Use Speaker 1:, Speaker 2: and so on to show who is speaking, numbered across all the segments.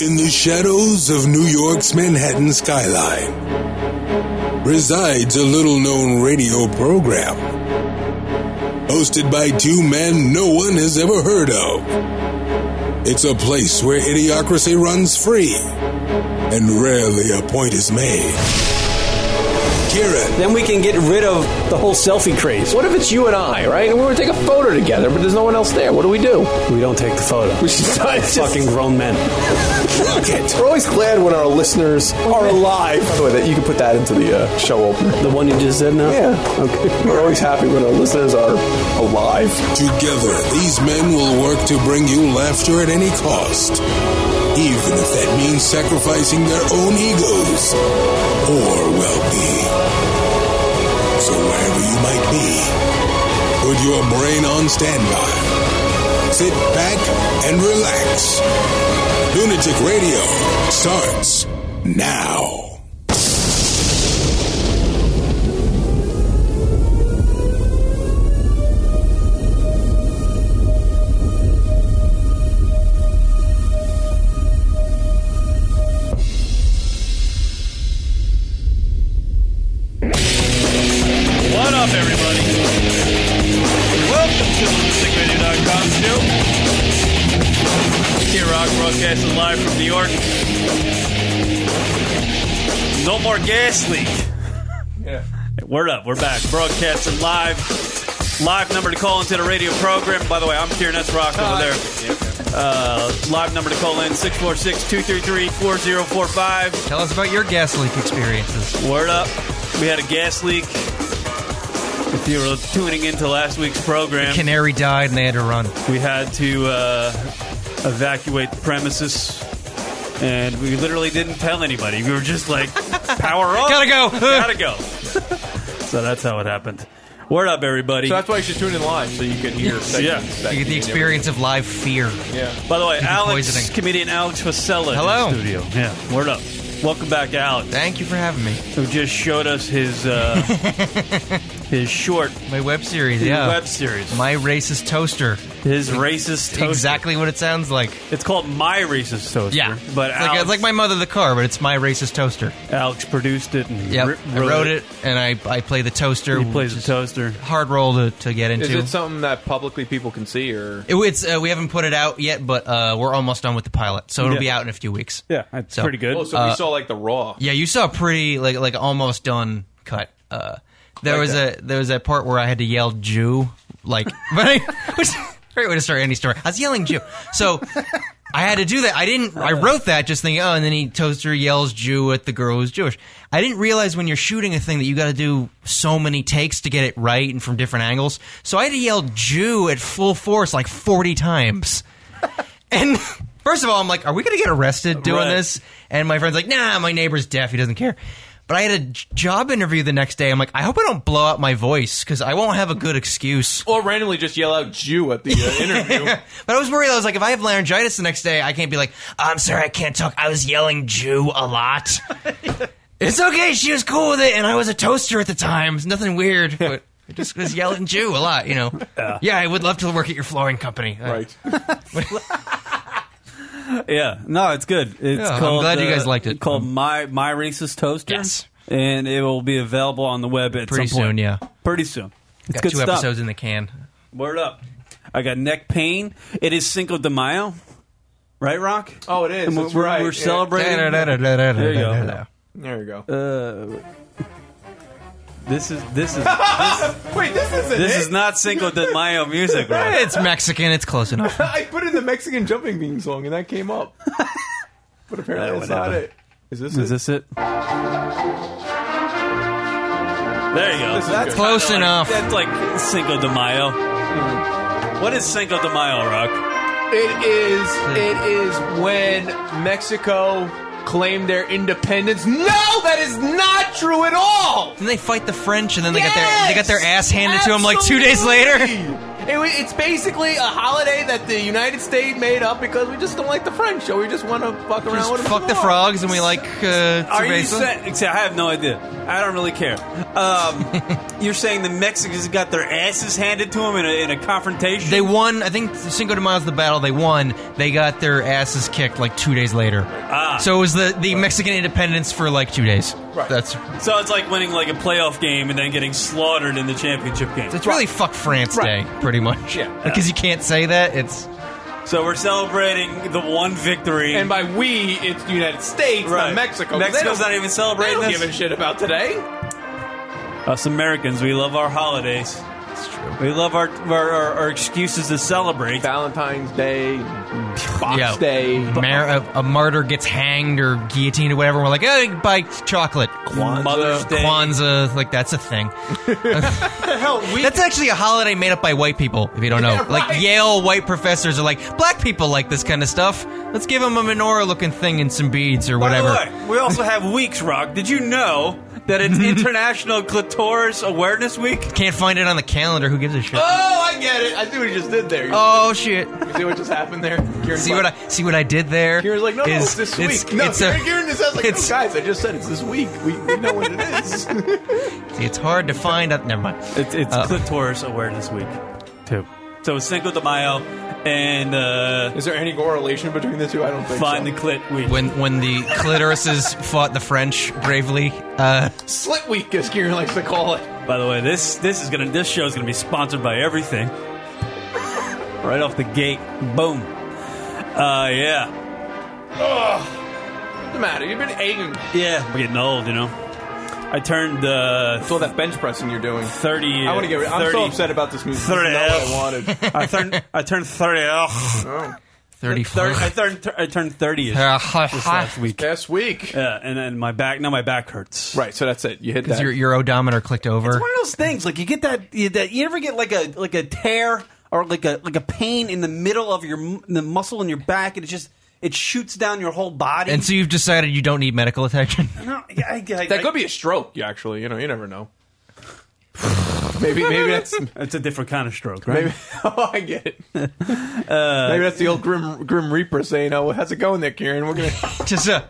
Speaker 1: In the shadows of New York's Manhattan skyline resides a little known radio program hosted by two men no one has ever heard of. It's a place where idiocracy runs free and rarely a point is made. Kieran
Speaker 2: Then we can get rid of the whole selfie craze. What if it's you and I, right? And we're gonna take a photo together, but there's no one else there. What do we do?
Speaker 3: We don't take the photo.
Speaker 2: We should start
Speaker 3: Fucking grown men.
Speaker 1: Rocket.
Speaker 4: We're always glad when our listeners are alive. By the way, that you can put that into the uh, show opener.
Speaker 3: The one you just said now?
Speaker 4: Yeah, okay. We're always happy when our listeners are alive.
Speaker 1: Together, these men will work to bring you laughter at any cost, even if that means sacrificing their own egos or well being. So, wherever you might be, put your brain on standby. Sit back and relax. Lunatic Radio starts now.
Speaker 5: What up, everybody? Welcome to LunaticRadio.com show. Kid Rock broadcasting live from New York. No more gas leak. Yeah. Word up, we're back. Broadcasting live. Live number to call into the radio program. By the way, I'm Kieran, that's Rock over there. Uh, live number to call in 646 233 4045.
Speaker 6: Tell us about your gas leak experiences.
Speaker 5: Word up. We had a gas leak. If you were tuning into last week's program,
Speaker 6: Canary died and they had to run.
Speaker 5: we had to uh, evacuate the premises. And we literally didn't tell anybody. We were just like, power up.
Speaker 6: Gotta go.
Speaker 5: Gotta go. so that's how it happened. Word up, everybody.
Speaker 4: So that's why you should tune in live so you can hear segments that
Speaker 6: You get the
Speaker 4: never-
Speaker 6: experience of live fear.
Speaker 4: Yeah.
Speaker 5: By the way,
Speaker 6: Keep it
Speaker 5: Alex,
Speaker 6: poisoning.
Speaker 5: comedian Alex Vasella
Speaker 6: Hello.
Speaker 5: in the studio. Yeah, word up. Welcome back, Alex,
Speaker 6: Thank you for having me.
Speaker 5: who just showed us his uh, his short
Speaker 6: My web series, yeah.
Speaker 5: web series.
Speaker 6: My racist toaster.
Speaker 5: His racist toaster.
Speaker 6: Exactly what it sounds like.
Speaker 5: It's called My Racist Toaster.
Speaker 6: Yeah.
Speaker 5: But
Speaker 6: it's,
Speaker 5: Alex,
Speaker 6: like, it's like my mother the car, but it's my racist toaster.
Speaker 5: Alex produced it and
Speaker 6: Yep.
Speaker 5: ri-
Speaker 6: I wrote it and I, I play the toaster.
Speaker 5: He
Speaker 6: which
Speaker 5: plays the
Speaker 6: is
Speaker 5: toaster.
Speaker 6: Hard roll to, to get
Speaker 4: Is
Speaker 6: into.
Speaker 4: it something that publicly people can see or?
Speaker 6: It- it's uh, we haven't put it out yet, but uh, we're almost done with the pilot, so it'll
Speaker 5: Yeah.
Speaker 6: be out in a few weeks.
Speaker 5: Yeah, it's
Speaker 6: So-
Speaker 5: pretty good.
Speaker 4: Oh, so we saw like the raw.
Speaker 6: Yeah, you saw a pretty like like almost done cut. Uh, there was a there was that part where I had to yell Jew, like, but I, which great way to start any story. I was yelling Jew, so I had to do that. I didn't. I wrote that just thinking, oh, and then he toaster yells Jew at the girl who's Jewish. I didn't realize when you're shooting a thing that you got to do so many takes to get it right and from different angles. So I had to yell Jew at full force like forty times. And first of all, I'm like, are we going to get arrested doing
Speaker 5: Right.
Speaker 6: this? And my friend's like, nah, my neighbor's deaf. He doesn't care. But I had a j- job interview the next day. I'm like, I hope I don't blow out my voice because I won't have a good excuse.
Speaker 4: Or randomly just yell out Jew at the uh, interview.
Speaker 6: But I was worried. I was like, if I have laryngitis the next day, I can't be like, "Oh, I'm sorry, I can't talk. I was yelling Jew a lot. it's okay. She was cool with it. And I was a toaster at the time. It's nothing weird. But I just was yelling Jew a lot, you know. yeah, I would love to work at your flooring company. Uh,
Speaker 4: right.
Speaker 5: yeah, no, it's good. It's
Speaker 6: Yeah, I'm
Speaker 5: called.
Speaker 6: glad you
Speaker 5: uh,
Speaker 6: guys liked it. Mm.
Speaker 5: Called my my racist toaster.
Speaker 6: Yes.
Speaker 5: and it will be available on the web at
Speaker 6: Pretty
Speaker 5: some point.
Speaker 6: soon, yeah.
Speaker 5: pretty soon. It's
Speaker 6: Got
Speaker 5: good
Speaker 6: two
Speaker 5: stuff.
Speaker 6: episodes in the can.
Speaker 5: Word up! I got neck pain. It is Cinco de Mayo, right, Rock?
Speaker 4: Oh, it is.
Speaker 5: And we're,
Speaker 4: That's
Speaker 5: we're-
Speaker 4: right.
Speaker 5: We're
Speaker 4: Yeah.
Speaker 5: celebrating.
Speaker 6: There
Speaker 5: you go.
Speaker 4: There you go.
Speaker 5: This is this is
Speaker 4: Wait, this isn't
Speaker 5: this
Speaker 4: it.
Speaker 5: is not Cinco de Mayo music, Rock.
Speaker 6: It's Mexican. It's close enough.
Speaker 4: I put in the Mexican jumping bean song and that came up. but apparently
Speaker 5: Yeah,
Speaker 4: that's not
Speaker 5: whatever.
Speaker 4: it. Is this
Speaker 5: Is
Speaker 4: it?
Speaker 5: this it? There you go.
Speaker 4: This is
Speaker 5: kinda
Speaker 4: That's good.
Speaker 6: close
Speaker 5: like-
Speaker 6: enough.
Speaker 5: That's like Cinco de Mayo. Hmm. What is Cinco de Mayo, Rock?
Speaker 4: It is. It is when Mexico claimed their independence. No, that is not true at all.
Speaker 6: Then they fight the French, and then they got their they got their
Speaker 4: Yes!
Speaker 6: ass handed to them like two days later.
Speaker 4: Absolutely! It, wa- it's basically a holiday that the United States made up because we just don't like the French, so we just want to fuck around with them.
Speaker 6: Fuck the
Speaker 4: more.
Speaker 6: frogs, and we like uh,
Speaker 5: Are you
Speaker 6: cerveza.
Speaker 5: saying? I have no idea. I don't really care. Um, you're saying the Mexicans got their asses handed to them in a, in a confrontation?
Speaker 6: They won. I think Cinco de Mayo's the battle. They won. They got their asses kicked like two days later.
Speaker 5: Ah.
Speaker 6: So it was the, the Mexican independence for like two days. Right. That's
Speaker 5: so it's like winning like a playoff game and then getting slaughtered in the championship game.
Speaker 6: that's really fuck France
Speaker 4: Right.
Speaker 6: Day, pretty much.
Speaker 4: Yeah.
Speaker 6: Because you can't say that. It's
Speaker 5: So we're celebrating the one victory.
Speaker 4: And by we, it's the United States,
Speaker 5: Right.
Speaker 4: not Mexico.
Speaker 5: Mexico's
Speaker 4: they
Speaker 5: not
Speaker 4: don't,
Speaker 5: even
Speaker 4: they
Speaker 5: celebrating
Speaker 4: don't
Speaker 5: this.
Speaker 4: give a shit about today.
Speaker 5: Us Americans, we love our holidays.
Speaker 6: it's true.
Speaker 5: We love our our, our, our excuses to celebrate.
Speaker 4: Valentine's Day, Box
Speaker 6: Yeah.
Speaker 4: Day.
Speaker 6: Mar- a, a martyr gets hanged or guillotined or whatever. And we're like, hey, buy chocolate.
Speaker 5: Mother's Day.
Speaker 6: Kwanzaa, like that's a thing.
Speaker 4: hell, we
Speaker 6: That's actually a holiday made up by white people, if you don't know.
Speaker 4: Yeah, right.
Speaker 6: Like Yale white professors are like, black people like this kind of stuff. Let's give them a menorah looking thing and some beads or
Speaker 5: By the
Speaker 6: whatever.
Speaker 5: way, we also have weeks, Rock. Did you know that it's International Clitoris Awareness Week?
Speaker 6: Can't find it on the calendar. Who gives a shit?
Speaker 4: Oh, I get it. I see what you just did there. You
Speaker 6: oh shit!
Speaker 4: see what just happened there? Kieran's
Speaker 6: See what
Speaker 4: like-
Speaker 6: I see what I did there?
Speaker 4: Kieran's like, no, no,
Speaker 6: is-
Speaker 4: it's this week.
Speaker 6: it's-
Speaker 4: no,
Speaker 6: it's a-
Speaker 4: Kieran, Kieran just says like, no,
Speaker 6: it's-
Speaker 4: guys, I just said it's this week. We, we know what it is.
Speaker 6: see, it's hard to find. Out. Never mind.
Speaker 5: It's, it's
Speaker 6: Uh,
Speaker 5: Clitoris Awareness Week. Two. So it's Cinco de Mayo and uh,
Speaker 4: is there any correlation between the two? I don't think
Speaker 5: Find
Speaker 4: so.
Speaker 5: the Clit Week.
Speaker 6: When when the clitorises fought the French bravely, uh,
Speaker 4: Slit week, as Kieran likes to call it.
Speaker 5: By the way, this this is gonna this show is gonna be sponsored by everything. right off the gate, boom. Uh, yeah,
Speaker 4: What's the matter? You've been aching.
Speaker 5: yeah. We're getting old, you know. I turned uh,
Speaker 4: It's all that bench pressing you're doing.
Speaker 5: thirty.
Speaker 4: I want to get rid. I'm
Speaker 5: 30
Speaker 4: so upset about this movie. This is
Speaker 5: 30.
Speaker 4: not what I wanted.
Speaker 5: I turned I turned thirty. Ugh.
Speaker 6: thirty
Speaker 5: Thir- I turned I turned thirty
Speaker 6: Uh,
Speaker 5: this last week.
Speaker 4: Last week.
Speaker 5: Yeah, and then my back now my back hurts.
Speaker 4: Right, so that's it. You hit that.
Speaker 6: Your, your odometer clicked over.
Speaker 5: uh, One of those things like you get that you, that you ever get like a like a tear or like a like a pain in the middle of your m- the muscle in your back and it just it shoots down your whole body.
Speaker 6: And so you've decided you don't need medical attention.
Speaker 5: No, yeah, I, I,
Speaker 4: that could be a stroke. You actually, you know, you never know. maybe, maybe that's
Speaker 5: It's a different kind of stroke, right?
Speaker 4: Maybe oh, I get it. Maybe that's the old Grim Grim Reaper saying, "Oh, how's it going there, Kieran? We're gonna
Speaker 6: Just uh,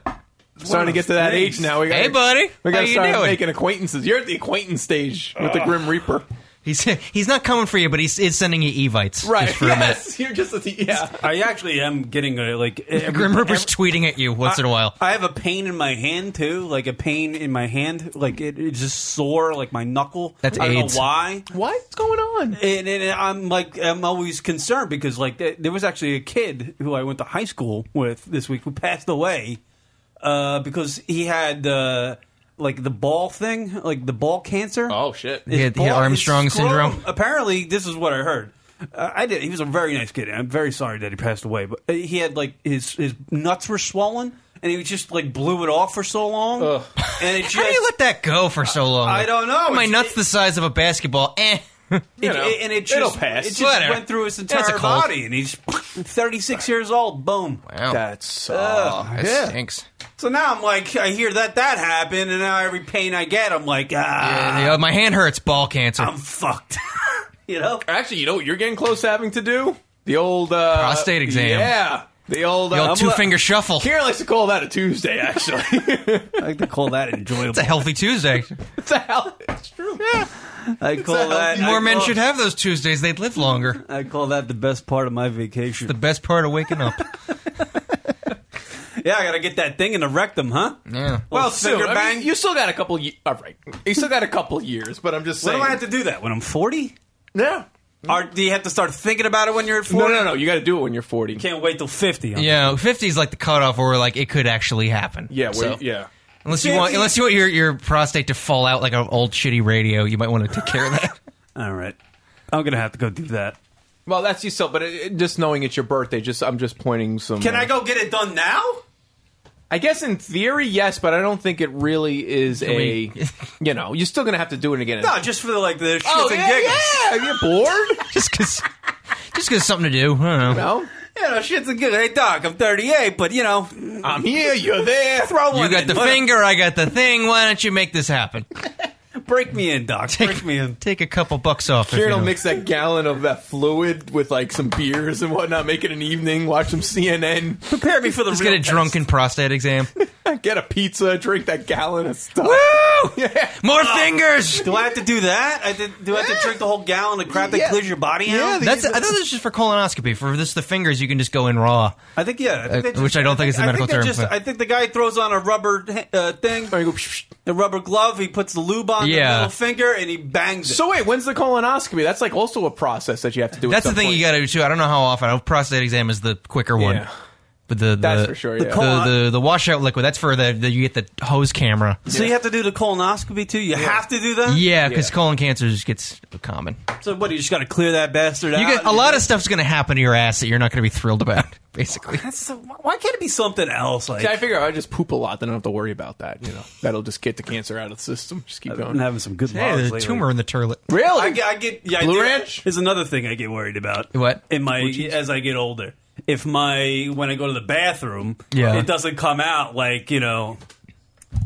Speaker 4: starting to get to that
Speaker 5: Thanks.
Speaker 4: age now. We got
Speaker 6: Hey, buddy. How
Speaker 4: we gotta
Speaker 6: you
Speaker 4: start
Speaker 6: doing?
Speaker 4: making acquaintances. You're at the acquaintance stage with the
Speaker 6: Uh,
Speaker 4: Grim Reaper,
Speaker 6: he's he's not coming for you, but he's is sending you evites just for a minute.
Speaker 4: Yes, you're just at the yeah.
Speaker 5: I actually am getting a like. every-
Speaker 6: Grim Reaper's
Speaker 5: every-
Speaker 6: tweeting at you once in a while.
Speaker 5: I have a pain in my hand too, like a pain in my hand, like it, it's just sore, like my knuckle.
Speaker 6: That's
Speaker 5: I don't
Speaker 6: AIDS.
Speaker 5: know why.
Speaker 4: What's going on?
Speaker 5: And, and I'm like, I'm always concerned because like th- there was actually a kid who I went to high school with this week who passed away uh, because he had uh, like the ball thing, like the ball cancer.
Speaker 4: Oh
Speaker 5: His
Speaker 4: shit!
Speaker 6: had- he had
Speaker 5: ball- his
Speaker 6: Armstrong
Speaker 5: scrotum-
Speaker 6: syndrome.
Speaker 5: Apparently, this is what I heard. Uh, I did. He was a very nice kid. and I'm very sorry that he passed away, but uh, he had like his his nuts were swollen, and he just like blew it off for so long, and it just.
Speaker 6: How do you let that go for so long?
Speaker 5: I don't know.
Speaker 6: My
Speaker 5: It's-
Speaker 6: nuts
Speaker 5: it-
Speaker 6: the size of a basketball. Eh.
Speaker 5: it-
Speaker 4: You know,
Speaker 5: and it
Speaker 4: it'll
Speaker 5: just,
Speaker 4: pass.
Speaker 5: It just
Speaker 6: Whatever.
Speaker 5: went through his
Speaker 6: a
Speaker 5: entire
Speaker 6: cold.
Speaker 5: body, and he's 36 years old. Boom.
Speaker 6: Wow.
Speaker 4: That's uh,
Speaker 5: Ugh.
Speaker 6: that
Speaker 5: yeah.
Speaker 6: stinks.
Speaker 5: So now I'm like, I hear that that happened, and now every pain I get, I'm like, ah,
Speaker 6: Uh, Yeah, my hand hurts. Ball cancer.
Speaker 5: I'm fucked. you know.
Speaker 4: actually, you know what you're getting close to having to do the old uh,
Speaker 6: Prostate exam.
Speaker 4: Yeah, the old,
Speaker 6: the
Speaker 4: uh,
Speaker 6: old two finger shuffle.
Speaker 4: Kieran likes to call that a Tuesday. Actually,
Speaker 5: I like to call that enjoyable.
Speaker 6: It's a healthy Tuesday.
Speaker 4: it's, a hell, it's true. Yeah.
Speaker 5: I call that
Speaker 6: More
Speaker 5: I
Speaker 6: men
Speaker 5: call-
Speaker 6: should have those Tuesdays. They'd live longer.
Speaker 5: I call that the best part of my vacation.
Speaker 6: The best part of waking up.
Speaker 5: yeah, I gotta get that thing in the rectum, huh?
Speaker 6: Yeah.
Speaker 5: Well,
Speaker 4: Soon.
Speaker 5: finger
Speaker 4: I mean,
Speaker 5: bang.
Speaker 4: you still got a couple. Ye- all right, you still got a couple years, but I'm just
Speaker 5: when
Speaker 4: saying.
Speaker 5: do I have to do that? When I'm 40?
Speaker 4: yeah.
Speaker 5: Or do you have to start thinking about it when you're at 40?
Speaker 4: No, no, no. You got to do it when you're 40.
Speaker 5: Can't wait till 50. I'm-
Speaker 6: Yeah, fifty is like the cutoff where like it could actually happen.
Speaker 4: yeah, where,
Speaker 6: So-
Speaker 4: yeah.
Speaker 6: Unless you want,
Speaker 5: 50
Speaker 6: unless you want your, your prostate to fall out like an old shitty radio, you might want to take care of that.
Speaker 5: All right. I'm gonna have to go do that.
Speaker 4: Well, that's yourself. But it, it- just knowing it's your birthday, just I'm just pointing some. uh,
Speaker 5: Can I go get it done now?
Speaker 4: I guess in theory, yes, but I don't think it really is a.
Speaker 6: we-
Speaker 4: you know, you're still gonna have to do it again.
Speaker 5: No, just for like the shits
Speaker 4: oh
Speaker 5: and
Speaker 4: yeah,
Speaker 5: giggles.
Speaker 4: yeah. You're bored?
Speaker 6: just because, just because something to do. I don't know.
Speaker 4: no,
Speaker 5: You know, shits and giggles. Hey, Doc, I'm 38, but you know,
Speaker 4: I'm here. You're there.
Speaker 5: throw one.
Speaker 6: You got
Speaker 5: in.
Speaker 6: the
Speaker 5: What-
Speaker 6: finger, I got the thing. Why don't you make this happen?
Speaker 5: break me in, Doc. Break me in.
Speaker 6: Take a couple bucks off. if
Speaker 4: Kieran
Speaker 6: you
Speaker 4: will
Speaker 6: know.
Speaker 4: mix that gallon of that fluid with like some beers and whatnot, make it an evening, watch some CNN,
Speaker 5: Prepare me for the
Speaker 6: Just
Speaker 5: real
Speaker 6: get a
Speaker 5: test.
Speaker 6: drunken prostate exam.
Speaker 4: get a pizza, drink that gallon of stuff. Yeah.
Speaker 6: More fingers.
Speaker 5: Do I have to do that? I did, do I have to drink the whole gallon of crap that
Speaker 4: Yeah.
Speaker 5: clears your body
Speaker 4: Yeah,
Speaker 5: out?
Speaker 4: the-
Speaker 6: That's. I thought this was just for colonoscopy. For this, the fingers you can just go in raw.
Speaker 5: I think yeah, I
Speaker 6: Uh,
Speaker 5: think they just-
Speaker 6: which I don't think is the medical
Speaker 5: they
Speaker 6: term,
Speaker 5: Just,
Speaker 6: but-
Speaker 5: I think the guy throws on a rubber uh, thing,
Speaker 4: Or you go, "Psh, psh."
Speaker 5: the rubber glove. He puts the lube on
Speaker 6: Yeah.
Speaker 5: the middle finger and he bangs it.
Speaker 4: So wait, when's the colonoscopy? That's like also a process that you have to do. at
Speaker 6: That's the
Speaker 4: some
Speaker 6: thing
Speaker 4: point.
Speaker 6: you got to do too. I don't know how often. A prostate exam is the quicker one.
Speaker 4: Yeah.
Speaker 6: But the, the
Speaker 4: That's for sure, The yeah.
Speaker 5: colon-
Speaker 6: the, the the washout liquid. That's for the, the you get the hose camera.
Speaker 5: So you have to do the colonoscopy too. You have to do that.
Speaker 6: Yeah, because
Speaker 4: Yeah.
Speaker 6: colon cancer just gets common.
Speaker 5: So what? You just got to clear that bastard
Speaker 6: You
Speaker 5: out.
Speaker 6: get a
Speaker 5: and-
Speaker 6: lot of stuff's going to happen to your ass that you're not going to be thrilled about. Basically,
Speaker 5: That's so, why can't it be something else? Like
Speaker 4: See, I figure if I just poop a lot, then I don't have to worry about that. You know, that'll just get the cancer out of the system. Just keep
Speaker 5: I'm
Speaker 4: going.
Speaker 5: having some good.
Speaker 6: hey,
Speaker 5: luck
Speaker 6: there's a
Speaker 5: lately.
Speaker 6: tumor in the toilet.
Speaker 4: Really?
Speaker 5: I get, I get yeah.
Speaker 4: Blue
Speaker 5: I do.
Speaker 4: Ranch?
Speaker 5: is another thing I get worried about.
Speaker 6: What?
Speaker 5: in my as I get older, if my when I go to the bathroom,
Speaker 6: Yeah.
Speaker 5: it doesn't come out like you know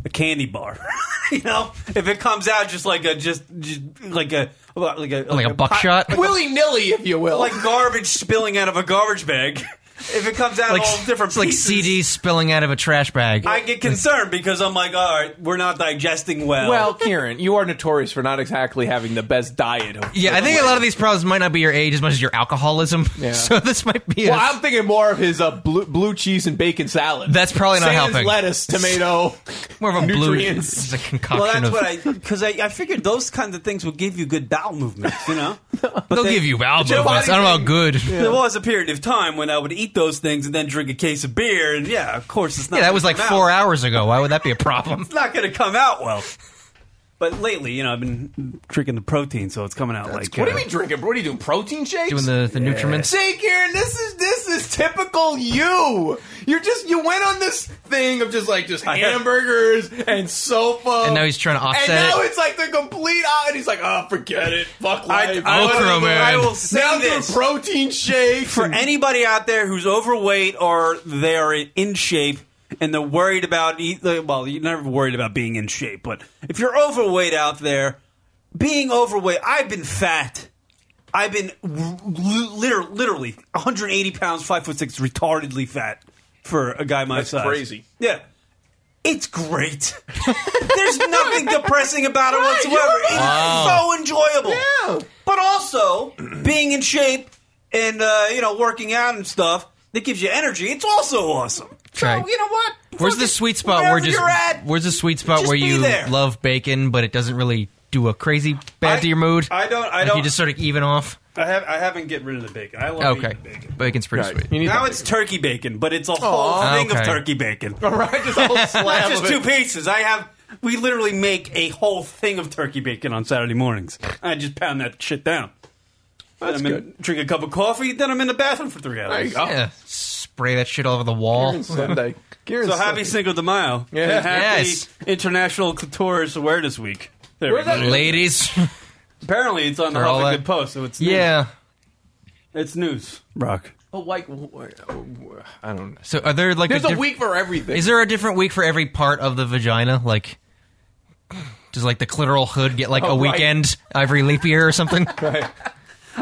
Speaker 5: a candy bar. you know, if it comes out just like a just, just like a like a
Speaker 6: Like a buckshot.
Speaker 4: willy nilly, if you will.
Speaker 5: like garbage spilling out of a garbage bag. If it comes out
Speaker 6: Like
Speaker 5: all different
Speaker 6: it's like
Speaker 5: pieces,
Speaker 6: CDs spilling out of a trash bag.
Speaker 5: I get concerned because I'm like, all right, we're not digesting well.
Speaker 4: well, Kieran, you are notorious for not exactly having the best diet. Of-
Speaker 6: yeah, I think a lot of these problems might not be your age as much as your alcoholism.
Speaker 4: Yeah.
Speaker 6: So this might be.
Speaker 4: Well,
Speaker 6: a-
Speaker 4: I'm thinking more of his uh, blue, blue cheese and bacon salad.
Speaker 6: That's probably not
Speaker 4: Sans
Speaker 6: helping.
Speaker 4: Lettuce, tomato,
Speaker 6: more of a blue.
Speaker 4: nutrients.
Speaker 6: It's a concoction
Speaker 5: Well, that's
Speaker 6: of.
Speaker 5: what I because I, I figured those kinds of things would give you good bowel movements, you know. But
Speaker 6: They'll
Speaker 5: they-
Speaker 6: give you bowel
Speaker 5: Joe,
Speaker 6: movements.
Speaker 5: how
Speaker 6: I
Speaker 5: do you
Speaker 6: don't know how
Speaker 5: think-
Speaker 6: good.
Speaker 5: There was a period of time when I would eat those things and then drink a case of beer, and yeah, of course it's not.
Speaker 6: Yeah, that was like
Speaker 5: gonna come
Speaker 6: four
Speaker 5: out.
Speaker 6: hours ago. Why would that be a problem?
Speaker 5: It's not going to come out well. But lately, you know, I've been drinking the protein, so it's coming out like.
Speaker 4: What do
Speaker 5: uh,
Speaker 4: you mean drinking? What are you doing? Protein shakes?
Speaker 6: Doing the, the nutriments.
Speaker 4: See, Kieran, this is this is typical you. You're just you went on this thing of just like just hamburgers and sofa,
Speaker 6: And now he's trying to offset
Speaker 4: And now
Speaker 6: it.
Speaker 4: it's like the complete. Uh, and he's like, oh, forget it, fuck
Speaker 5: I,
Speaker 4: life.
Speaker 5: I,
Speaker 6: Okra,
Speaker 5: will- I
Speaker 6: man.
Speaker 5: will say
Speaker 4: now you're
Speaker 5: this
Speaker 4: protein shakes
Speaker 5: for
Speaker 4: and-
Speaker 5: anybody out there who's overweight or they are in shape and they're worried about eat- well you're never worried about being in shape but if you're overweight out there being overweight i've been fat i've been literally, literally 180 pounds 5 foot 6 retardedly fat for a guy my
Speaker 4: That's
Speaker 5: size
Speaker 4: crazy.
Speaker 5: yeah it's great. There's nothing depressing about it
Speaker 4: Right,
Speaker 5: whatsoever.
Speaker 4: you're right.
Speaker 5: It's so enjoyable.
Speaker 4: Yeah.
Speaker 5: But also, being in shape and uh, you know working out and stuff that gives you energy. It's also awesome.
Speaker 6: Right.
Speaker 5: So you know what?
Speaker 6: Where's
Speaker 5: Fucking
Speaker 6: the sweet spot
Speaker 5: wherever
Speaker 6: where just
Speaker 5: you're at?
Speaker 6: where's the sweet spot
Speaker 5: just
Speaker 6: where
Speaker 5: be
Speaker 6: you
Speaker 5: there.
Speaker 6: love bacon but it doesn't really do a crazy bad
Speaker 5: I-
Speaker 6: to your mood?
Speaker 5: I don't- I
Speaker 6: Like You
Speaker 5: don't-
Speaker 6: just sort of even off.
Speaker 5: I have I haven't get rid of the bacon. I love
Speaker 6: Okay,
Speaker 5: eating bacon.
Speaker 6: bacon's pretty
Speaker 4: Right. You
Speaker 6: sweet.
Speaker 4: need
Speaker 5: Now
Speaker 4: that
Speaker 5: it's turkey bacon, but it's a whole
Speaker 6: Aw.
Speaker 5: thing
Speaker 6: Okay.
Speaker 5: of turkey bacon.
Speaker 4: bacon. right, just a whole slab
Speaker 5: Not just
Speaker 4: of
Speaker 5: two
Speaker 4: it.
Speaker 5: pieces. I have. We literally make a whole thing of turkey bacon on Saturday mornings. I just pound that shit down.
Speaker 4: That's
Speaker 5: I'm in,
Speaker 4: good.
Speaker 5: drink a cup of coffee, then I'm in the bathroom for three
Speaker 4: There
Speaker 5: hours.
Speaker 4: you go.
Speaker 6: Yeah, spray that shit all over the wall.
Speaker 4: Kieran's Sunday. Kieran's
Speaker 5: So happy
Speaker 4: Sunday.
Speaker 5: Cinco de Mayo.
Speaker 4: Yeah.
Speaker 5: And happy
Speaker 6: Yes.
Speaker 5: International Clitoris Awareness Week. There
Speaker 4: Where's
Speaker 5: we go.
Speaker 4: that-
Speaker 6: Ladies,
Speaker 5: Apparently it's on the
Speaker 6: For all
Speaker 5: Huffington
Speaker 6: that-
Speaker 5: Post, so it's news.
Speaker 6: yeah.
Speaker 5: It's news. Rock.
Speaker 4: Oh, like, wh- I don't know.
Speaker 6: So are there like
Speaker 4: There's
Speaker 6: a,
Speaker 4: a
Speaker 6: diff-
Speaker 4: week for everything.
Speaker 6: Is there a different week for every part of the vagina? Like, does like the clitoral hood get
Speaker 5: Oh,
Speaker 6: like a
Speaker 4: right.
Speaker 6: weekend every leap year or something?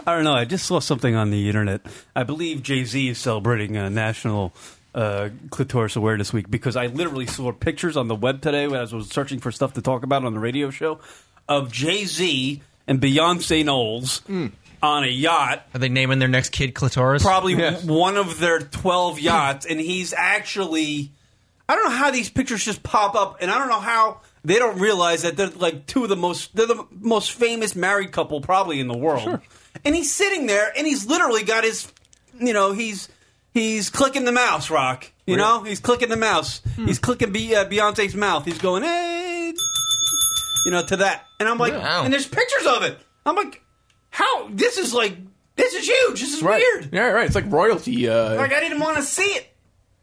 Speaker 5: I don't know. I just saw something on the internet. I believe Jay Z is celebrating uh, National uh, Clitoris Awareness Week because I literally saw pictures on the web today as I was searching for stuff to talk about on the radio show of Jay Z and Beyonce Knowles on a yacht
Speaker 6: Are they naming their next kid clitoris?
Speaker 5: probably
Speaker 4: Yes.
Speaker 5: one of their 12 yachts and he's actually i don't know how these pictures just pop up and i don't know how they don't realize that they're like two of the most they're the most famous married couple probably in the world and he's sitting there and he's literally got his you know he's he's clicking the mouse rock you know he's clicking the mouse he's clicking Be- uh, beyonce's mouth he's going hey you know to that and i'm like
Speaker 6: Wow.
Speaker 5: and there's pictures of it i'm like how this is like this is huge this is
Speaker 4: right.
Speaker 5: weird
Speaker 4: Yeah, right. It's like royalty. Uh,
Speaker 5: like I didn't want to see it.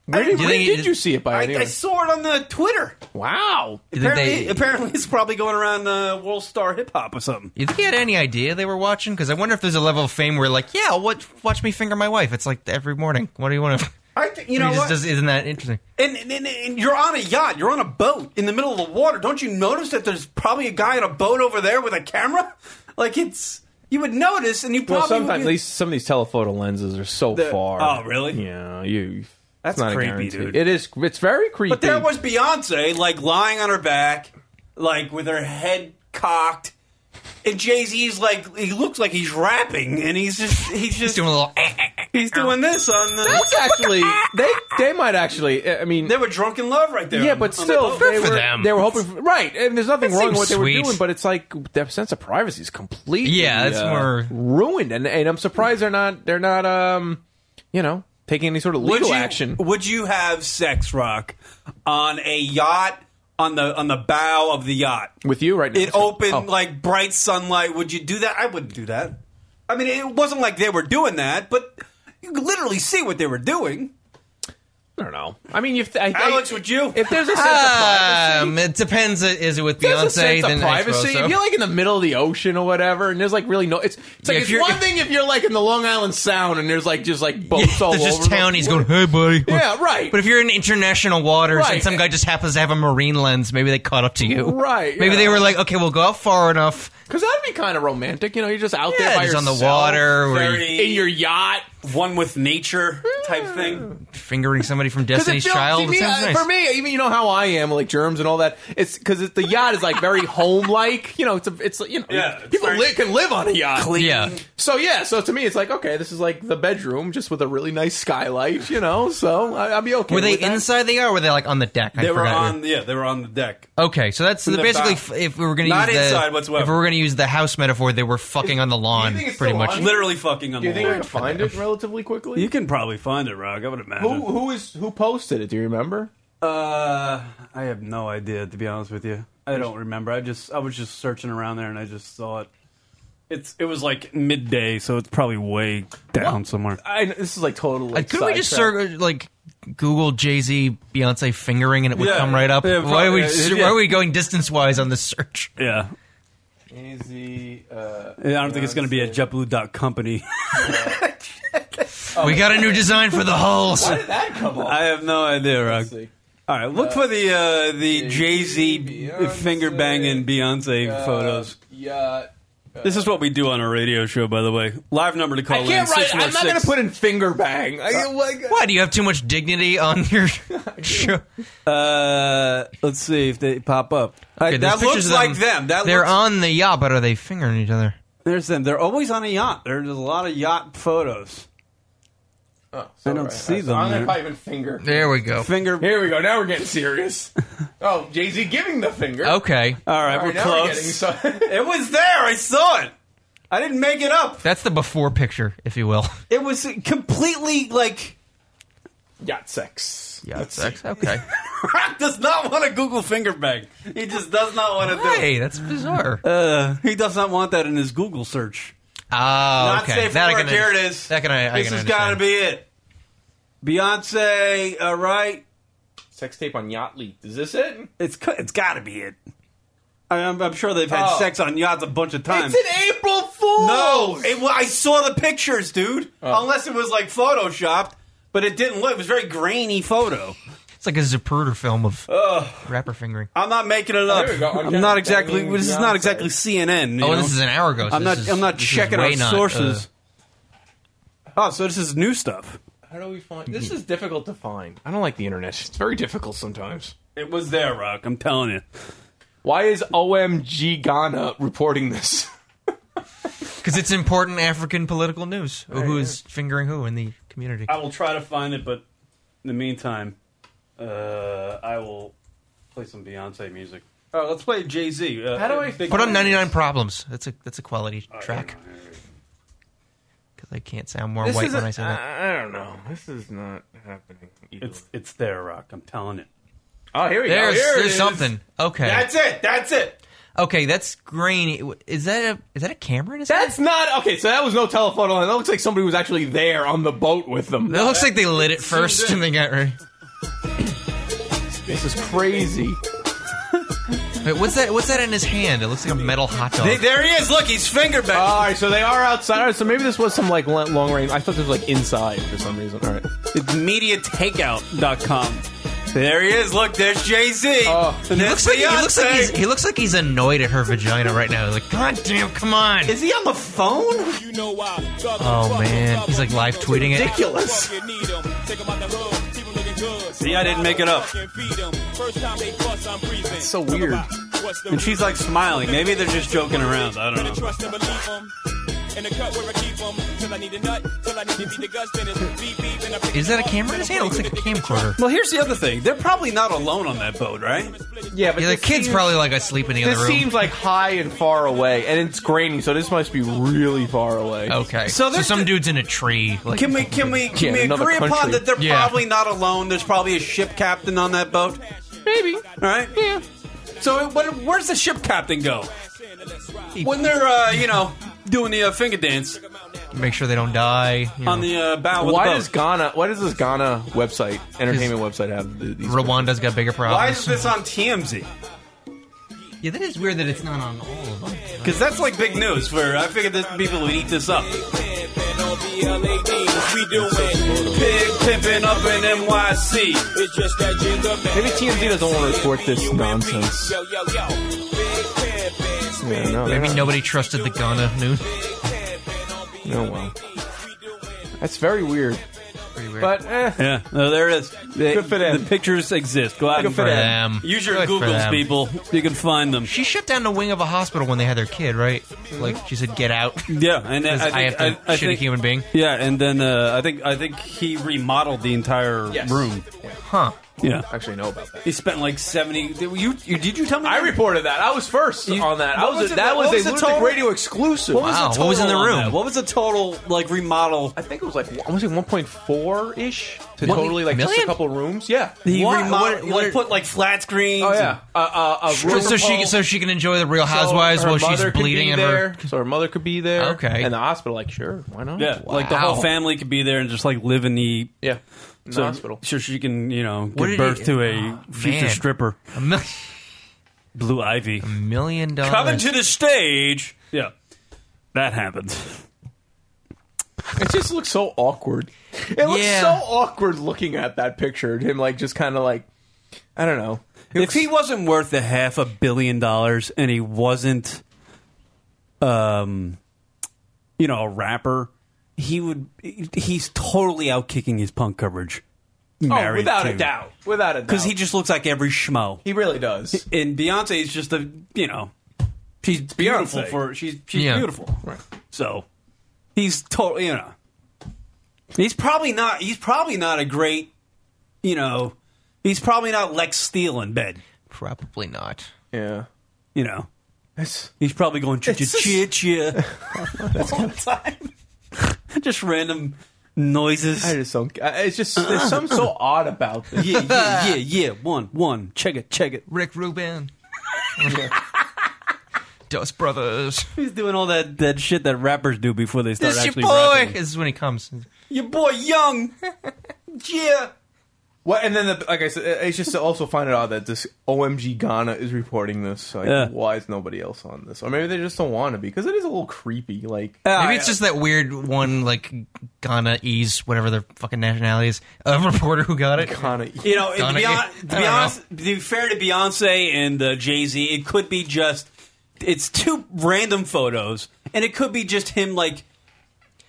Speaker 4: where did,
Speaker 6: Do you
Speaker 4: where
Speaker 6: think
Speaker 4: did
Speaker 6: it-
Speaker 4: you see it by
Speaker 5: I,
Speaker 4: any
Speaker 5: I saw it on the Twitter.
Speaker 4: Wow.
Speaker 6: think
Speaker 5: Apparently,
Speaker 6: they-
Speaker 5: apparently, it's probably going around uh, World Star Hip Hop or something.
Speaker 6: You think he had any idea they were watching? Because I wonder if there's a level of fame where, like, yeah, what? Watch me finger my wife. It's like every morning. What do you want to?
Speaker 5: I think you
Speaker 6: He
Speaker 5: know
Speaker 6: just
Speaker 5: what?
Speaker 6: does- isn't that interesting?
Speaker 5: And, and, and you're on a yacht, you're on a boat in the middle of the water. Don't you notice that there's probably a guy on a boat over there with a camera? Like it's you would notice, and you probably
Speaker 4: Well,
Speaker 5: would
Speaker 4: sometimes
Speaker 5: be-
Speaker 4: these some of these telephoto lenses are so far.
Speaker 2: Oh, really?
Speaker 4: Yeah, you.
Speaker 2: That's
Speaker 4: it's not
Speaker 2: creepy,
Speaker 4: a guarantee.
Speaker 2: dude.
Speaker 4: It is. It's very creepy.
Speaker 5: But there was Beyonce, like lying on her back, like with her head cocked, and Jay Z's like he looks like he's rapping, and he's just he's just
Speaker 6: He's doing a little.
Speaker 5: he's doing this on the.
Speaker 4: That's actually they. They might actually. I mean,
Speaker 5: They were drunk in love right there.
Speaker 4: yeah,
Speaker 5: on-
Speaker 4: but
Speaker 5: on
Speaker 4: still,
Speaker 5: the boat.
Speaker 4: they
Speaker 6: for
Speaker 4: were
Speaker 6: them.
Speaker 4: they were hoping for, right. And there's nothing wrong with
Speaker 6: seems
Speaker 4: what they were
Speaker 6: sweet.
Speaker 4: doing, but it's like their sense of privacy is completely
Speaker 6: Yeah, it's
Speaker 4: uh,
Speaker 6: more-
Speaker 4: ruined. And and I'm surprised they're not they're not um you know taking any sort of legal
Speaker 5: you,
Speaker 4: action.
Speaker 5: Would you have sex rock on a yacht on the on the bow of the yacht?
Speaker 4: With you right now,
Speaker 5: It
Speaker 4: so-
Speaker 5: opened
Speaker 4: oh.
Speaker 5: like bright sunlight. Would you do that? I wouldn't do that. I mean, it wasn't like they were doing that, but you could literally see what they were doing.
Speaker 4: I don't know. I mean, if I, I-
Speaker 5: Alex, would you?
Speaker 4: If there's a sense of privacy,
Speaker 6: Um, it depends. uh, Is it with
Speaker 4: there's a
Speaker 6: Ah, Beyonce?
Speaker 4: sense
Speaker 6: Then
Speaker 4: of privacy.
Speaker 6: I suppose so.
Speaker 4: If you're like in the middle of the ocean or whatever, and there's like really no, it's it's
Speaker 6: Yeah,
Speaker 4: like
Speaker 6: if
Speaker 4: it's
Speaker 6: you're-
Speaker 4: one
Speaker 6: if-
Speaker 4: thing if you're like in the Long Island Sound and there's like just like boats all
Speaker 6: There's
Speaker 4: over.
Speaker 6: just
Speaker 4: the-
Speaker 6: townies going, hey, buddy.
Speaker 4: Yeah, right.
Speaker 6: But if you're in international waters
Speaker 4: Right.
Speaker 6: and some guy just happens to have a marine lens, maybe they caught up to you.
Speaker 4: Right,
Speaker 6: Maybe
Speaker 4: yeah.
Speaker 6: they were like, okay, we'll go out far enough.
Speaker 4: Because that'd be kind of romantic, you know. You're just out there
Speaker 6: Yeah,
Speaker 4: by
Speaker 6: just on
Speaker 4: yourself,
Speaker 6: the water, where you
Speaker 5: Very
Speaker 4: in your Hmm. yacht.
Speaker 5: one with nature type thing.
Speaker 6: fingering somebody from
Speaker 4: 'Cause it
Speaker 6: Destiny's
Speaker 4: feels-
Speaker 6: Child.
Speaker 4: to
Speaker 6: It
Speaker 4: me,
Speaker 6: sounds
Speaker 4: uh,
Speaker 6: nice.
Speaker 4: For me, even you know how I am, like germs and all that. It's because the yacht is like very home like. You know, it's a, it's you know,
Speaker 5: Yeah, it's
Speaker 4: people
Speaker 5: very-
Speaker 4: li- can live on a yacht.
Speaker 6: yeah.
Speaker 4: So yeah, so to me, it's like okay, this is like the bedroom just with a really nice skylight. You know, so I, I'd be okay.
Speaker 6: Were they
Speaker 4: with that.
Speaker 6: inside the yacht or were they like on the deck? I
Speaker 5: They were
Speaker 6: forgot.
Speaker 5: on, yeah, they were on the deck.
Speaker 6: Okay, so that's the,
Speaker 5: the
Speaker 6: basically
Speaker 5: back.
Speaker 6: f if we were going to
Speaker 5: Not
Speaker 6: use the
Speaker 5: inside whatsoever.
Speaker 6: if we were going to use the house metaphor, they were fucking on the lawn,
Speaker 4: think it's
Speaker 6: pretty
Speaker 4: still
Speaker 6: much.
Speaker 4: on?
Speaker 5: Literally fucking on
Speaker 4: Do you
Speaker 5: the
Speaker 4: think I
Speaker 5: lawn.
Speaker 4: could find it relatively quickly?
Speaker 5: You can probably find it, Rock. I would imagine.
Speaker 4: who who is who posted it? Do you remember?
Speaker 5: Uh, I have no idea to be honest with you. I don't remember. I just I was just searching around there and I just saw it. It's it was like midday, so it's probably way down somewhere.
Speaker 4: I, this is like totally.
Speaker 6: Like, couldn't we just sur- like Google Jay Z Beyonce fingering and it would
Speaker 5: Yeah.
Speaker 6: come right up?
Speaker 5: Yeah,
Speaker 6: why are
Speaker 5: probably,
Speaker 6: we
Speaker 5: yeah,
Speaker 6: sur-
Speaker 5: yeah.
Speaker 6: why are we going distance wise on this search?
Speaker 5: Yeah.
Speaker 4: Easy. Uh,
Speaker 5: I don't think it's going to be at JetBlue.company. Oh.
Speaker 6: we got a new design for the hull.
Speaker 4: How did that come on?
Speaker 5: I have no idea, Rock.
Speaker 4: see.
Speaker 5: All right, look for the uh, the Jay Z
Speaker 4: Beyonce,
Speaker 5: finger banging Beyonce photos.
Speaker 4: uh, Yeah.
Speaker 5: This is what we do on a radio show, by the way. Live number to call
Speaker 4: I can't
Speaker 5: in.
Speaker 4: write. I'm not going to
Speaker 5: 616.
Speaker 4: put in finger bang. I, like,
Speaker 6: Why do you have too much dignity on your show?
Speaker 5: Uh, let's see if they pop up. All right,
Speaker 6: Okay, there's
Speaker 5: that looks
Speaker 6: pictures of
Speaker 5: like them. That
Speaker 6: they're
Speaker 5: looks-
Speaker 6: on the yacht, but are they fingering each other?
Speaker 5: There's them. They're always on a yacht. There's a lot of yacht photos.
Speaker 4: Oh,
Speaker 5: I don't see them
Speaker 4: I'm
Speaker 5: there.
Speaker 4: not even finger.
Speaker 6: There we go.
Speaker 5: Finger.
Speaker 4: Here we go. Now we're getting serious. Oh, Jay Z giving the finger.
Speaker 6: Okay,
Speaker 5: All right,
Speaker 4: All
Speaker 5: we're
Speaker 4: right, now we're getting
Speaker 5: close.
Speaker 4: so-
Speaker 5: it was there. I saw it. I didn't make it up.
Speaker 6: that's the before picture, if you will.
Speaker 5: It was completely like.
Speaker 4: Yacht sex.
Speaker 6: Yeah, sex. Okay.
Speaker 5: Rock does not want a Google finger bang. He just does not want to do. it.
Speaker 6: Hey, that's bizarre.
Speaker 5: Uh, he does not want that in his Google search.
Speaker 6: oh,
Speaker 5: Not
Speaker 6: okay.
Speaker 5: safe
Speaker 6: that I
Speaker 5: for work.
Speaker 6: can-
Speaker 5: Here it is.
Speaker 6: That can I, I
Speaker 5: this
Speaker 6: can
Speaker 5: has got to
Speaker 6: understand.
Speaker 5: be it. Beyonce. All right.
Speaker 4: Sex tape on yacht leaked. Is this it?
Speaker 5: It's co- it's got to be it. I, I'm, I'm sure they've had
Speaker 4: Oh.
Speaker 5: sex on yachts a bunch of times.
Speaker 4: It's an April Fool.
Speaker 5: No, it, well, I saw the pictures, dude.
Speaker 4: Oh.
Speaker 5: Unless it was like photoshopped, but it didn't look. It was very grainy photo.
Speaker 6: It's like a Zapruder film of rapper fingering.
Speaker 5: I'm not making it up.
Speaker 4: There Oh, we go.
Speaker 5: I'm
Speaker 4: Okay.
Speaker 5: not exactly.
Speaker 4: Banging
Speaker 5: This is not
Speaker 4: Beyonce.
Speaker 5: exactly CNN. you
Speaker 6: Oh,
Speaker 5: know?
Speaker 6: this is an hour ago. so
Speaker 5: I'm not.
Speaker 6: this is-
Speaker 5: I'm not
Speaker 6: this is
Speaker 5: checking our
Speaker 6: way not, uh,
Speaker 5: sources. oh, so this is new stuff.
Speaker 4: How do we find? This is difficult to find. I don't like the internet. It's very difficult sometimes.
Speaker 5: It was there, Rock. I'm telling you.
Speaker 4: Why is OMG Ghana reporting this?
Speaker 6: Because it's important African political news. who is fingering who in the community?
Speaker 5: I will try to find it, but in the meantime, uh, I will play some Beyonce music. All
Speaker 4: Uh,
Speaker 5: right, let's play Jay Z. Uh,
Speaker 4: How do I
Speaker 5: Big-
Speaker 6: Put on 99 Problems. That's a that's a quality
Speaker 5: Oh,
Speaker 6: track. Because I can't sound more white when I say
Speaker 5: uh,
Speaker 6: that.
Speaker 4: I don't know. This is not happening.
Speaker 5: It's it's there, Rock. I'm telling it.
Speaker 4: oh, here we
Speaker 6: There's
Speaker 4: go. Here it
Speaker 6: there's
Speaker 4: is.
Speaker 6: something. Okay.
Speaker 5: That's it. That's it.
Speaker 6: okay, that's grainy. Is that a is that a camera in his hand?
Speaker 4: That's not okay. So that was no telephone line. That looks like somebody was actually there on the boat with them.
Speaker 6: It looks like they lit it first and they got ready.
Speaker 4: This is crazy.
Speaker 6: Wait, what's that? What's that in his hand? It looks like a metal hot dog.
Speaker 5: there he is. Look, he's finger banging.
Speaker 4: All right, so they are outside. All right, so maybe this was some like long range. I thought this was like inside for some reason. All right.
Speaker 5: It's mediatakeout.com. Oh. There he is. Look, there's Jay Z.
Speaker 6: He looks, like, he, looks like he's, he looks like he's annoyed at her vagina right now. He's like, God damn, come on.
Speaker 5: Is he on the phone?
Speaker 6: Oh, man. He's like live tweeting it.
Speaker 7: Ridiculous.
Speaker 2: See, I didn't make it up.
Speaker 8: That's
Speaker 5: so weird. And she's like smiling. Maybe they're just joking around. I don't know.
Speaker 8: Trust and believe 'em. In the cut where I keep 'em. Till I need a nut. Till I need to beat the guts. Then it's beep, beep, and I pick
Speaker 6: Is
Speaker 8: it
Speaker 6: that a
Speaker 8: up.
Speaker 6: camera in his hand? It looks like a camcorder.
Speaker 5: Well, here's the other thing. They're probably not alone on that boat, right?
Speaker 4: Yeah, but
Speaker 6: Yeah, the
Speaker 4: this
Speaker 6: kid's
Speaker 4: seems-
Speaker 6: probably like asleep in the other
Speaker 4: This
Speaker 6: room.
Speaker 4: seems like high and far away, and it's grainy, so this must be really far away.
Speaker 6: okay.
Speaker 5: So
Speaker 6: So,
Speaker 5: there's
Speaker 6: some
Speaker 5: the-
Speaker 6: dude's in a tree. Like,
Speaker 5: Can we can we can
Speaker 4: Yeah,
Speaker 5: we
Speaker 4: another
Speaker 5: agree upon
Speaker 4: country.
Speaker 5: that they're
Speaker 6: Yeah.
Speaker 5: probably not alone? There's probably a ship captain on that boat.
Speaker 4: Maybe.
Speaker 5: All right.
Speaker 4: Yeah.
Speaker 5: So what, where's the ship captain go? When they're uh, you know doing the uh, finger dance
Speaker 6: make sure they don't die. you
Speaker 5: on
Speaker 6: know.
Speaker 5: the uh, bow of
Speaker 4: Why
Speaker 5: the boat.
Speaker 4: does Ghana? Why does this Ghana website, entertainment website, have th- these?
Speaker 6: Rwanda's got bigger
Speaker 5: Why
Speaker 6: problems.
Speaker 5: is this on TMZ?
Speaker 6: yeah, that is weird that it's not on all of them.
Speaker 5: Because that's like big news. For I figured that people would eat this up.
Speaker 8: Pimpin' on BLAD. We doing.
Speaker 5: Big pimping up in NYC.
Speaker 8: It's just that jigger man.
Speaker 4: Maybe TMZ doesn't wanna report this
Speaker 8: You and me.
Speaker 4: nonsense.
Speaker 8: Yo, yo, yo. Big pimpin',
Speaker 4: Yeah,
Speaker 8: spin
Speaker 4: no, they're
Speaker 6: Maybe
Speaker 4: not.
Speaker 6: nobody trusted the Ghana news.
Speaker 4: Oh well, that's very weird.
Speaker 6: Pretty weird.
Speaker 4: But eh,
Speaker 5: Yeah, no, there it is. The,
Speaker 4: Good for them.
Speaker 5: The pictures exist. Go out
Speaker 4: Good
Speaker 5: and
Speaker 4: for
Speaker 6: for
Speaker 4: them.
Speaker 6: them.
Speaker 5: Use your
Speaker 6: Good for
Speaker 5: Googles,
Speaker 6: them.
Speaker 5: people. You can find them.
Speaker 6: She shut down the wing of a hospital when they had their kid, right? Like she said, get out.
Speaker 5: Yeah, and then I,
Speaker 6: I,
Speaker 5: think,
Speaker 6: have to
Speaker 5: I- I
Speaker 6: shit
Speaker 5: think-
Speaker 6: a human being.
Speaker 5: Yeah, and then uh, I think I think he remodeled the entire
Speaker 4: Yes.
Speaker 5: room.
Speaker 6: Huh.
Speaker 5: Yeah,
Speaker 4: actually know about that.
Speaker 5: he spent like seventy. Did you, you did you tell me?
Speaker 4: I
Speaker 5: that?
Speaker 4: reported that. I was first
Speaker 5: You-
Speaker 4: on that. I
Speaker 5: what
Speaker 4: was,
Speaker 5: was it-
Speaker 4: that
Speaker 5: what
Speaker 4: was,
Speaker 5: was
Speaker 4: a
Speaker 5: the
Speaker 4: Lunatic
Speaker 5: total-
Speaker 4: Radio exclusive.
Speaker 5: What was the
Speaker 6: Wow, what was in the
Speaker 5: total on
Speaker 6: room?
Speaker 5: that? What was the total like remodel?
Speaker 4: I think it was like I want to say 1.4 ish to
Speaker 6: What,
Speaker 4: totally like just a
Speaker 6: million?
Speaker 4: couple rooms. Yeah.
Speaker 5: He
Speaker 6: What-
Speaker 5: remodeled.
Speaker 6: what-
Speaker 5: he,
Speaker 6: what-
Speaker 5: like, put like flat screens.
Speaker 4: Oh yeah. Uh, uh, a
Speaker 6: So,
Speaker 4: room
Speaker 6: she
Speaker 4: full.
Speaker 6: so she can enjoy the Real
Speaker 4: So
Speaker 6: Housewives
Speaker 4: her
Speaker 6: while she's
Speaker 4: mother could
Speaker 6: bleeding
Speaker 4: be
Speaker 6: and
Speaker 4: there,
Speaker 6: her.
Speaker 4: so her mother could be there.
Speaker 6: Okay.
Speaker 4: And the hospital, like, sure, why not?
Speaker 5: And, yeah, like the whole
Speaker 6: Wow.
Speaker 5: family could be there and just like live in the.
Speaker 4: Yeah. In
Speaker 5: So,
Speaker 4: the hospital.
Speaker 5: so she can you know
Speaker 6: What
Speaker 5: give
Speaker 6: did
Speaker 5: birth
Speaker 6: he-
Speaker 5: to a
Speaker 6: Oh,
Speaker 5: future
Speaker 6: man.
Speaker 5: stripper,
Speaker 6: A million,
Speaker 5: Blue Ivy.
Speaker 6: million dollars.
Speaker 5: Coming to the stage. Yeah, that happened.
Speaker 4: It just looks so awkward. It looks
Speaker 6: Yeah.
Speaker 4: so awkward looking at that picture. Him like just kind of like, I don't know.
Speaker 5: If he wasn't worth a half a billion dollars and he wasn't, um, you know, a rapper, he would. He's totally out kicking his punk coverage.
Speaker 4: Oh,
Speaker 5: Married
Speaker 4: without
Speaker 5: to.
Speaker 4: a doubt, without a doubt,
Speaker 5: because he just looks like every schmo.
Speaker 4: he really does.
Speaker 5: And Beyonce is just a you know, she's beautiful
Speaker 4: Beyonce.
Speaker 5: for she's she's
Speaker 6: Yeah.
Speaker 5: beautiful. Right. So he's totally you know. He's probably not. He's probably not a great, you know. He's probably not Lex Steele in bed.
Speaker 6: Probably not.
Speaker 4: Yeah.
Speaker 5: You know.
Speaker 4: It's,
Speaker 5: He's probably going chia chia
Speaker 4: It's just-
Speaker 5: chia chia all the time. just random noises.
Speaker 4: I just don't. I- It's just there's something so odd about this.
Speaker 5: yeah, yeah, yeah, yeah. One, one. Check it, check it.
Speaker 6: Rick Rubin. Dust Brothers.
Speaker 5: He's doing all that, that shit that rappers do before they start
Speaker 6: This is your
Speaker 5: actually
Speaker 6: boy.
Speaker 5: rapping.
Speaker 6: This is when he comes.
Speaker 5: Your boy Young. yeah.
Speaker 4: Well, and then the, like I said, it's just also find it odd that this OMG Ghana is reporting this. Like,
Speaker 5: Yeah.
Speaker 4: Why is nobody else on this? Or maybe they just don't want to be because it is a little creepy. Like
Speaker 5: Oh, Uh,
Speaker 6: Maybe it's just that weird one, like Ghana ease, whatever their fucking nationality is, a reporter who got it.
Speaker 4: Ghana.
Speaker 5: You know, to
Speaker 6: Gonna
Speaker 5: be,
Speaker 6: get-
Speaker 5: hon-
Speaker 6: I
Speaker 5: to be
Speaker 6: don't
Speaker 5: honest, to be fair to Beyonce and uh, Jay Z, it could be just it's two random photos, and it could be just him like,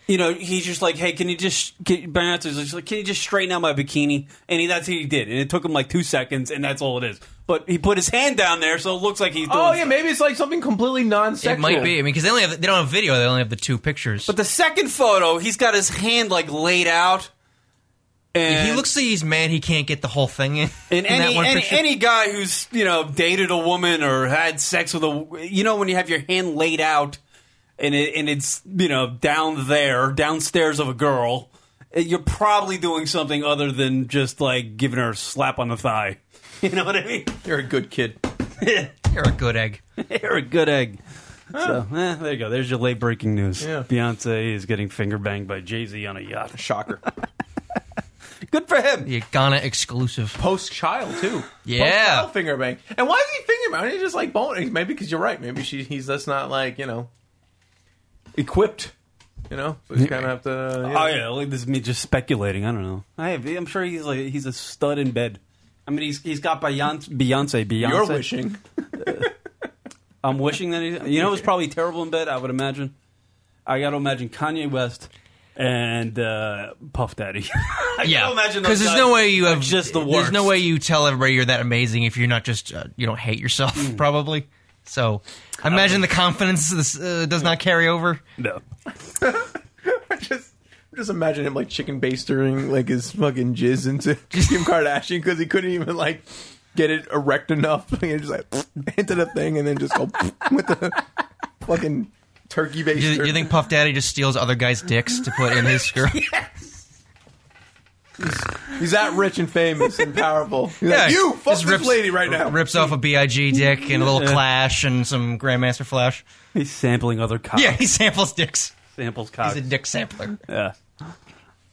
Speaker 5: you know, he's just like, hey, can you just can, Beyonce's just like, can you just straighten out my bikini? And he, that's what he did, and it took him like two seconds, and that's all it is. But he put his hand down there, so it looks like he's doing.
Speaker 4: Oh yeah,
Speaker 5: stuff.
Speaker 4: maybe it's like something completely non-sexual.
Speaker 6: It might be. I mean, because they only have they don't have video. They only have the two pictures.
Speaker 5: But the second photo, he's got his hand like laid out. And
Speaker 6: he looks like he's mad he can't get the whole thing in.
Speaker 5: And
Speaker 6: in
Speaker 5: any,
Speaker 6: that one
Speaker 5: any,
Speaker 6: picture.
Speaker 5: any guy who's you know dated a woman or had sex with a you know when you have your hand laid out and it, and it's you know down there downstairs of a girl, eh, you're probably doing something other than just like giving her a slap on the thigh. You know what I mean?
Speaker 4: You're a good kid.
Speaker 6: You're a good egg.
Speaker 5: You're a good egg. So eh, there you go. There's your late breaking news.
Speaker 4: Yeah.
Speaker 5: Beyonce is getting finger banged by Jay Z on a yacht.
Speaker 4: Shocker.
Speaker 5: Good for him.
Speaker 6: The Ghana exclusive.
Speaker 4: Post child too.
Speaker 6: Yeah.
Speaker 4: Post-child finger bang. And why is he finger bang? He's just like boning. Maybe because you're right. Maybe she, he's just not like you know equipped You know, so you kind of have to. You know.
Speaker 5: Oh yeah, like, this is me just speculating. I don't know. I have, I'm sure he's like he's a stud in bed. I mean, he's he's got Beyonce. Beyonce. Beyonce.
Speaker 4: You're wishing.
Speaker 5: I'm wishing that he's. You know, it's probably terrible in bed. I would imagine. I got to imagine Kanye West and uh, Puff Daddy. I
Speaker 6: yeah,
Speaker 5: gotta imagine those
Speaker 6: because there's
Speaker 5: guys
Speaker 6: no way you
Speaker 5: are
Speaker 6: have
Speaker 5: just the
Speaker 6: There's
Speaker 5: worst.
Speaker 6: no way you tell everybody you're that amazing if you're not just uh, you don't hate yourself probably. So I imagine the confidence this, uh, does not carry over.
Speaker 5: No.
Speaker 4: just just imagine him like chicken bastering like his fucking jizz into Kim Kardashian because he couldn't even like get it erect enough. Like, just like into the thing and then just go with the fucking turkey
Speaker 6: You,
Speaker 4: baster.
Speaker 6: you think Puff Daddy just steals other guys' dicks to put in his skirt?
Speaker 4: he's that rich and famous and powerful? He's like, you fuck
Speaker 6: just
Speaker 4: this lady right now.
Speaker 6: Rips off a big dick and a little Clash and some Grandmaster Flash.
Speaker 5: He's sampling other cocks.
Speaker 6: Yeah, he samples dicks.
Speaker 5: samples cocks.
Speaker 6: He's a dick sampler.
Speaker 5: Yeah.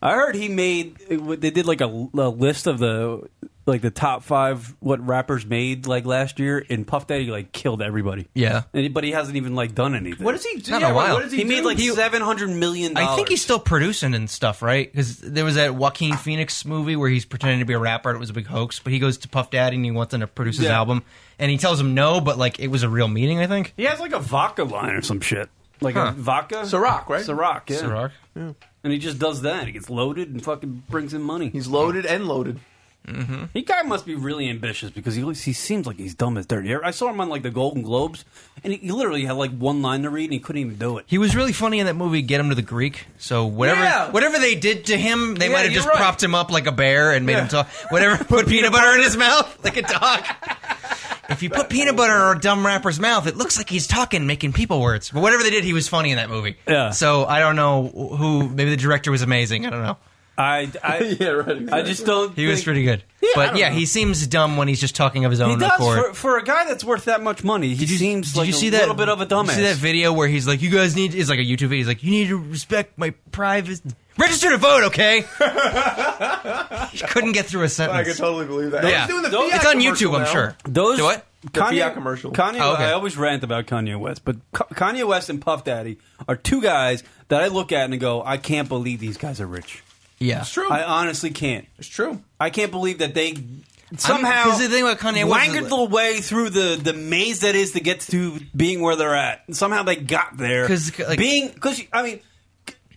Speaker 5: I heard he made. They did like a, a list of the like the top five what rappers made like last year, and Puff Daddy like killed everybody.
Speaker 6: Yeah.
Speaker 5: And- but he hasn't even like done anything.
Speaker 4: What does he do?
Speaker 6: Not in a
Speaker 4: Yeah, what-
Speaker 6: while.
Speaker 4: What does he,
Speaker 5: He made
Speaker 4: do?
Speaker 5: like seven hundred million.
Speaker 6: I think he's still producing and stuff, right? Because there was that Joaquin Phoenix movie where he's pretending to be a rapper and it was a big hoax, but he goes to Puff Daddy and he wants him to produce his
Speaker 5: Yeah.
Speaker 6: album. And he tells him no, but like it was a real meeting, I think.
Speaker 5: He has like a vodka line or some shit. Like
Speaker 6: Huh.
Speaker 5: a vodka,
Speaker 4: Ciroc, right?
Speaker 5: Ciroc, yeah.
Speaker 6: Ciroc.
Speaker 5: And he just does that. He gets loaded and fucking brings in money.
Speaker 4: He's loaded and loaded.
Speaker 5: He guy must be really ambitious because he he seems like he's dumb as dirty. I saw him on like the Golden Globes, and he, he literally had like one line to read, and he couldn't even do it.
Speaker 6: He was really funny in that movie, Get Him to the Greek. So whatever
Speaker 4: Yeah.
Speaker 6: whatever they did to him, they
Speaker 4: Yeah,
Speaker 6: might have
Speaker 4: you're
Speaker 6: just
Speaker 4: right.
Speaker 6: propped him up like a bear and made him talk. Whatever, put, peanut butter in his mouth like a dog. if you put peanut butter in a dumb rapper's mouth, it looks like he's talking, making people words. But whatever they did, he was funny in that movie.
Speaker 5: Yeah.
Speaker 6: So I don't know who. Maybe the director was amazing. I don't know.
Speaker 5: I I,
Speaker 4: Yeah, right.
Speaker 5: I just don't.
Speaker 6: He was
Speaker 5: think-
Speaker 6: pretty good. but yeah, he seems dumb when he's just talking of his own
Speaker 5: He does
Speaker 6: accord.
Speaker 5: for, for a guy that's worth that much money. He seems
Speaker 6: did
Speaker 5: like
Speaker 6: you see
Speaker 5: a
Speaker 6: that,
Speaker 5: little bit of a
Speaker 6: did you
Speaker 5: dumbass.
Speaker 6: See that video where he's like, "You guys need." It's like a YouTube video. He's like, "You need to respect my private." Register to vote, okay? he couldn't get through a
Speaker 4: I could
Speaker 6: sentence.
Speaker 4: totally believe that.
Speaker 6: Yeah,
Speaker 4: He's doing the Fiat
Speaker 6: it's on
Speaker 4: commercial
Speaker 6: YouTube, I'm
Speaker 4: now.
Speaker 6: sure.
Speaker 5: Those
Speaker 6: Do what?
Speaker 4: The Fiat commercial.
Speaker 5: Kanye,
Speaker 6: Oh, okay.
Speaker 5: I always rant about Kanye West, but Ka- Kanye West and Puff Daddy are two guys that I look at and go, I can't believe these guys are rich.
Speaker 6: Yeah,
Speaker 4: It's true.
Speaker 5: I honestly can't.
Speaker 4: it's true.
Speaker 5: I can't believe that they somehow
Speaker 6: because the thing about Kanye West is
Speaker 5: wangled
Speaker 6: like-
Speaker 5: the way through the, the maze that is to get to being where they're at. And somehow they got there.
Speaker 6: 'Cause, like- Mm.
Speaker 5: being because I mean,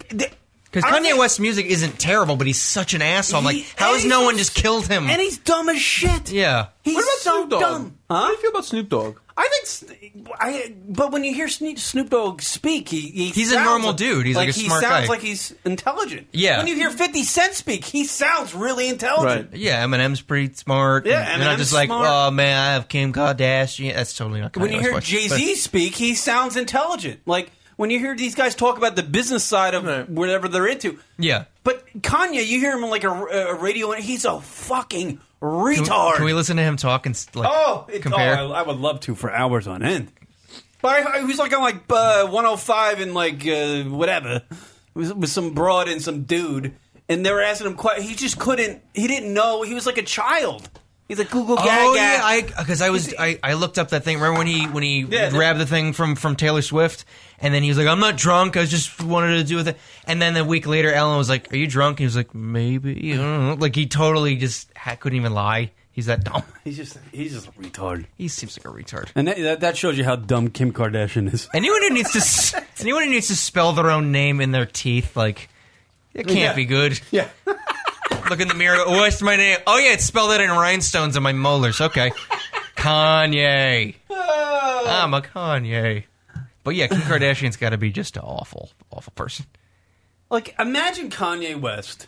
Speaker 5: because
Speaker 6: because Kanye West's music isn't terrible, but he's such an asshole. I'm like,
Speaker 5: He-
Speaker 6: how
Speaker 5: and
Speaker 6: has
Speaker 5: he's
Speaker 6: no
Speaker 5: so
Speaker 6: one just killed him?
Speaker 5: and he's dumb as shit.
Speaker 6: yeah,
Speaker 5: he's
Speaker 4: What about
Speaker 5: so
Speaker 4: Snoop Dogg?
Speaker 5: dumb.
Speaker 4: How
Speaker 5: Huh?
Speaker 4: do you feel about Snoop Dogg?
Speaker 5: I think, Sn- I but when you hear Sne- Snoop Dogg speak, he, he
Speaker 6: He's a
Speaker 5: sounds
Speaker 6: normal
Speaker 5: like-
Speaker 6: dude. He's like a
Speaker 5: he
Speaker 6: smart
Speaker 5: sounds
Speaker 6: guy.
Speaker 5: like he's intelligent.
Speaker 6: Yeah.
Speaker 5: When you hear Fifty Cent speak, he sounds really intelligent.
Speaker 6: yeah. Eminem's pretty smart.
Speaker 5: Yeah,
Speaker 6: and I'm
Speaker 5: Eminem's
Speaker 6: just like,
Speaker 5: smart.
Speaker 6: oh man, I have Kim Kardashian. That's totally not. Kanye
Speaker 5: When you
Speaker 6: West's
Speaker 5: hear Jay
Speaker 6: voice, but-
Speaker 5: Z speak, he sounds intelligent. Like when you hear these guys talk about the business side of
Speaker 4: Right.
Speaker 5: whatever they're into.
Speaker 6: Yeah.
Speaker 5: But Kanye, you hear him on like a, a radio, and he's a fucking retard.
Speaker 6: Can we listen to him talk and s- like
Speaker 5: Oh, it,
Speaker 6: compare?
Speaker 5: oh I, I would love to for hours on end. But I, I was like on like uh, 105 and like uh, whatever with, with some broad and some dude, and they were asking him questions. He just couldn't. He didn't know. He was like a child. He's like Google Gaga.
Speaker 6: Oh yeah, because I, was I, I looked up that thing. Remember when he when he
Speaker 5: Yeah, the-
Speaker 6: grabbed the thing from from Taylor Swift, and then he was like, "I'm not drunk. I just wanted to do with it." And then a week later, Ellen was like, "Are you drunk?" And he was like, "Maybe." I don't know." Like he totally just ha- couldn't even lie. He's that dumb.
Speaker 5: he's just he's just a retard.
Speaker 6: He seems like a retard.
Speaker 5: And that, that, that shows you how dumb Kim Kardashian is.
Speaker 6: Anyone who needs to s- anyone who needs to spell their own name in their teeth, like it can't
Speaker 5: Yeah.
Speaker 6: be good.
Speaker 4: Yeah.
Speaker 6: Look in the mirror. Oh, what's my name? Oh yeah, it's spelled out in rhinestones on my molars. Okay, Kanye.
Speaker 5: Oh.
Speaker 6: I'm a Kanye. But yeah, Kim Kardashian's got to be just an awful, awful person.
Speaker 5: Like, imagine Kanye West,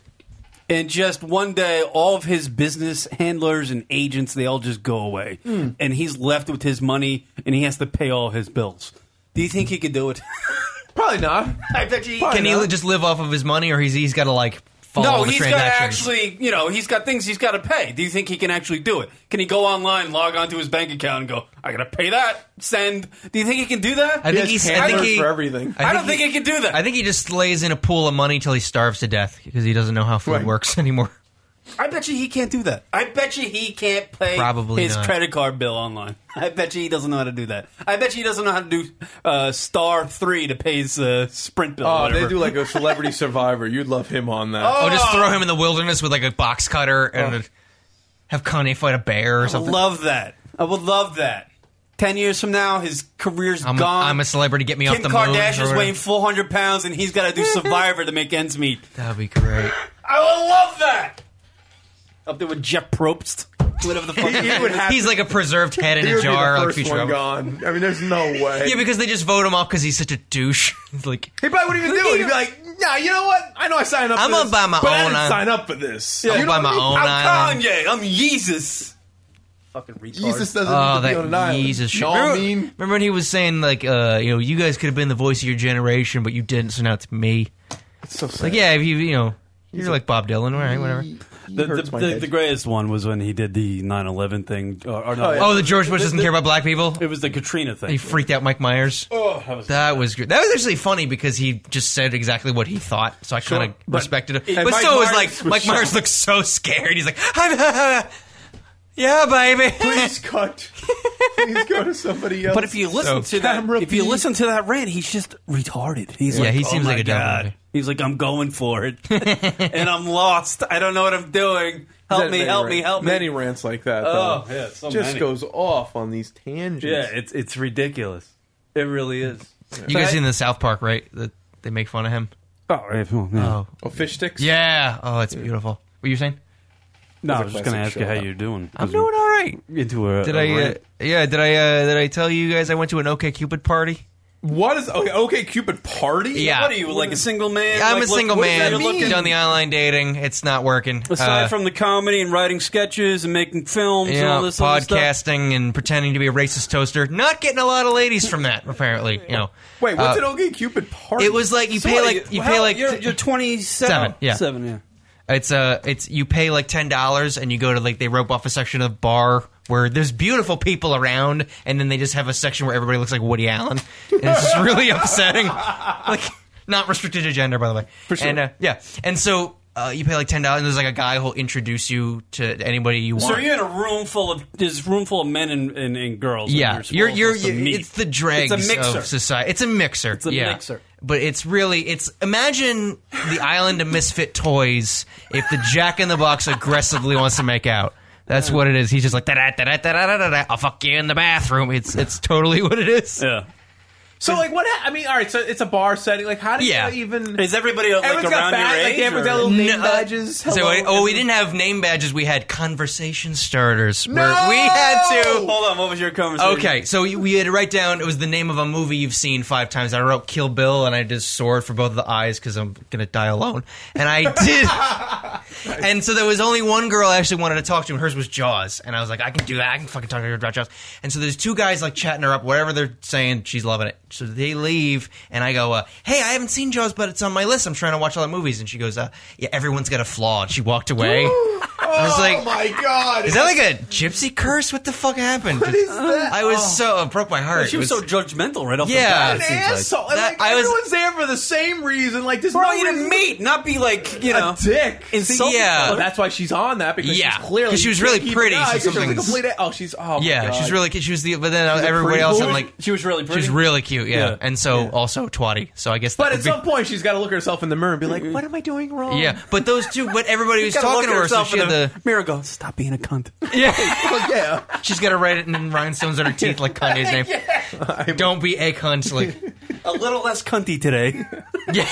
Speaker 5: and just one day, all of his business handlers and agents they all just go away, and he's left with his money, and he has to pay all his bills. Do you think he could do it?
Speaker 4: Probably not.
Speaker 5: I bet you.
Speaker 4: Probably
Speaker 6: Can he
Speaker 4: not.
Speaker 6: li- just live off of his money, or he's he's got to like follow
Speaker 5: no,
Speaker 6: the
Speaker 5: he's got to
Speaker 6: transactions?
Speaker 5: actually, you know, he's got things he's got to pay. Do you think he can actually do it? Can he go online, log onto his bank account, and go, "I got to pay that, send"? Do you think he can do that?
Speaker 6: I
Speaker 4: He
Speaker 6: think
Speaker 4: has
Speaker 6: he's. I think
Speaker 4: handlers
Speaker 6: he.
Speaker 4: for everything.
Speaker 5: I don't think he can do that.
Speaker 6: I think he just lays in a pool of money till he starves to death because he doesn't know how food
Speaker 4: Right.
Speaker 6: works anymore.
Speaker 5: I bet you he can't do that. I bet you he can't pay
Speaker 6: Probably
Speaker 5: his
Speaker 6: not.
Speaker 5: credit card bill online. I bet you he doesn't know how to do that. I bet you he doesn't know how to do uh, star three to pay his uh, Sprint bill. or
Speaker 4: Oh,
Speaker 5: whatever.
Speaker 4: they do like a celebrity survivor. You'd love him on that.
Speaker 6: Oh, just throw him in the wilderness with like a box cutter and
Speaker 4: Oh.
Speaker 6: have Kanye fight a bear or
Speaker 5: I
Speaker 6: something.
Speaker 5: love that. I would love that. Ten years from now, his career's
Speaker 6: I'm,
Speaker 5: gone.
Speaker 6: I'm a celebrity. Get me
Speaker 5: Kim
Speaker 6: off the moon. or
Speaker 5: Kardashian's
Speaker 6: whatever.
Speaker 5: weighing 400 pounds, and he's got to do Survivor to make ends meet.
Speaker 6: That'd be great.
Speaker 5: I would love that. Up there with Jeff Probst, whatever the fuck.
Speaker 4: He would have
Speaker 6: He's
Speaker 4: to-
Speaker 6: like a preserved head in
Speaker 4: he
Speaker 6: a
Speaker 4: would be
Speaker 6: jar,
Speaker 4: the
Speaker 6: like
Speaker 4: first
Speaker 6: future.
Speaker 4: one
Speaker 6: Robert.
Speaker 4: gone. I mean, there's no way.
Speaker 6: Yeah, because they just vote him off because he's such a douche. It's like
Speaker 4: he probably wouldn't even do it. He'd be like, "Nah, you know what? I know I signed up.
Speaker 6: I'm
Speaker 4: for
Speaker 6: gonna
Speaker 4: this,
Speaker 6: buy my
Speaker 4: but I
Speaker 6: own
Speaker 4: didn't
Speaker 6: island.
Speaker 4: sign up for this.
Speaker 6: I'll
Speaker 4: You know
Speaker 6: buy
Speaker 4: what
Speaker 6: my
Speaker 4: I mean?
Speaker 6: own
Speaker 5: I'm
Speaker 6: island.
Speaker 5: Kanye. I'm Jesus. Fucking retard.
Speaker 4: Jesus doesn't
Speaker 6: Oh,
Speaker 4: need to be on an
Speaker 6: that
Speaker 4: island.
Speaker 6: Jesus shit.
Speaker 4: You know what I
Speaker 6: Remember,
Speaker 4: mean?
Speaker 6: remember when he was saying like, uh, you know, you guys could have been the voice of your generation, but you didn't, so now it's me.
Speaker 4: It's so sad.
Speaker 6: Like, yeah, if you, you know, you're like Bob Dylan, all right, whatever.
Speaker 5: The, the,
Speaker 4: hurts my
Speaker 5: the,
Speaker 4: head.
Speaker 5: the greatest one was when he did the 9/11 thing, Uh, or, or no,
Speaker 4: Oh, yeah.
Speaker 6: Oh, the George Bush doesn't care about black people.
Speaker 5: it was the Katrina
Speaker 6: He
Speaker 5: thing.
Speaker 6: freaked out Mike Myers.
Speaker 5: Oh, that was-
Speaker 6: That was good. That was actually funny because he just said exactly what he thought, so I kind of
Speaker 4: but-
Speaker 6: respected him.
Speaker 4: and
Speaker 6: But
Speaker 4: Mike
Speaker 6: so it was
Speaker 4: Myers
Speaker 6: like
Speaker 4: was
Speaker 6: Mike Myers
Speaker 4: shocked.
Speaker 6: looks so scared. He's like, "I'm- yeah, baby.
Speaker 4: Please cut. Please go to somebody else.
Speaker 5: But if you listen to that,
Speaker 4: Camera
Speaker 5: if you
Speaker 4: beat.
Speaker 5: listen to that rant, he's just retarded. He's
Speaker 6: Yeah,
Speaker 5: like,
Speaker 6: he
Speaker 5: "Oh
Speaker 6: seems
Speaker 5: my
Speaker 6: like a dumb
Speaker 5: god.
Speaker 6: guy.
Speaker 5: He's like, I'm going for it, and I'm lost. I don't know what I'm doing. Help
Speaker 4: That
Speaker 5: me!
Speaker 4: many
Speaker 5: Help
Speaker 4: rants-
Speaker 5: me! Help me!
Speaker 4: Many rants like that.
Speaker 5: Oh,
Speaker 4: Though.
Speaker 5: yeah, so
Speaker 4: just
Speaker 5: many.
Speaker 4: goes off on these tangents.
Speaker 5: Yeah, it's it's ridiculous. It really is.
Speaker 6: You guys seen the South Park, right? That they make fun of him.
Speaker 5: Oh,
Speaker 6: Oh,
Speaker 4: oh, fish sticks.
Speaker 6: yeah. Oh, it's beautiful. What you saying?
Speaker 5: no, I
Speaker 4: a
Speaker 5: was just gonna
Speaker 4: classic
Speaker 5: ask you
Speaker 4: show.
Speaker 5: how you're doing.
Speaker 6: I'm doing all right.
Speaker 5: into a.
Speaker 6: Did
Speaker 5: a
Speaker 6: I? Uh,
Speaker 5: rant.
Speaker 6: yeah. Did I? Uh, did I tell you guys I went to an OK Cupid party?
Speaker 4: What is okay? Okay, Cupid party.
Speaker 6: Yeah.
Speaker 5: What are you like a single man?
Speaker 6: I'm
Speaker 5: Like,
Speaker 6: a
Speaker 5: look,
Speaker 6: single
Speaker 5: what does
Speaker 6: man.
Speaker 5: that mean?
Speaker 6: Done the online dating. It's not working.
Speaker 5: Aside
Speaker 6: Uh,
Speaker 5: from the comedy and writing sketches and making films
Speaker 6: you
Speaker 5: and all
Speaker 6: know,
Speaker 5: this other stuff.
Speaker 6: podcasting and pretending to be a racist toaster, not getting a lot of ladies from that. Apparently, you know.
Speaker 4: Wait, what's
Speaker 6: Uh,
Speaker 4: an okay Cupid party?
Speaker 6: It was like you pay like you pay
Speaker 5: How-
Speaker 6: like
Speaker 5: you're,
Speaker 6: t-
Speaker 5: you're 27.
Speaker 6: Seven, yeah.
Speaker 5: Seven, yeah.
Speaker 6: It's uh it's you pay like ten dollars and you go to like they rope off a section of the bar where there's beautiful people around and then they just have a section where everybody looks like Woody Allen. And it's just really upsetting. Like not restricted to gender, by the way. For
Speaker 4: sure.
Speaker 6: And uh, yeah. And so uh, you pay like ten dollars and there's like a guy who'll introduce you to anybody you want.
Speaker 5: So you're in a room full of this room full of men and, and, and girls. and
Speaker 6: yeah, you're
Speaker 5: supposed
Speaker 6: you're,
Speaker 5: to meet.
Speaker 6: it's the dregs
Speaker 5: It's a mixer.
Speaker 6: of society. It's a mixer. It's
Speaker 5: a
Speaker 6: yeah.
Speaker 5: mixer.
Speaker 6: But it's really it's imagine the island of misfit toys if the Jack in the Box aggressively wants to make out. That's what it is. He's just like da da da da da da da. I'll fuck you in the bathroom. It's it's totally what it is.
Speaker 5: yeah.
Speaker 4: so like what? ha- I mean, all right. So it's a bar setting. Like how do
Speaker 6: Yeah.
Speaker 4: you even?
Speaker 5: Is everybody like
Speaker 4: Everyone's got
Speaker 5: around
Speaker 4: badge-
Speaker 5: your
Speaker 4: like,
Speaker 5: age?
Speaker 4: everyone's got
Speaker 5: or-
Speaker 4: little Oh, name
Speaker 6: No, uh,
Speaker 4: badges.
Speaker 6: So
Speaker 4: Hello.
Speaker 6: we- oh, we didn't have name badges. We had conversation starters. Where we had to.
Speaker 5: Hold on, what was your conversation?
Speaker 6: Okay, so you- we had to write down. It was the name of a movie you've seen five times. I wrote Kill Bill, and I did Sword for both of the eyes because I'm gonna die alone. And I did. and so there was only one girl I actually wanted to talk to, and hers was Jaws. And I was like, I can do that. I can fucking talk to her about Jaws. And so there's two guys like chatting her up, whatever they're saying. She's loving it. So they leave, and I go, uh, Hey, I haven't seen Jaws, but it's on my list. I'm trying to watch all the movies. And she goes, uh, Yeah, everyone's got a flaw. And she walked away. I was like,
Speaker 4: Oh my god!
Speaker 6: is that like a gypsy curse? What the fuck happened? I was so it broke my heart.
Speaker 5: Oh. She was
Speaker 6: It
Speaker 5: so judgmental right off
Speaker 6: Yeah.
Speaker 5: the bat.
Speaker 4: an
Speaker 5: it seems like.
Speaker 4: asshole?
Speaker 6: That-
Speaker 4: like,
Speaker 6: I was-
Speaker 4: everyone's there for the same reason. Like this.
Speaker 5: For all
Speaker 4: no
Speaker 5: you to
Speaker 4: reason-
Speaker 5: meet, not be like, you
Speaker 4: a
Speaker 5: know.
Speaker 4: dick.
Speaker 5: insult
Speaker 6: yeah.
Speaker 4: Well, that's why she's on that because
Speaker 6: Yeah.
Speaker 4: she's clearly
Speaker 6: 'Cause she was really
Speaker 4: gatekeeping
Speaker 6: pretty,
Speaker 4: us,
Speaker 6: so
Speaker 4: 'cause she was a
Speaker 6: something's-
Speaker 4: complete a- oh, she's oh my
Speaker 6: yeah,
Speaker 4: God.
Speaker 6: she's really cute. She was the but then everybody
Speaker 4: pretty
Speaker 6: else
Speaker 4: boy.
Speaker 6: I'm like
Speaker 5: She was really pretty.
Speaker 6: she's really cute. Yeah,
Speaker 5: Yeah.
Speaker 6: and so also twatty. So I guess
Speaker 4: But
Speaker 6: that
Speaker 4: at
Speaker 6: would
Speaker 4: some
Speaker 6: be,
Speaker 4: point, she's got to look herself in the mirror and be like, "What am I doing wrong?"
Speaker 6: yeah, but those two. But everybody was
Speaker 5: Gotta look
Speaker 6: talking to her, so
Speaker 5: herself
Speaker 6: she
Speaker 5: in
Speaker 6: had the
Speaker 5: mirror go, stop being a cunt.
Speaker 4: Well, yeah.
Speaker 6: she's got to write it in rhinestones on her teeth like Kanye's name. Don't be a cunt. Like
Speaker 5: a little less cunty today.
Speaker 6: yeah,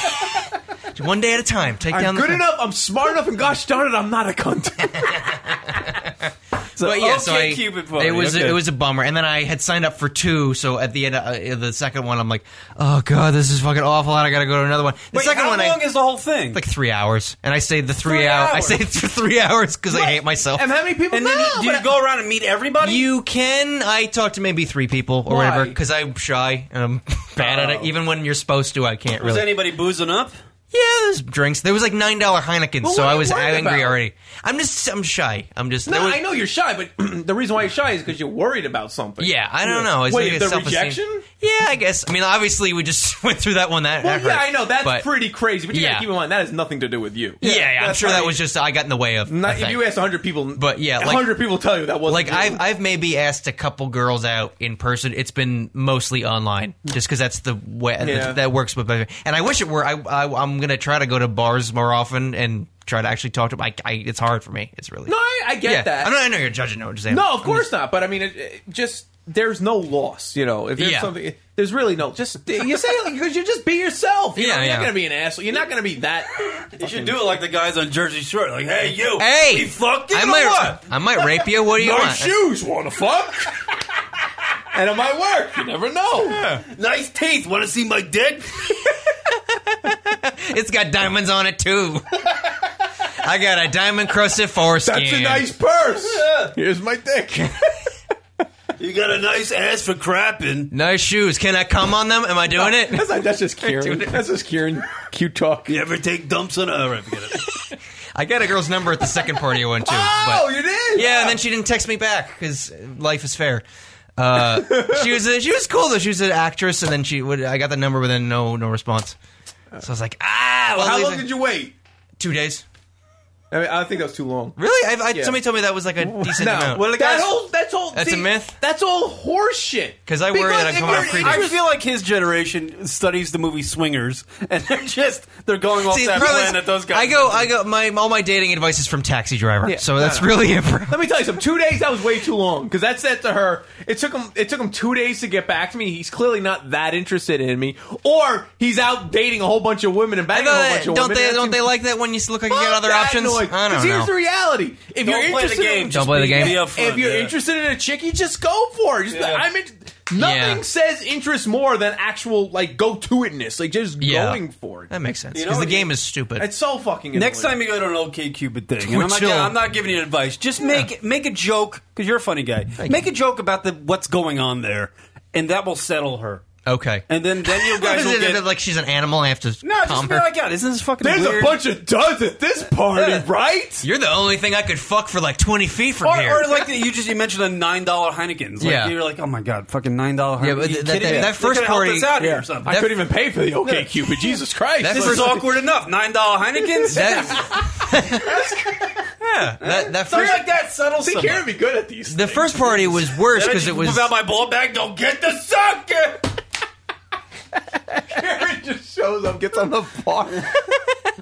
Speaker 6: one day at a time. Take
Speaker 4: I'm
Speaker 6: down the
Speaker 4: good
Speaker 6: cunt.
Speaker 4: enough. I'm smart enough, and gosh darn it, I'm not a cunt.
Speaker 5: So,
Speaker 6: But yeah, so
Speaker 5: okay,
Speaker 6: I-
Speaker 5: Cupid party.
Speaker 6: it was
Speaker 5: okay.
Speaker 6: it was a bummer, and then I had signed up for two. So at the end of uh, the second one, I'm like, oh god, this is fucking awful, and I got to go to another one. The
Speaker 5: Wait,
Speaker 6: second
Speaker 5: how
Speaker 6: one, I,
Speaker 5: long is the whole thing?
Speaker 6: like three hours, and I stayed the three,
Speaker 5: Three
Speaker 6: hour. I
Speaker 5: hours?
Speaker 6: stayed for three hours because I hate myself.
Speaker 4: and how many people?
Speaker 5: and then
Speaker 4: No,
Speaker 5: you- do
Speaker 4: but
Speaker 5: you go around and meet everybody?
Speaker 6: You can. I talk to maybe three people or
Speaker 4: Why? Oh.
Speaker 6: whatever because I'm shy and I'm bad at it. Even when you're supposed to, I can't
Speaker 5: was
Speaker 6: really.
Speaker 5: anybody boozing up?
Speaker 6: yeah, there's drinks. There was like nine dollar Heineken,
Speaker 4: Well,
Speaker 6: so
Speaker 4: what are
Speaker 6: I
Speaker 4: you
Speaker 6: was
Speaker 4: worried
Speaker 6: angry
Speaker 4: about?
Speaker 6: already. I'm just I'm shy. I'm just there
Speaker 4: No,
Speaker 6: was-
Speaker 4: I know you're shy, but the reason why you're shy is because you're worried about something.
Speaker 6: Yeah, I don't know. It's
Speaker 4: Wait,
Speaker 6: like a
Speaker 4: the
Speaker 6: self-esteem-
Speaker 4: rejection?
Speaker 6: Yeah, I guess. I mean, obviously, we just went through that one. That,
Speaker 4: Well,
Speaker 6: that
Speaker 4: yeah,
Speaker 6: hurt.
Speaker 4: I know that's
Speaker 6: But-
Speaker 4: pretty crazy, but you
Speaker 6: Yeah.
Speaker 4: gotta keep in mind that has nothing to do with you.
Speaker 6: Yeah, yeah, I'm
Speaker 4: That's
Speaker 6: sure
Speaker 4: not-
Speaker 6: that was just I got in the way of.
Speaker 4: Not,
Speaker 6: a
Speaker 4: if
Speaker 6: thing.
Speaker 4: you ask 100 people,
Speaker 6: But yeah, like-
Speaker 4: 100 people tell you that wasn't
Speaker 6: like
Speaker 4: you.
Speaker 6: I've I've maybe asked a couple girls out in person. It's been mostly online, just because that's the way
Speaker 4: Yeah.
Speaker 6: that works. But better. and I wish it were. I, I I'm gonna try to go to bars more often and try to actually talk to. 'em. I, I it's hard for me. It's really
Speaker 4: No, I, I get
Speaker 6: yeah.
Speaker 4: that.
Speaker 6: I know, I know you're judging. No, I'm just saying.
Speaker 4: no, of course not. But I mean, it, it just there's no loss. You know, if there's
Speaker 6: Yeah.
Speaker 4: something, there's really no. Just you say it because you just be yourself. You
Speaker 6: Yeah,
Speaker 4: know, you're
Speaker 6: yeah.
Speaker 4: not gonna be an asshole. You're not gonna be that.
Speaker 2: You should do it like the guys on Jersey Shore. Like, hey, you.
Speaker 6: Hey,
Speaker 2: We fucked you
Speaker 6: I
Speaker 2: or
Speaker 6: might
Speaker 2: what?
Speaker 6: I might rape you. What do you want?
Speaker 4: shoes, wanna fuck? and it might work. You never know.
Speaker 2: Nice teeth. Want to see my dick?
Speaker 6: It's got diamonds on it too. I got a diamond crusted foreskin.
Speaker 4: purse. Here's my dick.
Speaker 2: You got a nice ass for crapping.
Speaker 6: nice shoes. Can I come on them? Am I doing it?
Speaker 4: That's, not, that's just Kieran. That's just Kieran. Cute talk.
Speaker 2: You ever take dumps on a... All right, forget it.
Speaker 6: I got a girl's number at the second party I went to.
Speaker 4: Oh,
Speaker 6: but-
Speaker 4: you did?
Speaker 6: yeah, and then she didn't text me back because life is fair. Uh, she was a, she was cool though. She was an actress, and then she would I got the number, but then no no response. So I was like, ah. Well,
Speaker 4: How long did you wait?
Speaker 6: Two days.
Speaker 4: I mean, I think that was too long.
Speaker 6: Really? I, I,
Speaker 4: Yeah.
Speaker 6: Somebody told me that was like a decent
Speaker 4: No,
Speaker 6: amount.
Speaker 4: well, that whole that's all.
Speaker 6: That's a myth?
Speaker 4: That's all horseshit.
Speaker 6: 'Cause I worry that I'm
Speaker 4: if
Speaker 6: coming off
Speaker 4: you're-
Speaker 6: creepy.
Speaker 5: I feel like his generation studies the movie Swingers, and they're just they're going off
Speaker 6: See, the
Speaker 5: that
Speaker 6: problem
Speaker 5: plan
Speaker 6: is,
Speaker 5: that those guys.
Speaker 6: I go, I go. My all my dating advice is from Taxi Driver,
Speaker 4: Yeah.
Speaker 6: so
Speaker 4: No,
Speaker 6: that's
Speaker 4: no.
Speaker 6: really it. For,
Speaker 4: Let me tell you something. Two days that was way too long because that said to her, it took him it took him two days to get back to me. He's clearly not that interested in me, or he's out dating a whole bunch of women and banging a whole
Speaker 6: Uh,
Speaker 4: bunch of
Speaker 6: don't
Speaker 4: women.
Speaker 6: they?
Speaker 4: That
Speaker 6: Don't
Speaker 4: seems-
Speaker 6: they like that when you look like you
Speaker 4: Fuck
Speaker 6: got other
Speaker 4: that
Speaker 6: options?
Speaker 4: noise.
Speaker 6: I
Speaker 4: 'Cause
Speaker 6: don't
Speaker 4: Here's the
Speaker 6: know.
Speaker 4: reality: if
Speaker 5: Don't
Speaker 4: you're
Speaker 5: play the
Speaker 4: interested,
Speaker 5: game.
Speaker 4: in,
Speaker 5: Don't
Speaker 6: play the
Speaker 4: be-
Speaker 6: game.
Speaker 4: if-
Speaker 5: Be upfront,
Speaker 4: if you're
Speaker 5: yeah.
Speaker 4: interested in a chick, you just go for it. Just,
Speaker 5: Yeah.
Speaker 4: I'm. In, nothing
Speaker 6: Yeah.
Speaker 4: says interest more than actual like go to itness, like just
Speaker 6: Yeah.
Speaker 4: going for it.
Speaker 6: That makes sense
Speaker 5: You know
Speaker 6: because the
Speaker 5: what?
Speaker 6: game is stupid.
Speaker 4: It's so fucking. Annoying.
Speaker 5: Next time you go to an OK Cupid thing, and I'm, not,
Speaker 6: Twitch
Speaker 5: gonna-
Speaker 6: chill.
Speaker 5: I'm not giving you advice. Just make make a joke because you're a funny guy. make a joke about the what's going on there, and that will settle her.
Speaker 6: okay.
Speaker 5: And then then you guys
Speaker 6: Is
Speaker 5: will
Speaker 6: it
Speaker 5: get
Speaker 6: like she's an animal? I have to
Speaker 5: no.
Speaker 6: calm
Speaker 5: Just be
Speaker 6: her.
Speaker 5: like, God, isn't this fucking?
Speaker 4: there's
Speaker 5: weird?
Speaker 4: a bunch of duds at this party, right?
Speaker 6: You're the only thing I could fuck for like twenty feet from
Speaker 5: Or,
Speaker 6: here.
Speaker 5: or like you just you mentioned a nine dollar Heinekens. Like,
Speaker 6: Yeah.
Speaker 5: you're like, oh my god, fucking nine dollar Heineken.
Speaker 6: Yeah, but
Speaker 5: You
Speaker 6: that-
Speaker 5: kidding me?
Speaker 6: that- that
Speaker 5: They
Speaker 6: first
Speaker 5: could've helped
Speaker 6: party-
Speaker 5: us out
Speaker 4: Yeah.
Speaker 5: here or something.
Speaker 4: I
Speaker 6: That-
Speaker 4: couldn't even pay for the OK Cupid. Jesus Christ!
Speaker 6: That
Speaker 5: this
Speaker 6: was-
Speaker 5: is awkward enough. Nine dollar Heinekens.
Speaker 6: that, yeah, that, that
Speaker 5: Something
Speaker 6: first
Speaker 5: like that settles.
Speaker 4: See, Karen be good at these.
Speaker 6: the first party was worse because it was
Speaker 5: about my ball bag. Don't get the sucker.
Speaker 4: Karen just shows up, gets on the bar.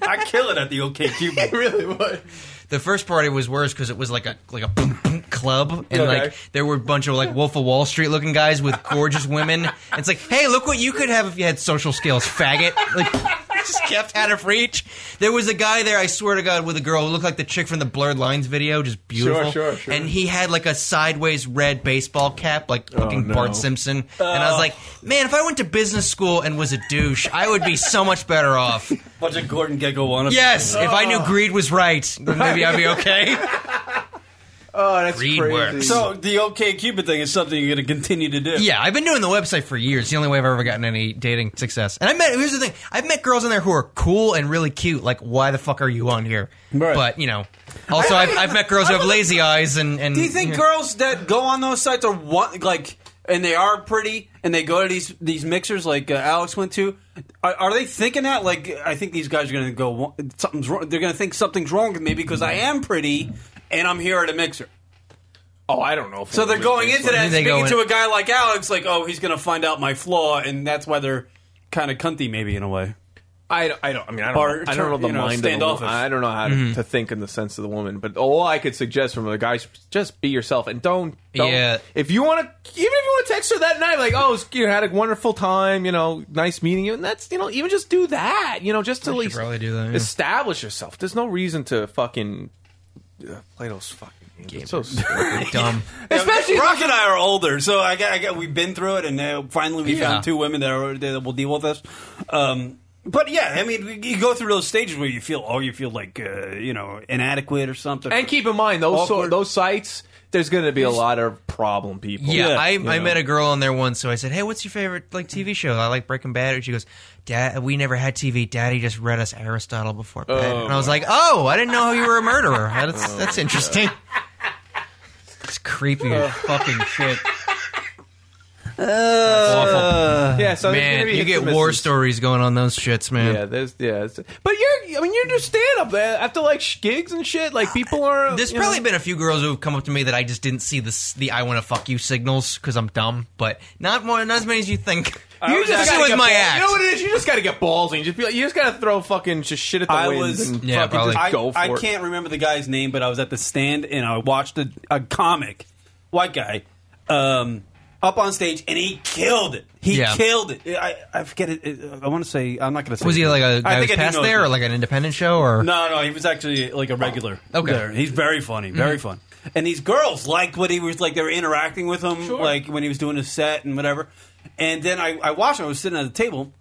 Speaker 5: I kill it at the OK Cupid.
Speaker 4: really would.
Speaker 6: the first party was worse because it was like a like a boom, boom club and
Speaker 4: Okay.
Speaker 6: like there were a bunch of like Wolf of Wall Street looking guys with gorgeous women. And it's like, hey, look what you could have if you had social skills, faggot. Like just kept out of reach. There was a guy there, I swear to God, with a girl who looked like the chick from the Blurred Lines video, just beautiful.
Speaker 4: sure, sure.
Speaker 6: And he had like a sideways red baseball cap, like fucking
Speaker 4: Oh, no.
Speaker 6: Bart Simpson. And I was like, man, if I went to business school and was a douche, I would be so much better off.
Speaker 5: Bunch of Gordon Gekko wannabes.
Speaker 6: Yes, if I knew greed was right, then maybe I'd be okay.
Speaker 4: Oh, that's
Speaker 6: Read
Speaker 4: crazy.
Speaker 6: works.
Speaker 5: So the OK Cupid thing is something you're going to continue to do.
Speaker 6: Yeah, I've been doing the website for years. It's the only way I've ever gotten any dating success. And I met here's the thing. I've met girls in there who are cool and really cute. Like, why the fuck are you on here?
Speaker 5: Right.
Speaker 6: But you know, also I've, I've met girls who have lazy eyes and and.
Speaker 5: Do you think girls that go on those sites are one like, and they are pretty, and they go to these these mixers like uh, Alex went to? Are, are they thinking that like I think these guys are going to go "Wha- something's wrong? They're going to think something's wrong with me because I am pretty and I'm here at a mixer.
Speaker 4: Oh, I don't know. If
Speaker 5: So they're going into that
Speaker 6: They go
Speaker 5: speaking to
Speaker 6: in-
Speaker 5: a guy like Alex, like, oh, he's going to find out my flaw, and that's why they're kind of cunty, maybe in a way.
Speaker 4: I, don't- I don't. I mean, I don't.
Speaker 5: Or,
Speaker 4: know, I don't know the
Speaker 5: you know,
Speaker 4: mind of the
Speaker 5: standoffish.
Speaker 4: woman. I don't know how to,
Speaker 6: Mm-hmm.
Speaker 4: to think in the sense of the woman. But all I could suggest from the guys, just be yourself and don't. don't
Speaker 6: Yeah.
Speaker 4: If you want to, even if you want to text her that night, like, oh, it's- you know, had a wonderful time. You know, nice meeting you. And that's you know, even just do that. You know, just to at least
Speaker 6: probably do that, yeah.
Speaker 4: Establish yourself. There's no reason to fucking uh, play those fucking games. It's so stupid.
Speaker 6: dumb?
Speaker 4: Especially
Speaker 5: Rock and I are older, so I got, I got we've been through it, and now finally we
Speaker 6: Yeah.
Speaker 5: found two women that, are, that will deal with us. Um, but yeah, I mean, you go through those stages where you feel, oh, you feel like uh, you know inadequate or something.
Speaker 4: And keep in mind those so,
Speaker 5: Awkward.
Speaker 4: those sites there's going to be a lot of problem people.
Speaker 6: Yeah, I,
Speaker 4: Oh, you
Speaker 6: I
Speaker 4: know.
Speaker 6: met a girl on there once, so I said, "Hey, what's your favorite like TV show?" I like Breaking Bad, and she goes, "Dad, we never had TV. Daddy just read us Aristotle before bed." and I was like, "Oh, I didn't know you were a murderer. That's
Speaker 4: Oh,
Speaker 6: that's interesting. It's creepy as fucking shit.
Speaker 4: Yeah, so there's
Speaker 6: man,
Speaker 4: gonna be
Speaker 6: you
Speaker 4: hits
Speaker 6: get
Speaker 4: and
Speaker 6: war
Speaker 4: misses.
Speaker 6: stories going on those shits, man.
Speaker 4: Yeah, there's yeah, it's- but you're I mean you're just stand up after like sh- gigs and shit. Like people are.
Speaker 6: There's
Speaker 4: you
Speaker 6: probably
Speaker 4: know.
Speaker 6: been a few girls who have come up to me that I just didn't see this, the "I want to fuck you" signals because I'm dumb, but not more, not as many as you think.
Speaker 4: You just
Speaker 6: Especially
Speaker 4: gotta
Speaker 6: with
Speaker 4: get
Speaker 6: my
Speaker 4: ball-
Speaker 6: act.
Speaker 4: You know what it is? You just got to get ballsy. You just be like, you just got to throw fucking just shit at the
Speaker 5: I
Speaker 4: wind
Speaker 5: was-
Speaker 4: and
Speaker 6: Yeah,
Speaker 4: fucking
Speaker 6: probably.
Speaker 4: just
Speaker 5: I,
Speaker 4: go for
Speaker 5: I
Speaker 4: it.
Speaker 5: can't remember the guy's name, but I was at the stand and I watched a, a comic, white guy, um, up on stage and he killed it. He
Speaker 6: Yeah.
Speaker 5: killed it. I, I forget it. I want to say I'm not going to say.
Speaker 6: Was he
Speaker 5: it.
Speaker 6: like a
Speaker 5: I
Speaker 6: guy who's
Speaker 5: think I do
Speaker 6: passed
Speaker 5: know his
Speaker 6: there, or
Speaker 5: name.
Speaker 6: like an independent show, or
Speaker 5: No, no, he was actually like a regular.
Speaker 6: Okay.
Speaker 5: there. he's very funny, very fun. And these girls liked what he was like. They were interacting with him, like when he was doing his set and whatever. And then I, I watched him. I was sitting at the table,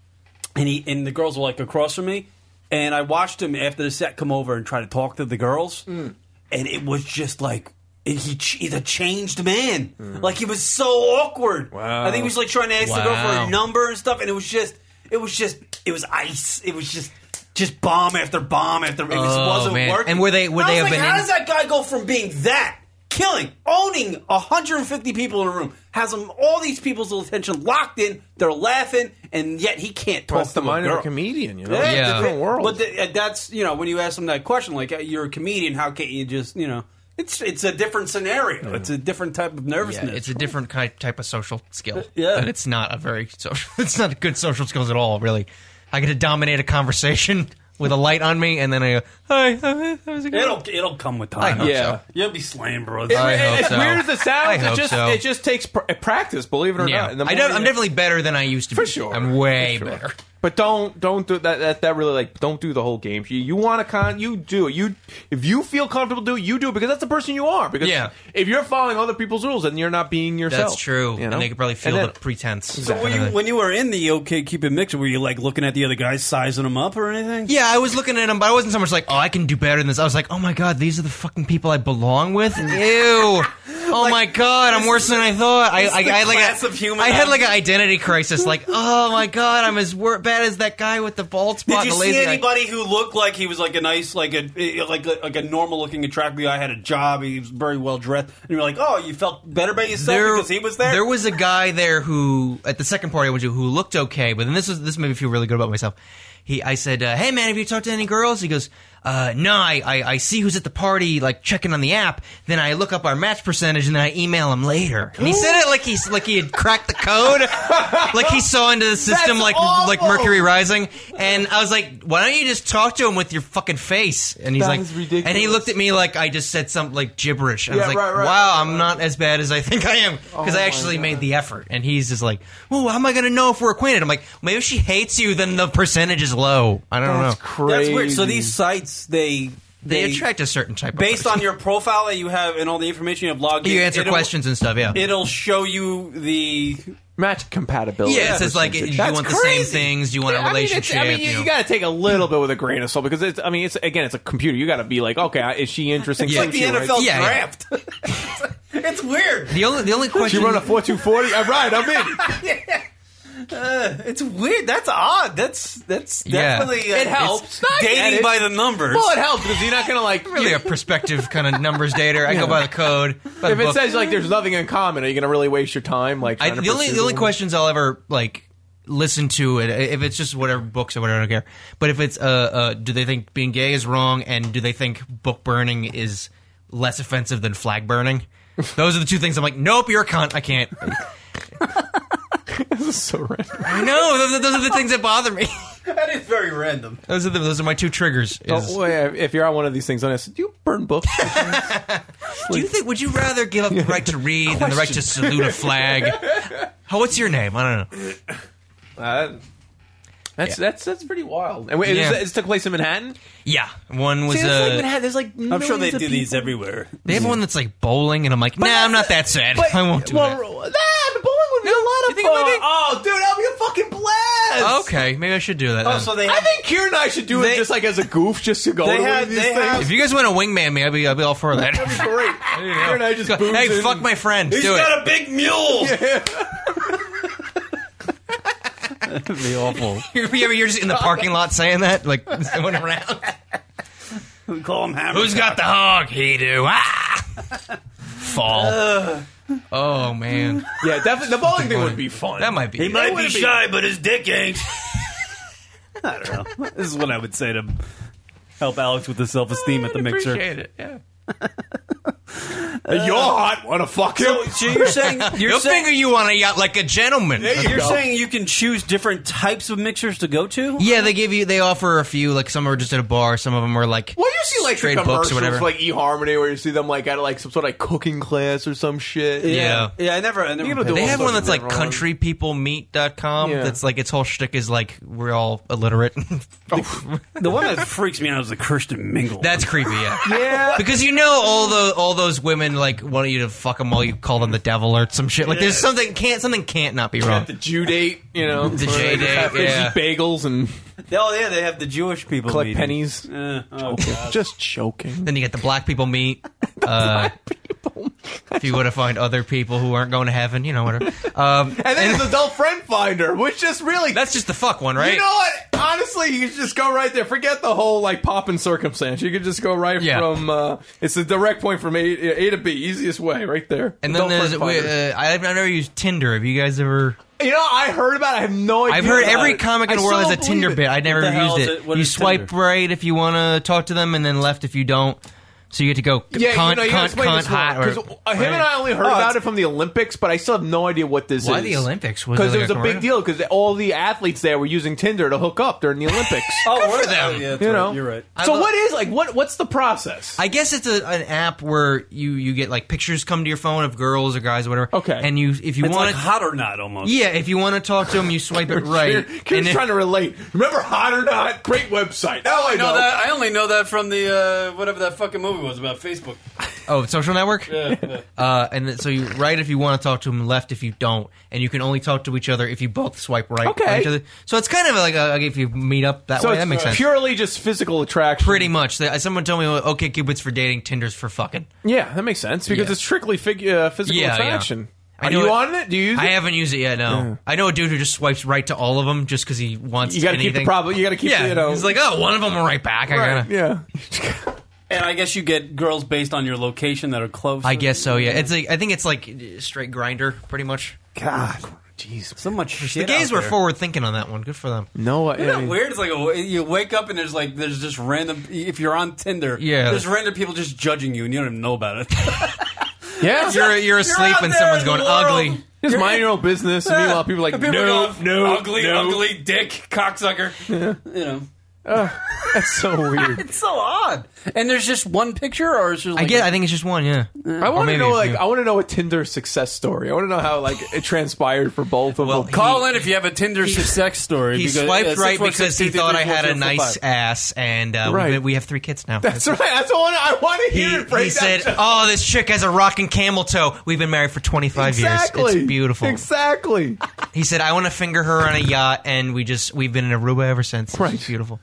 Speaker 5: and he and the girls were like across from me. And I watched him after the set come over and try to talk to the girls, and it was just like. and he ch- he's a changed man. Like he was so awkward. Wow. I think he was like trying to ask the girl for
Speaker 6: Wow.
Speaker 5: a number and stuff, and it was just, it was just, it was ice. It was just, just bomb after bomb after. It just
Speaker 6: Oh,
Speaker 5: wasn't
Speaker 6: man.
Speaker 5: working.
Speaker 6: And were they- would
Speaker 5: I
Speaker 6: they
Speaker 5: was like,
Speaker 6: have been
Speaker 5: How
Speaker 6: in-
Speaker 5: does that guy go from being that killing, owning 150 people in a room, has them all these people's attention locked in? They're laughing, and yet he can't talk
Speaker 4: Well, it's
Speaker 5: to a
Speaker 4: the mind of
Speaker 5: girl.
Speaker 4: a comedian. You know,
Speaker 5: Yeah,
Speaker 4: It's a
Speaker 6: Yeah.
Speaker 4: different world.
Speaker 5: But the, uh, that's you know when you ask them that question, like uh, you're a comedian, how can't you just you know? It's it's a different scenario. It's a different type of
Speaker 6: yeah,
Speaker 5: nervousness.
Speaker 6: it's a different kind, type of social skill.
Speaker 5: Uh, Yeah.
Speaker 6: but it's not a very social. It's not good social skills at all, really. I get to dominate a conversation with a light on me, and then I go, "Hi, hi, how's it going?"
Speaker 5: it'll it'll come with time.
Speaker 6: hope
Speaker 4: Yeah. so.
Speaker 5: you'll be slammed, bro.
Speaker 6: I hope
Speaker 4: as
Speaker 6: so.
Speaker 4: weird as it sounds,
Speaker 6: I
Speaker 4: it
Speaker 6: hope
Speaker 4: just
Speaker 6: so.
Speaker 4: it just takes pr- practice. Believe it or
Speaker 6: yeah,
Speaker 4: not, And the
Speaker 6: I
Speaker 4: more
Speaker 6: am
Speaker 4: you-
Speaker 6: definitely better than I used to
Speaker 4: For
Speaker 6: be.
Speaker 4: sure.
Speaker 6: I'm way
Speaker 4: For sure.
Speaker 6: better.
Speaker 4: But don't don't do that, that. That really like don't do the whole game. You, you want to con you do it. You if you feel comfortable do it, you do it because that's the person you are. Because
Speaker 6: Yeah.
Speaker 4: if you're following other people's rules, then you're not being yourself.
Speaker 6: That's true,
Speaker 4: you know?
Speaker 6: and they could probably feel
Speaker 4: then-
Speaker 6: the pretense.
Speaker 5: Were you, when you were in the OK Keep It Mixer, were you like looking at the other guys, sizing them up or anything?
Speaker 6: Yeah, I was looking at them, but I wasn't so much like, oh, I can do better than this. I was like, oh my god, these are the fucking people I belong with. Ew. Oh my god, I'm worse than I thought. I, I, I
Speaker 5: the
Speaker 6: had like
Speaker 5: class
Speaker 6: a,
Speaker 5: of human
Speaker 6: I had like an
Speaker 5: object.
Speaker 6: identity crisis. Like, oh my god, I'm as wor- bad as that guy with the bald spot.
Speaker 5: Did you
Speaker 6: the lazy
Speaker 5: see
Speaker 6: eye.
Speaker 5: anybody who looked like he was like a nice, like a like a, like a normal looking attractive guy? Had a job, he was very well dressed, and you're like, oh, you felt better about yourself because he was there.
Speaker 6: There was a guy there who, at the second party I went to, who looked okay, but then this was this made me feel really good about myself. He, I said, uh, "Hey man, have you talked to any girls?" He goes, uh, "No, I, I, I see who's at the party, like checking on the app. Then I look up our match percentage, and then I email him later." And he said it like he's like he had cracked the code, like he saw into the system, like like Mercury Rising. And I was like, "Why don't you just talk to him with your fucking face?" And he's
Speaker 4: That
Speaker 6: like,
Speaker 4: is ridiculous.
Speaker 6: And he looked at me like I just said some like gibberish. And I
Speaker 4: Yeah,
Speaker 6: was like,
Speaker 4: right, right,
Speaker 6: "Wow,
Speaker 4: right,
Speaker 6: I'm
Speaker 4: right.
Speaker 6: not as bad as I think I am because
Speaker 4: Oh
Speaker 6: I
Speaker 4: my
Speaker 6: actually
Speaker 4: God.
Speaker 6: made the effort. And he's just like, well, how am I going to know if we're acquainted? I'm like, maybe if she hates you, then the percentage is low. I don't
Speaker 4: That's
Speaker 6: know.
Speaker 4: crazy.
Speaker 5: That's weird. So these sites, they
Speaker 6: They, attract a certain type
Speaker 5: based
Speaker 6: of
Speaker 5: on your profile that you have and all the information you have logged.
Speaker 6: person. you
Speaker 5: in,
Speaker 6: answer
Speaker 5: it'll-
Speaker 6: questions and stuff. Yeah,
Speaker 5: It'll show you the
Speaker 4: match compatibility.
Speaker 6: yeah. It says like, do
Speaker 4: percentage.
Speaker 6: you
Speaker 4: That's
Speaker 6: want the same
Speaker 4: crazy.
Speaker 6: things? Do you want
Speaker 4: Yeah,
Speaker 6: a
Speaker 4: I mean, it's-
Speaker 6: relationship?
Speaker 4: I mean, you,
Speaker 6: know.
Speaker 4: got to take a little bit with a grain of salt because it's. I mean, it's again, it's a computer. You got to be like, okay, I- is she interesting?
Speaker 6: It's
Speaker 4: So
Speaker 6: like
Speaker 5: the
Speaker 4: she writes-
Speaker 5: NFL
Speaker 6: Yeah, yeah.
Speaker 5: draft. it's weird.
Speaker 6: the only the only
Speaker 4: She
Speaker 6: question
Speaker 4: run a four two forty. I'm right. I'm in.
Speaker 5: It's weird. That's odd. That's that's
Speaker 6: Yeah.
Speaker 5: definitely uh,
Speaker 4: It helps.
Speaker 5: it's
Speaker 4: Yeah, it
Speaker 5: Dating
Speaker 4: is.
Speaker 5: by the numbers.
Speaker 4: Well, it helps because you're not gonna like.
Speaker 6: really a prospective kind of numbers dater. I go by the code. by the
Speaker 4: If it
Speaker 6: book.
Speaker 4: says like there's nothing in common, are you gonna really waste your time? Like
Speaker 6: I,
Speaker 4: trying to
Speaker 6: the only
Speaker 4: pursue
Speaker 6: the only
Speaker 4: them?
Speaker 6: questions I'll ever like listen to it if it's just whatever books or whatever I don't care. But if it's uh, uh do they think being gay is wrong and do they think book burning is less offensive than flag burning? Those are the two things I'm like, nope, you're a cunt. I can't.
Speaker 4: So random.
Speaker 6: I know those, are- those are the things that bother me.
Speaker 5: that is very random.
Speaker 6: Those are the, those are my two triggers. is-
Speaker 4: Oh, wait, if you're on one of these things, honest, do you burn books?
Speaker 6: do you think would you rather give up the right to read than the right to salute a flag? How what's your name? I don't know.
Speaker 4: Uh, that's that's that's pretty wild. And wait,
Speaker 6: Yeah.
Speaker 4: it's, it's took place in Manhattan.
Speaker 6: Yeah, one was
Speaker 4: See, that's like
Speaker 6: uh,
Speaker 4: Manhattan. There's like
Speaker 5: I'm sure they do these everywhere.
Speaker 6: they have one that's like bowling, and I'm like, nah, I'm not that sad. I won't do that.
Speaker 4: Nah, but bowling would be a lot You think it might be? Oh, dude, that'll be a fucking blast.
Speaker 6: Okay, maybe I should do that.
Speaker 5: Oh,
Speaker 6: then.
Speaker 5: so they
Speaker 4: I
Speaker 5: had,
Speaker 4: think Kieran and I should do
Speaker 5: They-
Speaker 4: it just like as a goof, just to go.
Speaker 5: They
Speaker 4: to one
Speaker 5: had-
Speaker 4: of these
Speaker 5: they
Speaker 4: things.
Speaker 5: have-
Speaker 6: if you guys want to wingman me, I'd be I'd be all for that.
Speaker 4: That'd be great. Kieran and I just boobs
Speaker 6: hey,
Speaker 4: in
Speaker 6: fuck
Speaker 4: and-
Speaker 6: my friend.
Speaker 2: He's
Speaker 6: do it.
Speaker 2: got a big mule.
Speaker 5: be awful.
Speaker 6: You're, you're just in the parking lot saying that, like someone around.
Speaker 2: We call him Hammer.
Speaker 6: Who's got the hog? He do. Ah! Fall. Oh man,
Speaker 4: Yeah, definitely. The bowling thing would be fun.
Speaker 6: that might be.
Speaker 2: He might be
Speaker 4: wouldn't be-
Speaker 2: shy, but his dick ain't. I don't know. This is what I would say to help Alex with the self esteem at the mixer.
Speaker 6: Appreciate it. Yeah.
Speaker 4: You're hot. Want to fuck him?
Speaker 5: So, so you're saying you're
Speaker 6: He'll
Speaker 5: saying
Speaker 6: finger you on a yacht like a gentleman.
Speaker 4: There you
Speaker 5: you're
Speaker 4: go.
Speaker 5: saying you can choose different types of mixers to go to?
Speaker 6: Yeah, they give you. They offer a few. Like some are just at a bar. Some of them are like.
Speaker 4: Well, you see like
Speaker 6: Straight
Speaker 4: the
Speaker 6: books or whatever.
Speaker 4: commercials for like eHarmony where you see them like at like some sort of like cooking class or some shit.
Speaker 6: Yeah.
Speaker 5: Yeah, I never. I never
Speaker 4: You gotta
Speaker 5: paid
Speaker 4: do
Speaker 6: They
Speaker 4: all
Speaker 6: have one
Speaker 4: fucking
Speaker 6: that's like
Speaker 4: everyone.
Speaker 6: countrypeoplemeet.com.
Speaker 4: Yeah.
Speaker 6: That's like its whole shtick is like we're all illiterate.
Speaker 2: The one that freaks me out is the Kirsten Mingle.
Speaker 6: that's creepy. Yeah.
Speaker 4: Yeah.
Speaker 6: Because you know all the all those women like want you to fuck them all. You call them the devil or some shit. Like there's something can't something can't not be wrong.
Speaker 4: The Jew date, you know,
Speaker 6: The
Speaker 4: where
Speaker 6: J
Speaker 4: they just
Speaker 6: date,
Speaker 4: have- they just
Speaker 6: yeah.
Speaker 4: eat bagels and
Speaker 5: Oh yeah, they have the Jewish people
Speaker 4: collect
Speaker 5: meeting.
Speaker 4: pennies.
Speaker 5: Uh, oh.
Speaker 4: Just joking.
Speaker 6: Then you get the black people meet. Uh, if you want to find other people who aren't going to heaven, you know whatever. Um,
Speaker 4: And then there's adult friend finder, which is really
Speaker 6: that's just the fuck one, right?
Speaker 4: You know what? Honestly, you could just go right there. Forget the whole like pop and circumstance. You could just go right
Speaker 6: Yeah.
Speaker 4: from uh, it's the direct point from A, A to B, easiest way, right there.
Speaker 6: and then
Speaker 4: Adult
Speaker 6: there's
Speaker 4: friend finder.
Speaker 6: uh, I- I've never used Tinder. Have you guys ever?
Speaker 4: you know, I heard about. it. I have no idea.
Speaker 6: I've heard
Speaker 4: about
Speaker 6: every
Speaker 4: it.
Speaker 6: comic in
Speaker 4: I
Speaker 6: the world
Speaker 4: still
Speaker 6: has a
Speaker 4: don't
Speaker 6: Tinder
Speaker 4: believe it.
Speaker 6: bit. I never
Speaker 5: the
Speaker 6: ever
Speaker 5: hell
Speaker 6: used
Speaker 5: is
Speaker 6: it.
Speaker 5: it? What
Speaker 6: You
Speaker 5: is
Speaker 6: swipe
Speaker 5: Tinder?
Speaker 6: right if you want to talk to them, and then left if you don't. So you get to go
Speaker 4: Yeah,
Speaker 6: cunt,
Speaker 4: you know, you gotta
Speaker 6: cunt,
Speaker 4: explain
Speaker 6: cunt,
Speaker 4: this one
Speaker 6: hot. Or, Oh,
Speaker 4: because uh, him and I only heard about it from the Olympics, but I still have no idea what this
Speaker 6: Why
Speaker 4: is.
Speaker 6: the Olympics? Was
Speaker 4: Because
Speaker 6: it
Speaker 4: it
Speaker 6: like
Speaker 4: was
Speaker 6: a
Speaker 4: a big
Speaker 6: Corona?
Speaker 4: deal because all the athletes there were using Tinder to hook up during the Olympics.
Speaker 5: Oh, we're
Speaker 6: them.
Speaker 5: Oh, yeah, that's
Speaker 4: you
Speaker 5: right.
Speaker 4: know,
Speaker 5: You're right.
Speaker 6: I
Speaker 4: So
Speaker 6: lo-
Speaker 4: what is like what what's the process?
Speaker 6: I guess it's a, an app where you you get like pictures come to your phone of girls or guys or whatever.
Speaker 4: Okay.
Speaker 6: and you if you
Speaker 2: it's
Speaker 6: want
Speaker 2: like hot or not almost.
Speaker 6: Yeah, if you want to talk to them, you swipe it right.
Speaker 4: Kieran's
Speaker 6: if-
Speaker 4: trying to relate. Remember Hot or Not? Great website. Now I know.
Speaker 5: I only know that from the uh, whatever that fucking movie was about Facebook.
Speaker 6: oh, social network. Uh, and then, so you right if you want to talk to them, left if you don't, and you can only talk to each other if you both swipe right. on
Speaker 4: Okay.
Speaker 6: each other. So it's kind of like a, like if you meet up that
Speaker 4: So
Speaker 6: way.
Speaker 4: it's
Speaker 6: That makes sense.
Speaker 4: purely just physical attraction.
Speaker 6: Pretty much. They- Someone told me, "Oh, okay, Cupid's for dating, Tinder's for fucking.
Speaker 4: Yeah, that makes sense because
Speaker 6: Yeah.
Speaker 4: it's strictly fig- uh, physical
Speaker 6: Yeah, yeah.
Speaker 4: attraction.
Speaker 6: I
Speaker 4: Are
Speaker 6: know
Speaker 4: you
Speaker 6: it-
Speaker 4: on it? Do you use
Speaker 6: I
Speaker 4: it?
Speaker 6: haven't used it yet. No, I know a dude who just swipes right to all of them just because he wants.
Speaker 4: You got to keep
Speaker 6: anything.
Speaker 4: the problem. You got to keep
Speaker 6: Yeah,
Speaker 4: the, you know.
Speaker 6: he's like, oh, one of them will right back. I gotta.
Speaker 4: right, yeah.
Speaker 5: And I guess you get girls based on your location that are close.
Speaker 6: I guess so. Yeah, it's like I think it's like uh, straight grinder, pretty much.
Speaker 4: God, jeez.
Speaker 5: so much
Speaker 6: The
Speaker 5: shit.
Speaker 6: gays
Speaker 5: out
Speaker 6: were
Speaker 5: there.
Speaker 6: forward thinking on that one. Good for them.
Speaker 4: No, I,
Speaker 5: Isn't that weird? It's like a, you wake up and there's like there's just random. If you're on Tinder,
Speaker 6: Yeah.
Speaker 5: there's random people just judging you and you don't even know about it.
Speaker 4: yeah.
Speaker 6: You're you're asleep
Speaker 5: out
Speaker 6: and
Speaker 5: there
Speaker 6: someone's
Speaker 5: in the
Speaker 6: going
Speaker 5: world.
Speaker 6: ugly.
Speaker 4: just mind your own business. and meanwhile, people are like,
Speaker 5: People
Speaker 4: no,
Speaker 5: go,
Speaker 4: no,
Speaker 5: ugly,
Speaker 4: no.
Speaker 5: ugly dick, cocksucker. You know,
Speaker 4: That's so weird.
Speaker 5: it's so odd. And there's just one picture, or it's just
Speaker 6: I
Speaker 5: like
Speaker 6: get. I think it's just one. Yeah.
Speaker 4: I want to
Speaker 6: maybe
Speaker 4: know,
Speaker 6: it's
Speaker 4: like,
Speaker 6: new.
Speaker 4: I want to know a Tinder success story. I want to know how, like, it transpired for both of
Speaker 6: Well,
Speaker 4: them.
Speaker 5: Call in if you have a Tinder sex story.
Speaker 6: He
Speaker 5: because-
Speaker 6: swiped
Speaker 5: uh,
Speaker 6: right
Speaker 5: 616-223-4045.
Speaker 6: because he thought I had a nice ass, and uh, we,
Speaker 4: Right.
Speaker 6: we have three kids now.
Speaker 4: That's right. That's all I want to
Speaker 6: He,
Speaker 4: hear. it break
Speaker 6: he
Speaker 4: that
Speaker 6: said,
Speaker 4: down.
Speaker 6: "Oh, this chick has a rocking camel toe. We've been married for 25
Speaker 4: exactly.
Speaker 6: years. It's beautiful."
Speaker 4: Exactly.
Speaker 6: He said, "I want to finger her on a yacht, and we just we've been in Aruba ever since.
Speaker 4: Right.
Speaker 6: It's beautiful."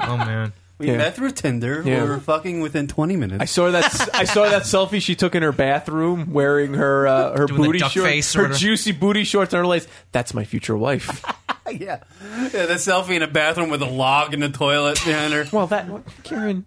Speaker 6: oh man.
Speaker 5: We
Speaker 4: Yeah.
Speaker 5: met through Tinder.
Speaker 4: Yeah.
Speaker 5: We were fucking within 20 minutes.
Speaker 4: I saw that. I saw that selfie she took in her bathroom, wearing her uh, her
Speaker 6: Doing the
Speaker 4: booty
Speaker 6: duck
Speaker 4: shorts,
Speaker 6: face or
Speaker 4: her
Speaker 6: whatever.
Speaker 4: juicy booty shorts, and her lace. That's my future wife.
Speaker 5: yeah. yeah. The selfie in a bathroom with a log in the toilet behind her.
Speaker 4: well, that Karen.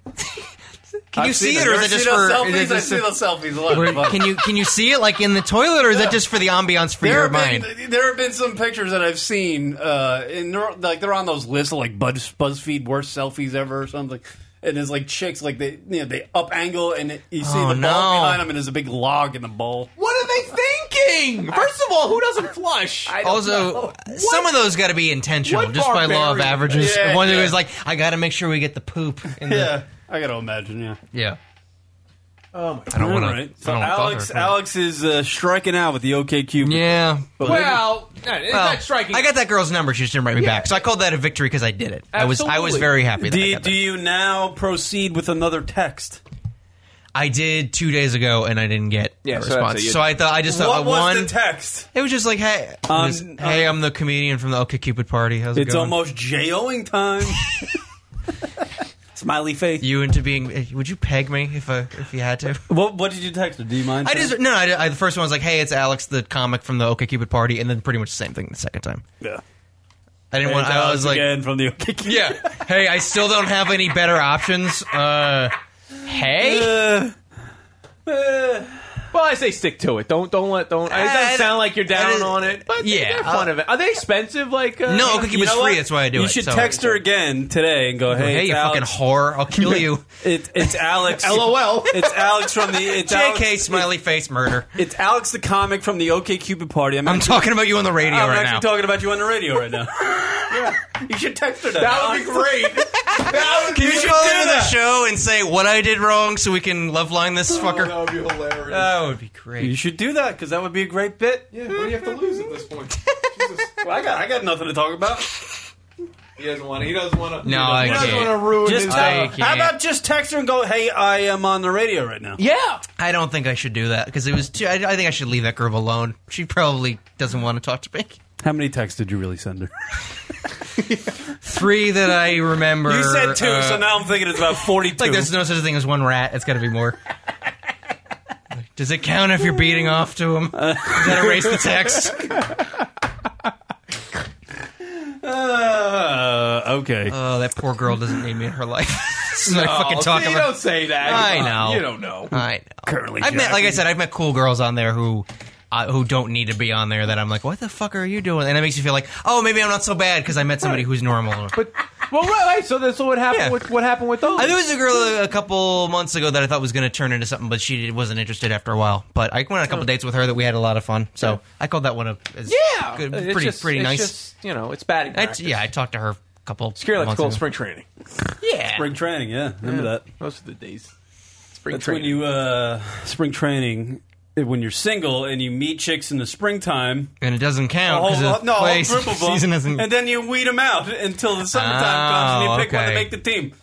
Speaker 6: Can you see it,
Speaker 5: You
Speaker 6: or
Speaker 5: ever
Speaker 6: is it
Speaker 5: see
Speaker 6: just
Speaker 5: those
Speaker 6: for?
Speaker 5: selfies?
Speaker 6: is it
Speaker 5: I
Speaker 6: just
Speaker 5: see
Speaker 6: for-
Speaker 5: those selfies a lot.
Speaker 6: Where- can you can you see it like in the toilet, or is that just for the ambiance for
Speaker 5: There
Speaker 6: your
Speaker 5: have,
Speaker 6: mind?
Speaker 5: been, there have been some pictures that I've seen, uh, and they're, like they're on those lists of like Buzz, BuzzFeed worst selfies ever or something. And it's like chicks, like they you know they up angle and it, you see
Speaker 6: Oh,
Speaker 5: the
Speaker 6: no.
Speaker 5: ball behind them, and there's a big log in the bowl.
Speaker 4: What are they thinking? First of all, who doesn't flush?
Speaker 6: Also, uh, some of those got to be intentional,
Speaker 4: What
Speaker 6: just by law of
Speaker 4: barbarian.
Speaker 6: averages.
Speaker 5: Yeah,
Speaker 6: One who
Speaker 5: yeah.
Speaker 6: was like, "I got to make sure we get the poop." In
Speaker 5: Yeah, I gotta imagine. Yeah.
Speaker 6: The, yeah.
Speaker 4: Oh my
Speaker 6: I don't want
Speaker 5: Alright.
Speaker 6: to.
Speaker 5: So Alex, Alex is uh, striking out with the OKQ.
Speaker 6: Yeah. Well,
Speaker 4: Well, it's not striking.
Speaker 6: I got that girl's number. She just didn't write me back, so I called that a victory because I did it. I was I was
Speaker 4: Absolutely.
Speaker 6: very happy. That I
Speaker 5: Do,
Speaker 6: got that.
Speaker 5: do you now proceed with another text?
Speaker 6: I did two days ago, and I didn't get
Speaker 4: Yeah,
Speaker 6: a
Speaker 4: so that's
Speaker 6: response.
Speaker 4: it.
Speaker 6: So,
Speaker 4: You-
Speaker 6: I thought I just thought
Speaker 5: What
Speaker 6: I
Speaker 5: was
Speaker 6: one.
Speaker 5: the text?
Speaker 6: it was just like, hey,
Speaker 5: Um,
Speaker 6: just, hey, I'm the comedian from the OK Cupid party. How's it
Speaker 5: It's
Speaker 6: going?
Speaker 5: almost J-O-ing time. Smiley face.
Speaker 6: you into being. eh, Would you peg me if I, if you had to?
Speaker 5: What, what did you text her? Do you mind?
Speaker 6: I
Speaker 5: saying?
Speaker 6: just no. I, I- the first one was like, hey, it's Alex, the comic from the OK Cupid party, and then pretty much the same thing the second time.
Speaker 5: Yeah.
Speaker 6: I didn't want.
Speaker 5: It's
Speaker 6: I
Speaker 5: Alex
Speaker 6: was like,
Speaker 5: again from the okay. Cupid.
Speaker 6: yeah, hey, I still don't have any better options. Uh, hey,
Speaker 5: Uh,
Speaker 4: Well, I say stick to it. Don't don't let don't. It
Speaker 6: I-
Speaker 4: doesn't sound like you're
Speaker 6: I
Speaker 4: down
Speaker 6: just-
Speaker 4: on it, but
Speaker 6: Yeah,
Speaker 4: yeah, uh, they're fun
Speaker 6: I'll-
Speaker 4: of it. Are they expensive? Like uh,
Speaker 6: no, OK Cupid's
Speaker 5: know
Speaker 6: free.
Speaker 5: what?
Speaker 6: That's why I do it.
Speaker 5: you should
Speaker 6: So-
Speaker 5: text her again today and go, hey,
Speaker 6: Hey,
Speaker 5: it's
Speaker 6: you
Speaker 5: Alex.
Speaker 6: fucking whore! I'll kill you.
Speaker 5: It, it's Alex.
Speaker 4: LOL.
Speaker 5: It's Alex from the. It's
Speaker 6: JK
Speaker 5: Alex,
Speaker 6: smiley face murder.
Speaker 5: It's Alex the comic from the OK Cupid party. I'm,
Speaker 6: I'm
Speaker 5: actually,
Speaker 6: talking about you on the radio
Speaker 5: I'm
Speaker 6: right
Speaker 5: actually
Speaker 6: now.
Speaker 5: talking about you on the radio right now. You should text her that.
Speaker 4: That would be great. that would be,
Speaker 6: you should
Speaker 5: call
Speaker 6: do
Speaker 5: into the
Speaker 6: the show and say what I did wrong, so we can love line this
Speaker 4: that
Speaker 6: fucker.
Speaker 4: would be hilarious.
Speaker 6: Oh, That would be
Speaker 5: You
Speaker 6: great.
Speaker 5: should do that because that would be a great bit.
Speaker 4: yeah, what do you have to lose at this point? Jesus.
Speaker 5: Well, I got I got nothing to talk about.
Speaker 4: He doesn't want to. He doesn't want to.
Speaker 6: No, I
Speaker 4: he doesn't
Speaker 6: can't.
Speaker 4: want to ruin
Speaker 5: Just
Speaker 4: his.
Speaker 6: I
Speaker 5: tell,
Speaker 6: can't.
Speaker 5: how about just text her and go, "Hey, I am on the radio right now."
Speaker 4: yeah,
Speaker 6: I don't think I should do that because it was too. I, I think I should leave that girl alone. She probably doesn't want to talk to me.
Speaker 5: How many texts did you really send her?
Speaker 6: Three that I remember.
Speaker 5: You said two,
Speaker 6: uh,
Speaker 5: so now I'm thinking it's about forty-two.
Speaker 6: like there's no such thing as one rat. It's got to be more. Does it count if you're beating off to him?
Speaker 4: Uh.
Speaker 6: Does that erase the text?
Speaker 5: Uh, okay.
Speaker 6: Oh, that poor girl doesn't need me in her life. She's not fucking
Speaker 4: Oh,
Speaker 6: talking
Speaker 4: see,
Speaker 6: about.
Speaker 4: don't say that.
Speaker 6: I
Speaker 4: Come on,
Speaker 6: know.
Speaker 4: You don't know.
Speaker 6: I curly. I've met, like I said, I've met cool girls on there who. Uh, who don't need to be on there? That I'm like, what the fuck are you doing? And it makes you feel like, oh, maybe I'm not so bad because I met somebody who's normal.
Speaker 4: But well, right. right, So that's so what happened.
Speaker 6: Yeah.
Speaker 4: With, what happened with those?
Speaker 6: I, there was a girl a couple months ago that I thought was going to turn into something, but she wasn't interested after a while. But I went on a couple dates with her that we had a lot of fun. So I called that one up. As
Speaker 4: yeah,
Speaker 6: good,
Speaker 4: It's
Speaker 6: pretty
Speaker 4: just-
Speaker 6: pretty
Speaker 4: it's
Speaker 6: nice.
Speaker 4: Just, you know, it's batting
Speaker 6: I-
Speaker 4: practice.
Speaker 6: yeah, I talked to her a couple.
Speaker 4: Scary like
Speaker 6: months
Speaker 4: school
Speaker 6: ago.
Speaker 4: spring training.
Speaker 6: Yeah,
Speaker 5: Spring training, yeah, remember that.
Speaker 4: Most of the days, spring
Speaker 5: That's
Speaker 4: training.
Speaker 5: when you uh, spring training eh, when you're single and you meet chicks in the springtime.
Speaker 6: and it doesn't count
Speaker 5: whole,
Speaker 6: because
Speaker 5: no, a whole group of them,
Speaker 6: season isn't.
Speaker 5: and then you weed them out until the summertime comes, and
Speaker 6: Oh,
Speaker 5: you pick one to
Speaker 6: okay.
Speaker 5: make the team.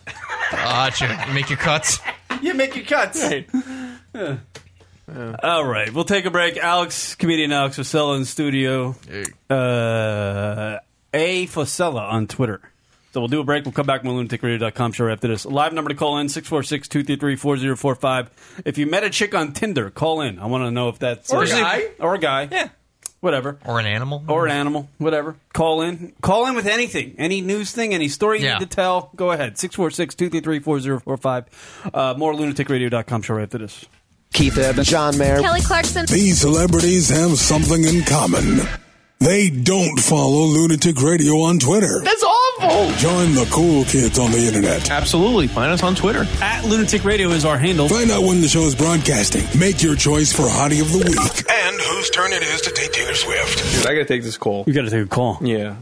Speaker 6: Gotcha. Ah, You make your cuts.
Speaker 5: You make your cuts. Yeah. All right, we'll take a break. Alex, comedian Alex Facella in studio. Uh, a Facella on Twitter. So we'll do a break. We'll come back on lunaticradio.com show after this. Live number to call in 646 233 4045. If you met a chick on Tinder, call in. I want to know if that's.
Speaker 4: Or a
Speaker 5: uh,
Speaker 4: guy.
Speaker 5: Or a guy. Yeah. Whatever.
Speaker 6: Or an animal.
Speaker 5: Or an animal. Whatever. Call in. Call in with anything. Any news thing, any story you
Speaker 6: Yeah.
Speaker 5: need to tell. Go ahead. 646 233 4045. Uh, More lunaticradio.com show right after this.
Speaker 9: Keith Evans, John Mayer.
Speaker 10: Kelly Clarkson.
Speaker 1: These celebrities have something in common. They don't follow Lunatic Radio on Twitter.
Speaker 4: That's awful.
Speaker 1: Join the cool kids on the internet.
Speaker 4: Absolutely. Find us on Twitter.
Speaker 5: At Lunatic Radio is our handle.
Speaker 1: Find out when the show is broadcasting. Make your choice for Hottie of the Week.
Speaker 11: And whose turn it is to date Taylor Swift.
Speaker 4: Dude, I gotta take this call.
Speaker 5: You got to take a call.
Speaker 4: Yeah.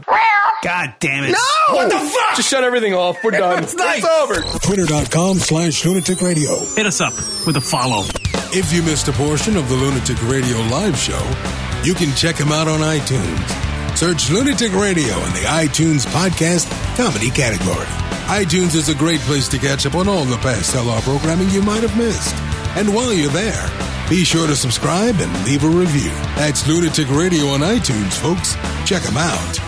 Speaker 5: God damn it.
Speaker 4: No. What the fuck? Just shut everything off. We're done. it's, over.
Speaker 1: Twitter.com slash Lunatic Radio.
Speaker 5: Hit us up with a follow.
Speaker 1: If you missed a portion of the Lunatic Radio live show, you can check them out on iTunes. Search Lunatic Radio in the iTunes podcast comedy category. iTunes is a great place to catch up on all the past LR programming you might have missed. And while you're there, be sure to subscribe and leave a review. That's Lunatic Radio on iTunes, folks. Check them out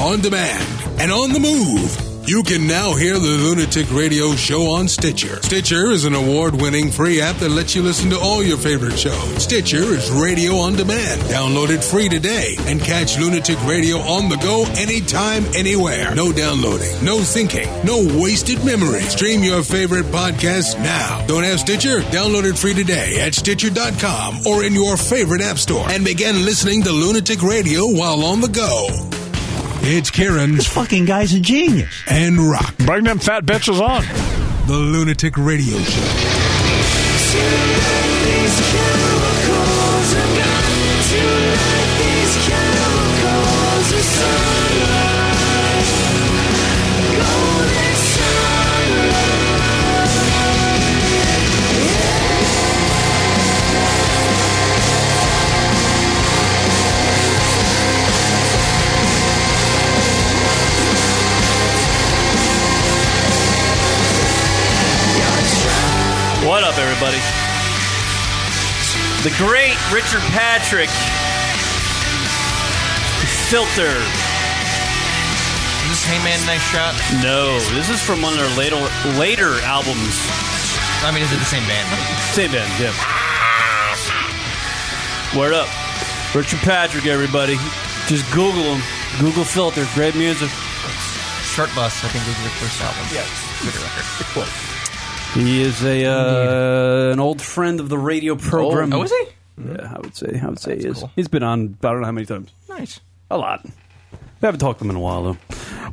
Speaker 1: on demand, and on the move. You can now hear the Lunatic Radio show on Stitcher. Stitcher is an award winning free app that lets you listen to all your favorite shows. Stitcher is radio on demand. Download it free today and catch Lunatic Radio on the go anytime, anywhere. No downloading, no syncing, no wasted memory. Stream your favorite podcast now. Don't have Stitcher? Download it free today at Stitcher.com or in your favorite app store and begin listening to Lunatic Radio while on the go. It's Kieran
Speaker 11: Fucking guy's a genius.
Speaker 1: and Rock,
Speaker 12: Bring them fat bitches on.
Speaker 1: the Lunatic Radio Show.
Speaker 5: everybody. The great Richard Patrick filter.
Speaker 6: Is this Hangman Nice Shot?
Speaker 5: No, this is from one of their later later albums.
Speaker 6: I mean, is it the same band?
Speaker 5: Same band, yeah. Word up, Richard Patrick, everybody. Just Google him. Google filter, great music.
Speaker 6: Short Bus, I think, was their first album. Good record.
Speaker 5: He is a uh, an old friend of the radio program.
Speaker 6: Oh, is he?
Speaker 13: Yeah, I would say. I would say he is.
Speaker 6: cool.
Speaker 13: He's been on. I don't know how many times.
Speaker 6: Nice.
Speaker 13: A lot. We haven't talked to him in a while though.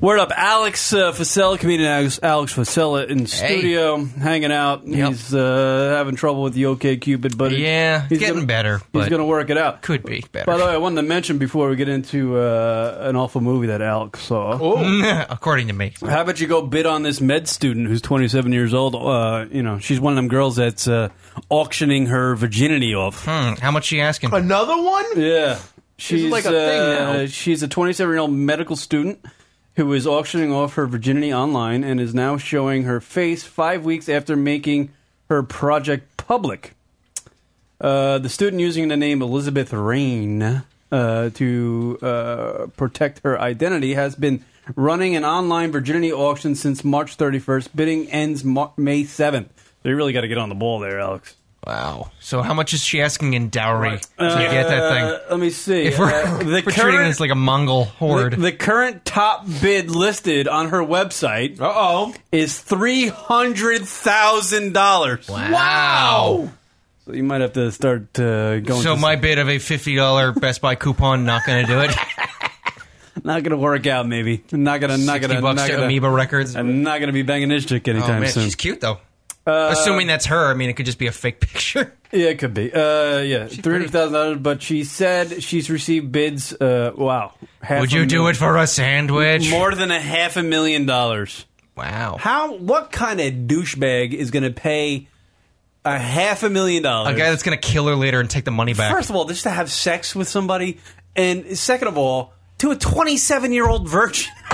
Speaker 5: Word up, Alex uh, Facella, comedian Alex, Alex Facella in
Speaker 6: Hey.
Speaker 5: studio, hanging out.
Speaker 6: Yep.
Speaker 5: He's uh, having trouble with the OK Cupid, but
Speaker 6: Yeah,
Speaker 5: he's
Speaker 6: getting
Speaker 5: gonna,
Speaker 6: better,
Speaker 5: he's
Speaker 6: but
Speaker 5: going to work it out.
Speaker 6: could be better.
Speaker 13: By the way, I wanted to mention before we get into uh, an awful movie that Alex saw.
Speaker 6: Oh. According to me.
Speaker 5: How about you go bid on this med student who's 27 years old? Uh, you know, she's one of them girls that's uh, auctioning her virginity off.
Speaker 6: Hmm, how much she asking?
Speaker 4: Another one?
Speaker 5: Yeah, she's
Speaker 4: like a thing
Speaker 5: uh,
Speaker 4: now.
Speaker 5: She's a 27 year old medical student who is auctioning off her virginity online and is now showing her face five weeks after making her project public. Uh, the student using the name Elizabeth Rain uh, to uh, protect her identity has been running an online virginity auction since March 31st. Bidding ends Mar- May 7th. So you really got to get on the ball there, Alex.
Speaker 6: Wow. So how much is she asking in dowry to get that
Speaker 5: Uh,
Speaker 6: thing?
Speaker 5: let me see.
Speaker 6: If we're,
Speaker 5: Uh,
Speaker 6: if we're treating this like a Mongol
Speaker 5: the,
Speaker 6: horde.
Speaker 5: the current top bid listed on her website
Speaker 4: Uh oh.
Speaker 5: is three hundred thousand dollars.
Speaker 6: wow.
Speaker 5: So you might have to start uh, going.
Speaker 6: So
Speaker 5: to-
Speaker 6: my bid of a fifty dollar Best Buy coupon not going to do it.
Speaker 5: not gonna work out. Maybe not gonna not
Speaker 6: Sixty
Speaker 5: gonna
Speaker 6: bucks
Speaker 5: not
Speaker 6: to
Speaker 5: gonna.
Speaker 6: Amoeba Records.
Speaker 5: I'm not gonna be banging this chick
Speaker 6: oh
Speaker 5: anytime
Speaker 6: man,
Speaker 5: soon.
Speaker 6: she's cute though. Assuming that's her, I mean, it could just be a fake picture.
Speaker 5: Yeah, it could be. Uh, yeah, three
Speaker 6: pretty.
Speaker 5: hundred thousand dollars. But she said she's received bids. Uh, wow. Half
Speaker 6: Would
Speaker 5: a
Speaker 6: you do
Speaker 5: mil-
Speaker 6: it for a sandwich?
Speaker 5: More than a half a million dollars.
Speaker 6: wow.
Speaker 14: How? What kind of douchebag is going to pay a half a million
Speaker 6: A
Speaker 14: dollars?
Speaker 6: guy that's going to kill her later and take the money back.
Speaker 14: First of all, just to have sex with somebody, and second of all, to a 27 year old virgin.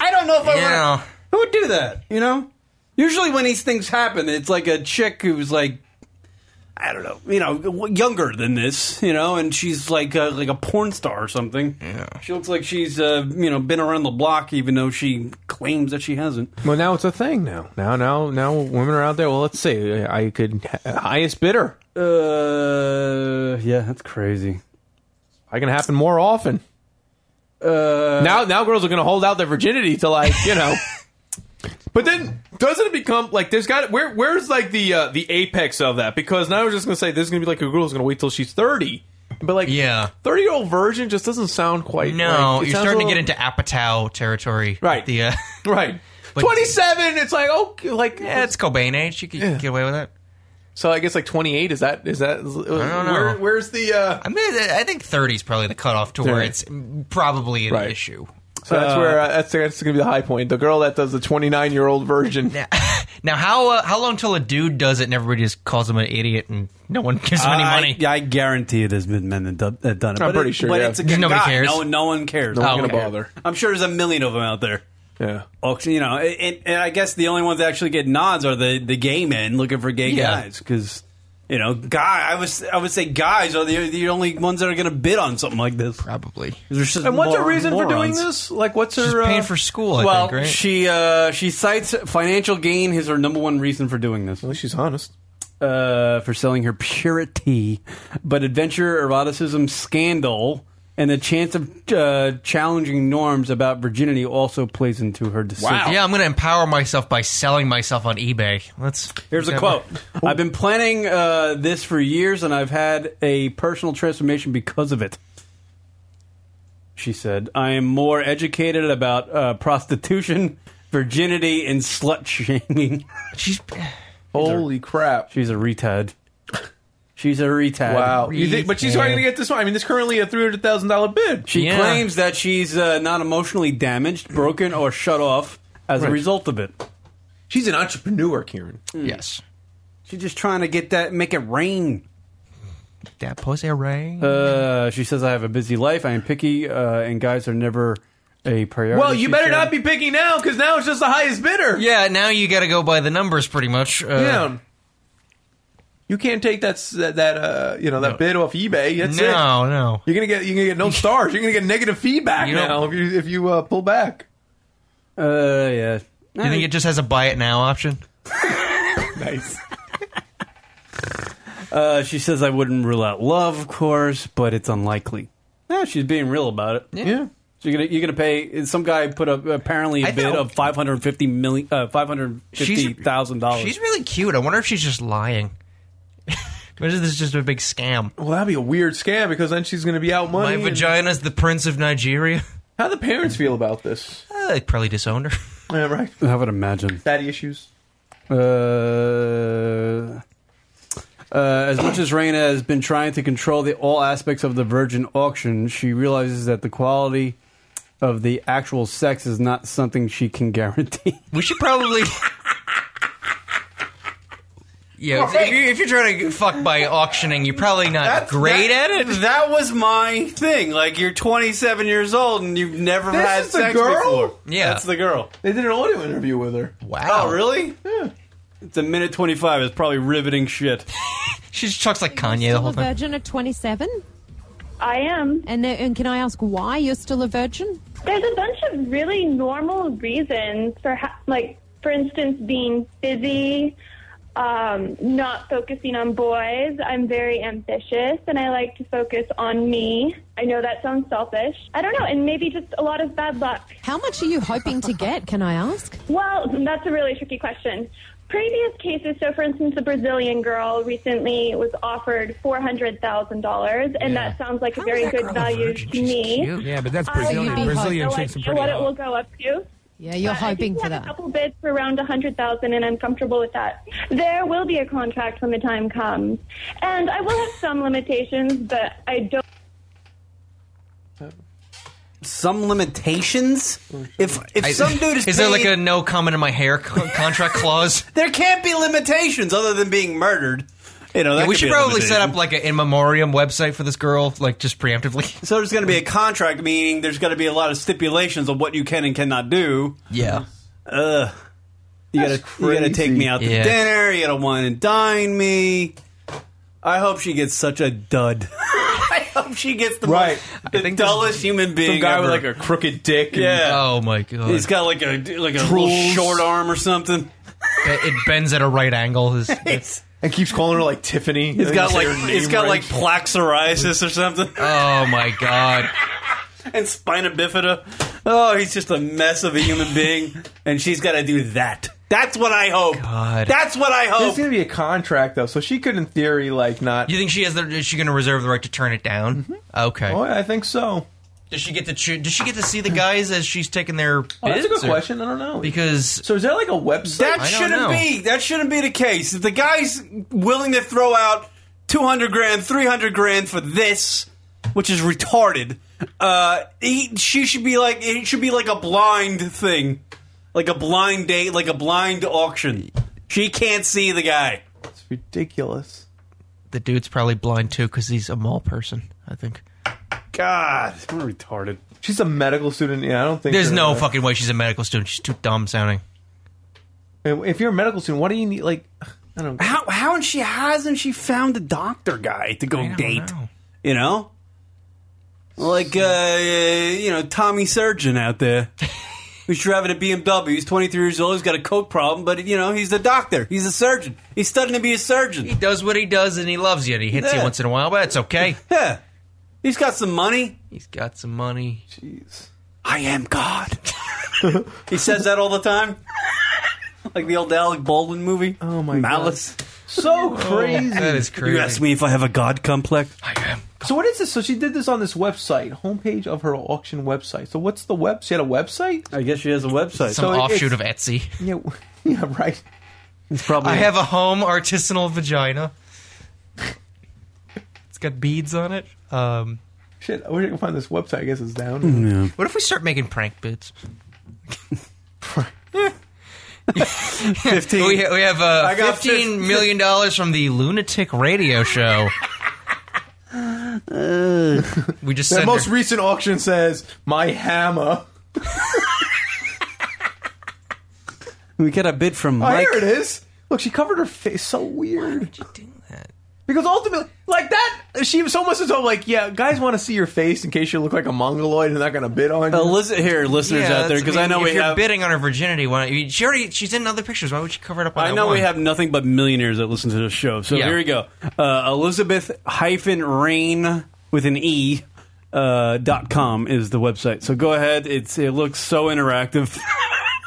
Speaker 14: I don't know if I
Speaker 6: Yeah.
Speaker 14: want. Who would do that? You know. Usually, when these things happen, it's like a chick who's like, I don't know, you know, w- younger than this, you know, and she's like uh, like a porn star or something. Yeah. She looks like she's uh, you know been around the block, even though she claims that she hasn't.
Speaker 4: Well, now it's a thing now. Now, now, now women are out there. Well, let's see. I could. Highest bidder.
Speaker 5: Uh, yeah, that's crazy.
Speaker 4: I can happen more often. Uh, now, now girls are going to hold out their virginity to like you know. but then, doesn't it become like there's got where where's like the uh, the apex of that? Because now I was just going to say there's going to be like a girl who's going to wait till she's thirty, but like
Speaker 6: Yeah.
Speaker 4: thirty year old virgin just doesn't sound quite.
Speaker 6: no,
Speaker 4: like, it
Speaker 6: you're
Speaker 4: sounds
Speaker 6: starting to
Speaker 4: a
Speaker 6: get
Speaker 4: little-
Speaker 6: into Apatow territory.
Speaker 4: Right.
Speaker 6: The, uh,
Speaker 4: right.
Speaker 6: But-
Speaker 4: twenty seven. It's like oh, like
Speaker 6: yeah, it's Cobain age. You can get away with that.
Speaker 4: so. I guess like twenty eight. Is that is that?
Speaker 6: don't know.
Speaker 4: Where, where's the? Uh,
Speaker 6: I mean, I think 30 is probably the cutoff to where
Speaker 4: Thirty.
Speaker 6: it's probably an
Speaker 4: Right.
Speaker 6: issue.
Speaker 4: so that's where uh, that's that's going to be the high point. The girl that does the twenty nine year old virgin.
Speaker 6: Now, now how uh, how long till a dude does it and everybody just calls him an idiot and no one gives him any money?
Speaker 5: I, I guarantee it has been men that done- that done it.
Speaker 4: I'm
Speaker 5: But
Speaker 4: pretty
Speaker 5: it-
Speaker 4: sure,
Speaker 5: But
Speaker 4: yeah.
Speaker 5: it's a
Speaker 6: Just nobody
Speaker 5: God,
Speaker 6: cares.
Speaker 5: No, no one cares.
Speaker 6: Oh,
Speaker 4: I'm going to
Speaker 6: okay.
Speaker 4: bother.
Speaker 5: I'm sure there's a million of them out there.
Speaker 4: Yeah.
Speaker 5: Auction, you know, and, and I guess the only ones that actually get nods are the, the gay men looking for gay
Speaker 6: Yeah.
Speaker 5: guys because you know, guy. I was I would say guys are the the only ones that are going to bid on something like this.
Speaker 6: Probably.
Speaker 5: There's just
Speaker 4: And what's
Speaker 5: mor-
Speaker 4: her reason for doing
Speaker 5: morons.
Speaker 4: this? Like, what's
Speaker 6: She's
Speaker 4: her
Speaker 6: paying
Speaker 4: uh,
Speaker 6: for school, I
Speaker 5: Well,
Speaker 6: think, right?
Speaker 5: she uh, she cites financial gain is her number one reason for doing this.
Speaker 4: At least she's honest.
Speaker 5: uh, for selling her purity, but adventure, eroticism, scandal, and the chance of uh, challenging norms about virginity also plays into her decision.
Speaker 6: yeah, I'm going to empower myself by selling myself on eBay. Let's.
Speaker 5: Here's a
Speaker 6: that
Speaker 5: quote.
Speaker 6: work?
Speaker 5: I've been planning uh, this for years, and I've had a personal transformation because of it. She said, I am more educated about uh, prostitution, virginity, and slut shaming.
Speaker 6: She's.
Speaker 4: Holy crap!
Speaker 5: She's a retard. She's a retard.
Speaker 4: Wow. You think, but she's
Speaker 6: Yeah.
Speaker 4: already going to get this one. I mean, this currently a three hundred thousand dollar bid.
Speaker 5: She
Speaker 6: Yeah.
Speaker 5: claims that she's uh, not emotionally damaged, broken, or shut off as a
Speaker 4: Right.
Speaker 5: result of it.
Speaker 4: She's an entrepreneur, Kieran.
Speaker 6: Yes.
Speaker 5: She's just trying to get that, make it rain.
Speaker 6: That pussy ray.
Speaker 5: Uh, she says, "I have a busy life. I am picky, uh, and guys are never a priority."
Speaker 4: Well, you
Speaker 5: she
Speaker 4: better
Speaker 5: said.
Speaker 4: not be picky now, because now it's just the highest bidder.
Speaker 6: yeah, now you got to go by the numbers pretty much. Uh,
Speaker 4: Yeah. You can't take that s- that, that uh, you know that bid off eBay. That's
Speaker 6: No,
Speaker 4: it.
Speaker 6: no.
Speaker 4: You're gonna get you're gonna get no stars. You're gonna get negative feedback
Speaker 6: You don't-
Speaker 4: now if you if you uh, pull back.
Speaker 15: Uh, yeah.
Speaker 6: You think it just has a buy it now option?
Speaker 4: Nice.
Speaker 15: Uh, she says I wouldn't rule out love, of course, but it's unlikely. Yeah, she's being real about it.
Speaker 4: Yeah.
Speaker 15: So you're gonna you're gonna pay. Some guy put up apparently a
Speaker 6: I
Speaker 15: bid
Speaker 6: know.
Speaker 15: of five hundred fifty million, uh, five hundred fifty thousand dollars.
Speaker 6: She's really cute. I wonder if she's just lying. What is this just a big scam?
Speaker 4: Well, that'd be a weird scam because then she's gonna be out money.
Speaker 6: My
Speaker 4: and-
Speaker 6: vagina's the prince of Nigeria.
Speaker 4: How the parents feel about this?
Speaker 6: Uh, they probably disowned her.
Speaker 4: Yeah, right.
Speaker 15: I would imagine.
Speaker 4: Daddy issues.
Speaker 15: Uh, uh, as much as Raina has been trying to control the all aspects of the virgin auction, she realizes that the quality of the actual sex is not something she can guarantee.
Speaker 6: We should probably. Yeah, if, you, if you're trying to fuck by auctioning, you're probably not great
Speaker 5: that,
Speaker 6: at it.
Speaker 5: That was my thing. Like you're 27 years old and you've never
Speaker 4: This
Speaker 5: had
Speaker 4: is the
Speaker 5: sex
Speaker 4: girl?
Speaker 5: before.
Speaker 6: Yeah.
Speaker 5: that's the girl.
Speaker 4: They did an audio interview with her.
Speaker 6: Wow.
Speaker 5: Oh, really?
Speaker 15: It's a minute twenty five. It's probably riveting shit.
Speaker 6: She just talks like Kanye the whole time.
Speaker 10: virgin at 27?
Speaker 12: I am.
Speaker 10: And, and can I ask why you're still a virgin?
Speaker 12: There's a bunch of really normal reasons for, ha- like, for instance, being busy, um, not focusing on boys. I'm very ambitious and I like to focus on me. I know that sounds selfish. I don't know, and maybe just a lot of bad luck.
Speaker 10: How much are you hoping to get, can I ask?
Speaker 12: Well, that's a really tricky question. Previous cases, so for instance, a Brazilian girl recently was offered four hundred thousand dollars, and that sounds like a very good value to me.
Speaker 16: Yeah, but that's
Speaker 12: I
Speaker 16: Brazilian.
Speaker 10: You'd be
Speaker 16: Brazilian
Speaker 12: no
Speaker 16: chicks are
Speaker 12: idea
Speaker 16: pretty
Speaker 12: what it
Speaker 16: hot.
Speaker 12: will go up to.
Speaker 10: Yeah, you're
Speaker 12: but I
Speaker 10: hoping
Speaker 12: think we
Speaker 10: for
Speaker 12: have
Speaker 10: that.
Speaker 12: A couple bids for around a hundred thousand, and I'm comfortable with that. There will be a contract when the time comes, and I will have some limitations, but I don't.
Speaker 5: Some limitations. If if
Speaker 6: I-
Speaker 5: some dude is,
Speaker 6: is there like
Speaker 5: paid-
Speaker 6: a no comment in my hair co- contract clause?
Speaker 5: There can't be limitations other than being murdered. You know, that
Speaker 6: Yeah, we
Speaker 5: could
Speaker 6: should
Speaker 5: be a
Speaker 6: probably set
Speaker 5: limitation.
Speaker 6: up like an in memoriam website for this girl, like just preemptively.
Speaker 5: So there's going to be a contract, meaning there's going to be a lot of stipulations of what you can and cannot do.
Speaker 6: Yeah.
Speaker 5: Ugh. You gotta, you gotta take me out to
Speaker 6: Yeah.
Speaker 5: dinner. You gotta wine and dine me. I hope she gets such a dud. I hope she gets the
Speaker 4: Right.
Speaker 5: most, the dullest human being.
Speaker 4: Some guy
Speaker 5: ever.
Speaker 4: with like a crooked dick.
Speaker 5: yeah.
Speaker 6: Oh my god.
Speaker 5: He's got like a like a little
Speaker 4: Drools.
Speaker 5: short arm or something.
Speaker 6: it it bends at a right angle. It's-
Speaker 4: And, and keeps calling her like Tiffany.
Speaker 5: He's got like he's got like plaque psoriasis or something,
Speaker 6: oh my god.
Speaker 5: and spina bifida. Oh, he's just a mess of a human being, and she's got to do that. That's what I hope.
Speaker 6: God.
Speaker 5: That's what I
Speaker 4: There's
Speaker 5: hope.
Speaker 4: gonna be a contract though, so she could, in theory, like not.
Speaker 6: You think she has the? Is she going to reserve the right to turn it down? Okay.
Speaker 4: Oh, I think so.
Speaker 6: Does she get to? Cho- does she get to see the guys as she's taking their? Bids,
Speaker 4: Oh, that's a good
Speaker 6: or-
Speaker 4: question. I don't know.
Speaker 6: Because
Speaker 4: so is there like a website?
Speaker 5: That
Speaker 6: I don't
Speaker 5: shouldn't
Speaker 6: know.
Speaker 5: be. That shouldn't be the case. If the guy's willing to throw out two hundred grand, three hundred grand for this, which is retarded, uh, he, she should be like it should be like a blind thing, like a blind date, like a blind auction. She can't see the guy.
Speaker 4: That's ridiculous.
Speaker 6: the dude's probably blind too because he's a mall person. I think.
Speaker 4: God,
Speaker 15: I'm retarded.
Speaker 4: she's a medical student. Yeah, I don't think
Speaker 6: There's
Speaker 4: they're-
Speaker 6: no fucking way she's a medical student. She's too dumb sounding.
Speaker 4: If you're a medical student, what do you need? Like, I don't.
Speaker 5: How how and she hasn't she found a doctor guy to go
Speaker 6: don't
Speaker 5: date?
Speaker 6: know.
Speaker 5: You know, like uh, you know Tommy Surgeon out there. Who's driving a BMW? He's 23 years old. He's got a coke problem, but you know he's the doctor. He's a surgeon. He's studying to be a surgeon.
Speaker 6: He does what he does and he loves you. And he hits
Speaker 5: Yeah.
Speaker 6: you once in a while, but it's okay.
Speaker 5: Yeah, he's got some money.
Speaker 6: he's got some money.
Speaker 4: Jeez.
Speaker 5: I am God. he says that all the time, like the old Alec Baldwin movie.
Speaker 4: Oh, my God.
Speaker 5: Malice.
Speaker 4: So crazy.
Speaker 6: Oh. That is
Speaker 5: You
Speaker 6: crazy.
Speaker 5: ask me if I have a God complex.
Speaker 6: I am.
Speaker 4: So what is this? So she did this on this website, homepage of her auction website. So what's the web? She had a website.
Speaker 15: I guess she has a website.
Speaker 6: Some
Speaker 4: So it-
Speaker 6: offshoot of
Speaker 4: it's-
Speaker 6: Etsy.
Speaker 4: Yeah, w- yeah, right.
Speaker 15: it's probably
Speaker 6: I have a home artisanal vagina. It's got beads on it. Um,
Speaker 4: Shit, I wish I could find this website. I guess it's down.
Speaker 6: Mm, what if we start making prank bids?
Speaker 5: 15.
Speaker 6: We, ha- we have uh,
Speaker 5: I got
Speaker 6: fifteen million dollars from the lunatic radio show. we just
Speaker 4: The
Speaker 6: send
Speaker 4: most
Speaker 6: her-
Speaker 4: recent auction says my hammer.
Speaker 15: we get a bid from
Speaker 4: Oh,
Speaker 15: Mike.
Speaker 4: here it is. Look, she covered her face so weird. Because ultimately, like that, she so much so like, yeah, guys want to see your face in case you look like a mongoloid and they're not going to bid on you.
Speaker 5: Uh, listen here, listeners
Speaker 6: Yeah,
Speaker 5: out there,
Speaker 6: that's-
Speaker 5: because
Speaker 6: mean,
Speaker 5: I know
Speaker 6: if
Speaker 5: we
Speaker 6: you're
Speaker 5: have.
Speaker 6: bidding on her virginity. Why don't you, she already she's in other pictures. Why would she cover it up? On
Speaker 5: I
Speaker 6: that
Speaker 5: know we
Speaker 6: one?
Speaker 5: have nothing but millionaires that listen to this show. So
Speaker 6: Yeah.
Speaker 5: here we go. Uh, Elizabeth hyphen Rain with an E uh, dot com is the website. So go ahead. It's it looks so interactive.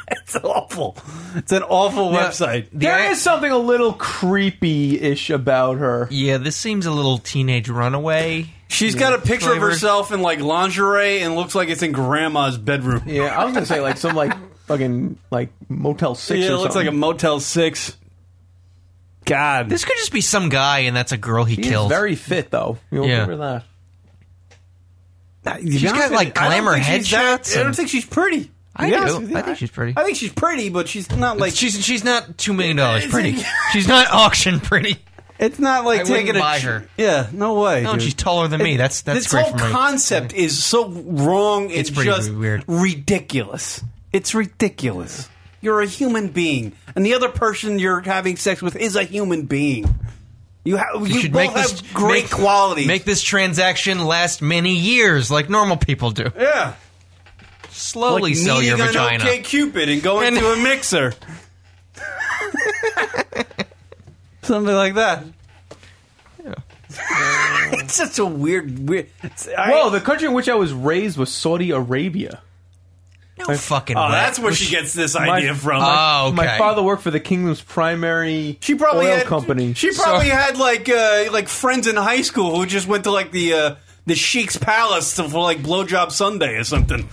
Speaker 5: it's awful. It's an awful
Speaker 4: Now,
Speaker 5: website.
Speaker 4: There is something a little creepy-ish about her.
Speaker 6: Yeah, this seems a little teenage runaway.
Speaker 5: She's got a picture of herself in like lingerie and looks like it's in grandma's bedroom.
Speaker 4: Yeah, I was gonna say like some like fucking like Motel Six.
Speaker 5: Yeah,
Speaker 4: or
Speaker 5: it looks
Speaker 4: something.
Speaker 5: like a Motel Six. God,
Speaker 6: this could just be some guy, and that's a girl he,
Speaker 4: He is
Speaker 6: killed.
Speaker 4: very fit though. You'll
Speaker 6: Yeah.
Speaker 4: remember that.
Speaker 6: She's got like glamour headshots.
Speaker 5: I
Speaker 6: and-
Speaker 5: don't think she's pretty. To
Speaker 6: I
Speaker 5: be honest
Speaker 6: do.
Speaker 5: with you,
Speaker 6: I think she's pretty.
Speaker 5: I think she's pretty, but she's not like
Speaker 6: she's she's not two million dollars pretty. she's not auction pretty.
Speaker 5: It's not
Speaker 6: I
Speaker 5: like
Speaker 6: wouldn't
Speaker 5: taking a
Speaker 6: buy
Speaker 5: ch-
Speaker 6: her.
Speaker 5: Yeah, no way.
Speaker 6: No,
Speaker 5: dude.
Speaker 6: she's taller than me.
Speaker 5: It-
Speaker 6: That's- that's
Speaker 5: this
Speaker 6: great
Speaker 5: whole
Speaker 6: for my-
Speaker 5: concept is so wrong. and
Speaker 6: It's pretty
Speaker 5: just
Speaker 6: weird.
Speaker 5: ridiculous. It's ridiculous. You're a human being, and the other person you're having sex with is a human being. You, ha-
Speaker 6: You
Speaker 5: you
Speaker 6: should
Speaker 5: both
Speaker 6: make this
Speaker 5: have great
Speaker 6: make-
Speaker 5: quality.
Speaker 6: Make this transaction last many years, like normal people do.
Speaker 5: yeah,
Speaker 6: Slowly sell your
Speaker 5: kneading
Speaker 6: vagina.
Speaker 5: An okay Cupid and going
Speaker 6: And-
Speaker 5: to a mixer. Something like that. it's such a weird, weird. it's- I-
Speaker 4: Whoa, Oh, the country in which I was raised was Saudi Arabia.
Speaker 6: No fucking.
Speaker 5: Oh,
Speaker 6: way.
Speaker 5: that's where
Speaker 6: Was
Speaker 5: she gets this
Speaker 4: My-
Speaker 5: idea from.
Speaker 4: My,
Speaker 6: Oh, okay.
Speaker 4: my father worked for the kingdom's primary
Speaker 5: She probably
Speaker 4: oil
Speaker 5: had,
Speaker 4: company.
Speaker 5: She probably
Speaker 6: So-
Speaker 5: had like uh, like friends in high school who just went to like the uh, the Sheik's Palace to, for like blowjob Sunday or something.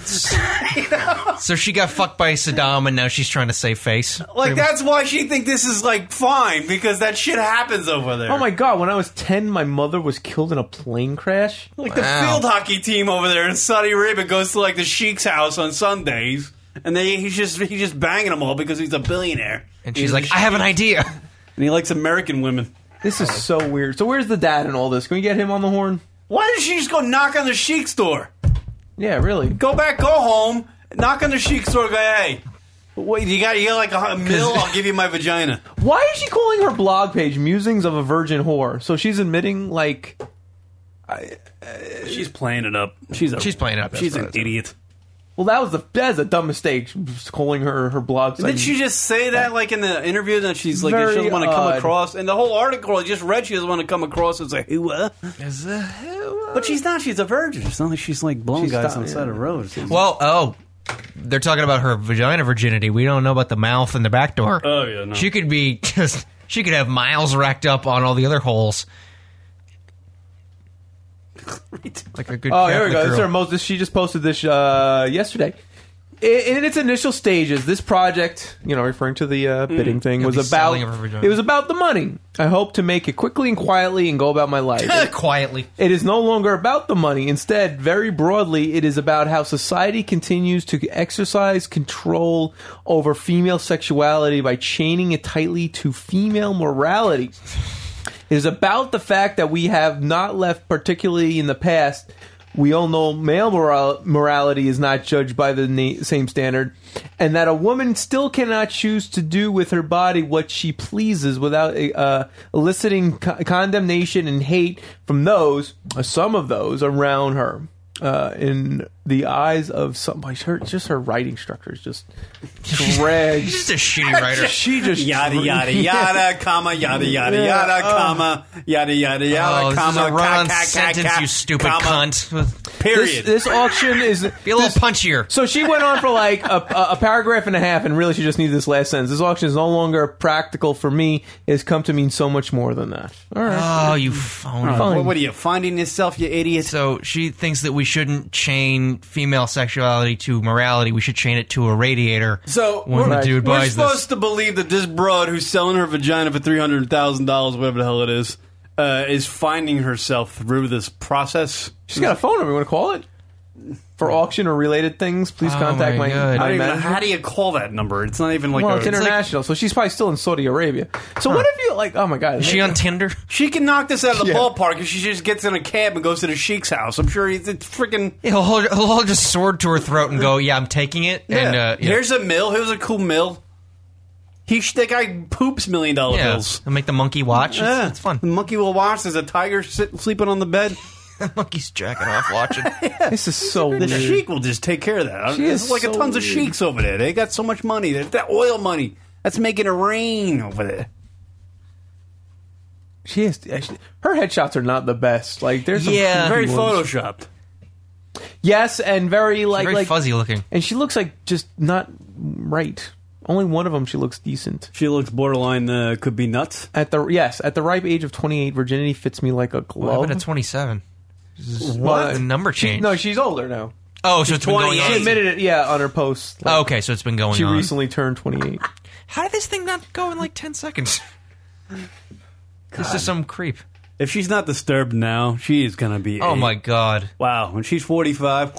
Speaker 6: So she got fucked by Saddam, and now she's trying to save face.
Speaker 5: Like that's why she think this is like fine because that shit happens over there.
Speaker 4: Oh my god! When I was ten, my mother was killed in a plane crash.
Speaker 5: Like the
Speaker 6: Wow.
Speaker 5: field hockey team over there in Saudi Arabia goes to like the Sheik's house on Sundays, and they he's just he's just banging them all because he's a billionaire.
Speaker 6: And
Speaker 5: He's
Speaker 6: she's
Speaker 5: a
Speaker 6: like,
Speaker 5: sh-
Speaker 6: I have an idea.
Speaker 5: and he likes American women.
Speaker 4: This is so weird. So where's the dad in all this? Can we get him on the horn?
Speaker 5: Why didn't she just go knock on the Sheik's door?
Speaker 4: Yeah, really.
Speaker 5: Go back, go home, knock on the Sheik's door, go, hey, wait, you got you got like a, hu- mill? I'll give you my vagina.
Speaker 4: Why is she calling her blog page "Musings of a Virgin Whore"? So she's admitting, like,
Speaker 5: She's playing it up. She's a,
Speaker 6: She's playing it up, that's
Speaker 5: She's
Speaker 6: what
Speaker 5: an
Speaker 6: it is.
Speaker 5: idiot.
Speaker 4: well, that was the that's a dumb mistake. Just calling her her blog. site-
Speaker 5: Did she just say that like in the interview that she's like
Speaker 4: Very
Speaker 5: she doesn't want to come
Speaker 4: odd.
Speaker 5: across? And the whole article I just read, she doesn't want to come across as a hua. But she's not. She's a virgin. It's not like she's like blowing
Speaker 4: She's
Speaker 5: guys
Speaker 4: not-
Speaker 5: on the side of the road.
Speaker 6: Well, oh, they're talking about her vagina virginity. We don't know about the mouth and the back door.
Speaker 5: Oh, yeah, no.
Speaker 6: She could be just. She could have miles racked up on all the other holes. Like a good.
Speaker 4: Oh, here we
Speaker 6: Catholic
Speaker 4: go. This is
Speaker 6: girl.
Speaker 4: her Moses. She just posted this uh, yesterday. I- In, its initial stages, this project, you know, referring to the uh, bidding thing,
Speaker 6: You'll
Speaker 4: was
Speaker 6: Mm. be
Speaker 4: about
Speaker 6: selling it for vagina.
Speaker 4: it was about the money. I hope to make it quickly and quietly and go about my life. It-
Speaker 6: quietly.
Speaker 4: it is no longer about the money. Instead, very broadly, it is about how society continues to exercise control over female sexuality by chaining it tightly to female morality is about the fact that we have not left, particularly in the past. We all know male moral- morality is not judged by the na- same standard, and that a woman still cannot choose to do with her body what she pleases without uh, eliciting co- condemnation and hate from those, uh, some of those around her. Uh, in the eyes of somebody, her, just her writing structure is just
Speaker 6: She's
Speaker 4: dregs.
Speaker 6: just a shitty writer.
Speaker 4: she just
Speaker 5: Yada yada
Speaker 4: Yeah.
Speaker 5: yada, comma yada yada
Speaker 4: Yeah,
Speaker 5: yada,
Speaker 4: uh.
Speaker 5: comma yada yada yada,
Speaker 6: oh, this is
Speaker 5: comma.
Speaker 6: a run-on
Speaker 5: ca- ca- ca-
Speaker 6: sentence,
Speaker 5: ca-
Speaker 6: you stupid
Speaker 5: comma,
Speaker 6: cunt.
Speaker 4: This,
Speaker 5: Period.
Speaker 4: this auction is
Speaker 6: Be a little punchier.
Speaker 4: So she went on for like a, a, a paragraph and a half, and really she just needed this last sentence. This auction is no longer practical for me. It has come to mean so much more than that. All right.
Speaker 6: Oh, you phony.
Speaker 5: What, what are you finding yourself, you idiot?
Speaker 6: So she thinks that we shouldn't chain female sexuality to morality. We should chain it to a radiator.
Speaker 5: So
Speaker 6: when
Speaker 5: we're,
Speaker 6: the dude
Speaker 5: we're
Speaker 6: buys
Speaker 5: supposed
Speaker 6: this,
Speaker 5: to believe that this broad who's selling her vagina for three hundred thousand dollars, whatever the hell it is, uh, is finding herself through this process.
Speaker 4: She's got a phone number. You want to call it? For auction or related things, please
Speaker 6: Oh
Speaker 4: contact
Speaker 6: my
Speaker 4: my,
Speaker 6: God.
Speaker 4: my
Speaker 5: I don't even know,
Speaker 4: manager.
Speaker 5: how do you call that number? It's not even like
Speaker 4: well,
Speaker 5: a,
Speaker 4: it's international, so she's probably still in Saudi Arabia. So what if you like? Oh my god,
Speaker 6: is she on Tinder?
Speaker 5: she can knock this out of the
Speaker 4: Yeah.
Speaker 5: ballpark if she just gets in a cab and goes to the sheik's house. I'm sure he's it's freaking.
Speaker 6: He'll hold, he'll hold his sword to her throat and go, "Yeah, I'm taking it." And uh, yeah.
Speaker 5: Here's a mill. Here's a cool mill. He sh- that guy poops million dollar
Speaker 6: Yeah.
Speaker 5: bills.
Speaker 6: And make the monkey watch. It's- it's
Speaker 5: fun. The monkey will watch. There's a tiger sit- sleeping on the bed.
Speaker 6: the monkey's jacking off watching.
Speaker 5: This is so the
Speaker 6: weird.
Speaker 5: sheik will just take care of that.
Speaker 6: She
Speaker 5: There's
Speaker 6: is
Speaker 5: like a
Speaker 6: so
Speaker 5: tons of
Speaker 6: weird.
Speaker 5: sheiks over there. They got so much money. That, that oil money that's making it rain over there.
Speaker 4: She has actually, her headshots are not the best. Like there's some
Speaker 5: Yeah.
Speaker 4: creepy
Speaker 5: Very
Speaker 4: ones.
Speaker 5: photoshopped.
Speaker 4: Yes, and very like
Speaker 6: very
Speaker 4: like-
Speaker 6: fuzzy looking.
Speaker 4: and she looks like just not right. Only one of them she looks decent.
Speaker 5: She looks borderline uh, could be nuts.
Speaker 4: At the yes, at the ripe age of 28, virginity fits me like a glove.
Speaker 6: What happened at 27? What?
Speaker 4: Well,
Speaker 6: The number
Speaker 4: she-
Speaker 6: change.
Speaker 4: no, she's older now.
Speaker 6: Oh, so it's been going
Speaker 4: She
Speaker 6: on.
Speaker 4: admitted it, yeah, on her post.
Speaker 6: Oh, okay, so it's been going
Speaker 4: she
Speaker 6: on.
Speaker 4: recently turned 28.
Speaker 6: How did this thing not go in like 10 seconds? This
Speaker 5: God.
Speaker 6: is some creep.
Speaker 5: If she's not disturbed now, she is gonna be.
Speaker 6: Oh my
Speaker 5: god! Wow, when she's forty five,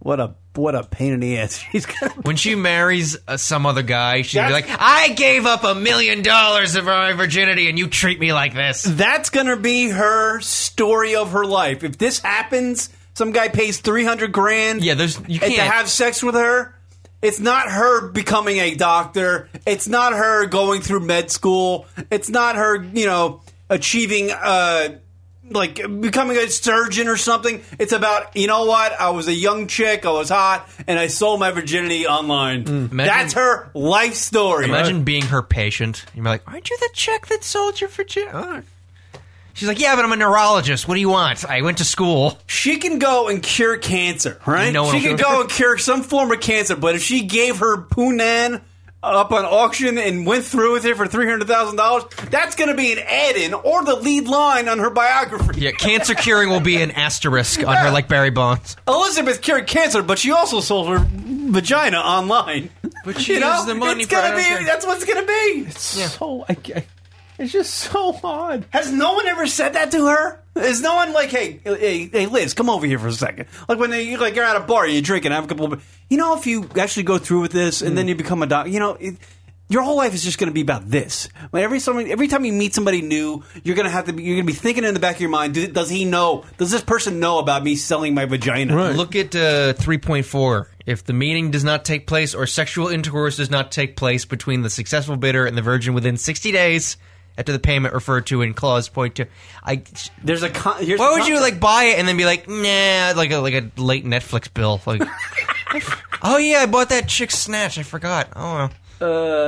Speaker 5: what a what a pain in the ass she's gonna.
Speaker 6: When she marries uh, some other guy, she'd be like, I gave up a million dollars of my virginity and you treat me like this.
Speaker 5: That's gonna be her story of her life. If this happens, some guy pays three hundred grand. Yeah,
Speaker 6: there's you
Speaker 5: to
Speaker 6: can't-
Speaker 5: have sex with her. It's not her becoming a doctor. It's not her going through med school. It's not her, you know, achieving uh like becoming a surgeon or something. It's about you know what? I was a young chick. I was hot, and I sold my virginity online. That's her life story.
Speaker 6: Mm. Imagine being her patient. You're like, aren't you the chick that sold your virginity? She's like, yeah, but I'm a neurologist. What do you want? I went to school.
Speaker 5: She can go and cure cancer, right?
Speaker 6: No one
Speaker 5: she
Speaker 6: will-
Speaker 5: could go and cure some form of cancer, but if she gave her Poonan up on auction and went through with it for three hundred thousand dollars, that's going to be an add-in or the lead line on her biography.
Speaker 6: Yeah, cancer curing will be an asterisk on her, like Barry Bonds.
Speaker 5: Elizabeth cured cancer, but she also sold her vagina online.
Speaker 6: But
Speaker 5: you know, it's gonna be. That's what it's gonna be.
Speaker 4: It's so I, I- it's just so odd.
Speaker 5: Has no one ever said that to her? Is no one like, hey, hey, hey, Liz, come over here for a second? Like when they, you're like you're at a bar, you're drinking, have a couple. of... You know, if you actually go through with this
Speaker 4: Mm.
Speaker 5: and then you become a doc, you know, it, your whole life is just going to be about this. When every someone, every time you meet somebody new, you're going to have to, be, you're going to be thinking in the back of your mind, "Do- does he know? Does this person know about me selling my vagina?
Speaker 6: Look at uh, 3.4. If the meeting does not take place or sexual intercourse does not take place between the successful bidder and the virgin within 60 days after the payment referred to in clause point two, I
Speaker 5: there's a con- here's
Speaker 6: why
Speaker 5: the
Speaker 6: would you
Speaker 5: contract.
Speaker 6: like buy it and then be like nah like a like a late Netflix bill like oh yeah I bought that chick snatch I forgot oh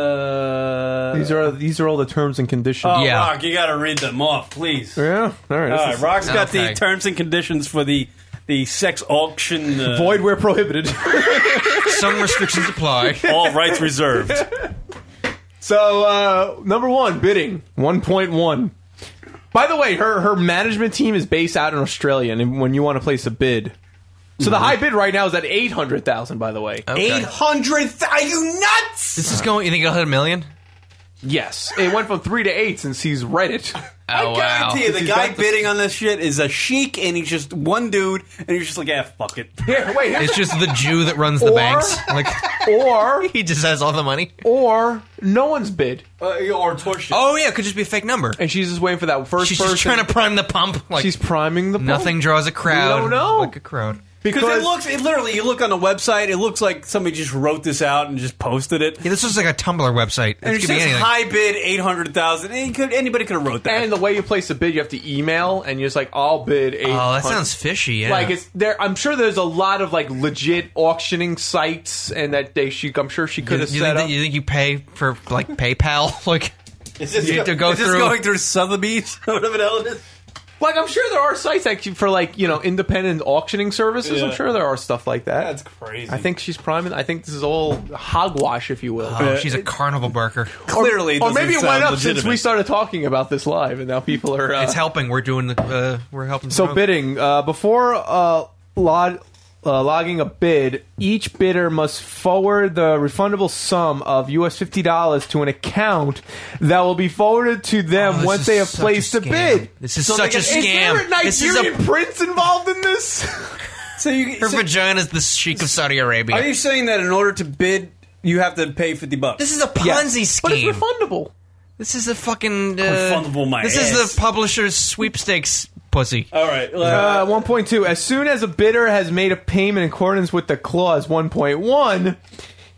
Speaker 5: well.
Speaker 4: These are these are all the terms and conditions.
Speaker 5: Oh, Rock, you got to read them off, please.
Speaker 4: Yeah, all right.
Speaker 5: All
Speaker 4: this
Speaker 5: right,
Speaker 4: is-
Speaker 5: Rock's got the terms and conditions for the the sex auction. Uh,
Speaker 4: void where prohibited.
Speaker 6: some restrictions apply.
Speaker 5: All rights reserved.
Speaker 4: So uh, number one, bidding one point one. By the way, her her management team is based out in Australia, and when you want to place a bid, so
Speaker 6: Mm-hmm.
Speaker 4: the high bid right now is at eight hundred thousand. By the way,
Speaker 5: Eight hundred. Are you nuts?
Speaker 6: this is going you think it'll hit a million
Speaker 4: Yes, it went from three to eight since he's read it.
Speaker 6: oh wow
Speaker 5: guarantee you, the
Speaker 4: He's
Speaker 5: guy
Speaker 4: got the-
Speaker 5: bidding on this shit is a sheik, and he's just one dude, and he's just like, yeah, fuck it.
Speaker 4: Here, wait.
Speaker 6: it's just the Jew that runs the
Speaker 4: Or-
Speaker 6: banks like
Speaker 4: or
Speaker 6: he just has all the money
Speaker 4: or no one's bid,
Speaker 5: Uh, or torture.
Speaker 6: oh yeah it could just be a fake number
Speaker 4: and she's just waiting for that first
Speaker 6: she's
Speaker 4: person.
Speaker 6: just trying to prime the pump like
Speaker 4: she's priming the
Speaker 6: nothing draws a crowd
Speaker 4: We don't know.
Speaker 6: like a crowd
Speaker 5: Because it looks, it literally, you look on the website, it looks like somebody just wrote this out and just posted it.
Speaker 6: yeah this was like a Tumblr website
Speaker 5: And
Speaker 6: this
Speaker 5: it
Speaker 6: could be
Speaker 5: says
Speaker 6: anything
Speaker 5: high bid eight hundred thousand. Anybody could have wrote that.
Speaker 4: And the way you place a bid, you have to email, and you're just like, "I'll bid." 800.
Speaker 6: oh that sounds fishy yeah
Speaker 4: Like it's there. I'm sure there's a lot of like legit auctioning sites, and that they she. I'm sure she
Speaker 6: you,
Speaker 4: could
Speaker 6: you
Speaker 4: have
Speaker 6: think
Speaker 4: set
Speaker 6: that,
Speaker 4: up.
Speaker 6: you think you pay for like PayPal like
Speaker 5: Is this,
Speaker 6: You have to go
Speaker 5: is this
Speaker 6: through-
Speaker 5: going through Sotheby's or whatever the hell it is?
Speaker 4: Like I'm sure there are sites that you- for like you know independent auctioning services. I'm
Speaker 5: Yeah.
Speaker 4: sure there are stuff like that. That's
Speaker 5: crazy.
Speaker 4: I think she's priming. I think this is all hogwash, if you will.
Speaker 6: oh she's a carnival barker
Speaker 5: Clearly, it
Speaker 4: or
Speaker 5: doesn't
Speaker 4: maybe it
Speaker 5: sound
Speaker 4: went up since
Speaker 5: legitimate.
Speaker 4: we started talking about this live, and now people are. Uh,
Speaker 6: it's helping. We're doing the uh, we're helping.
Speaker 4: So
Speaker 6: promote.
Speaker 4: bidding uh, before uh, lod, uh, logging a bid, each bidder must forward the refundable sum of US fifty dollars to an account that will be forwarded to them
Speaker 6: Oh, this
Speaker 4: once
Speaker 6: is
Speaker 4: they have
Speaker 6: such a
Speaker 4: placed a,
Speaker 6: scam.
Speaker 4: bid.
Speaker 6: This is such
Speaker 4: they
Speaker 6: a
Speaker 4: get- Is there a
Speaker 6: scam. This is a-
Speaker 4: Nigerian prince involved in this?
Speaker 5: So you,
Speaker 6: her
Speaker 5: so-
Speaker 6: vagina's the sheik of Saudi Arabia.
Speaker 5: are you saying that in order to bid, you have to pay fifty bucks?
Speaker 6: this is a Ponzi
Speaker 4: but it's
Speaker 6: scheme.
Speaker 4: refundable.
Speaker 6: This is a fucking.
Speaker 5: Refundable
Speaker 6: Uh,
Speaker 5: my
Speaker 6: this
Speaker 5: ass.
Speaker 6: is the publisher's sweepstakes pussy.
Speaker 5: all right. uh,
Speaker 4: Uh, 1.2. As soon as a bidder has made a payment in accordance with the clause 1.1,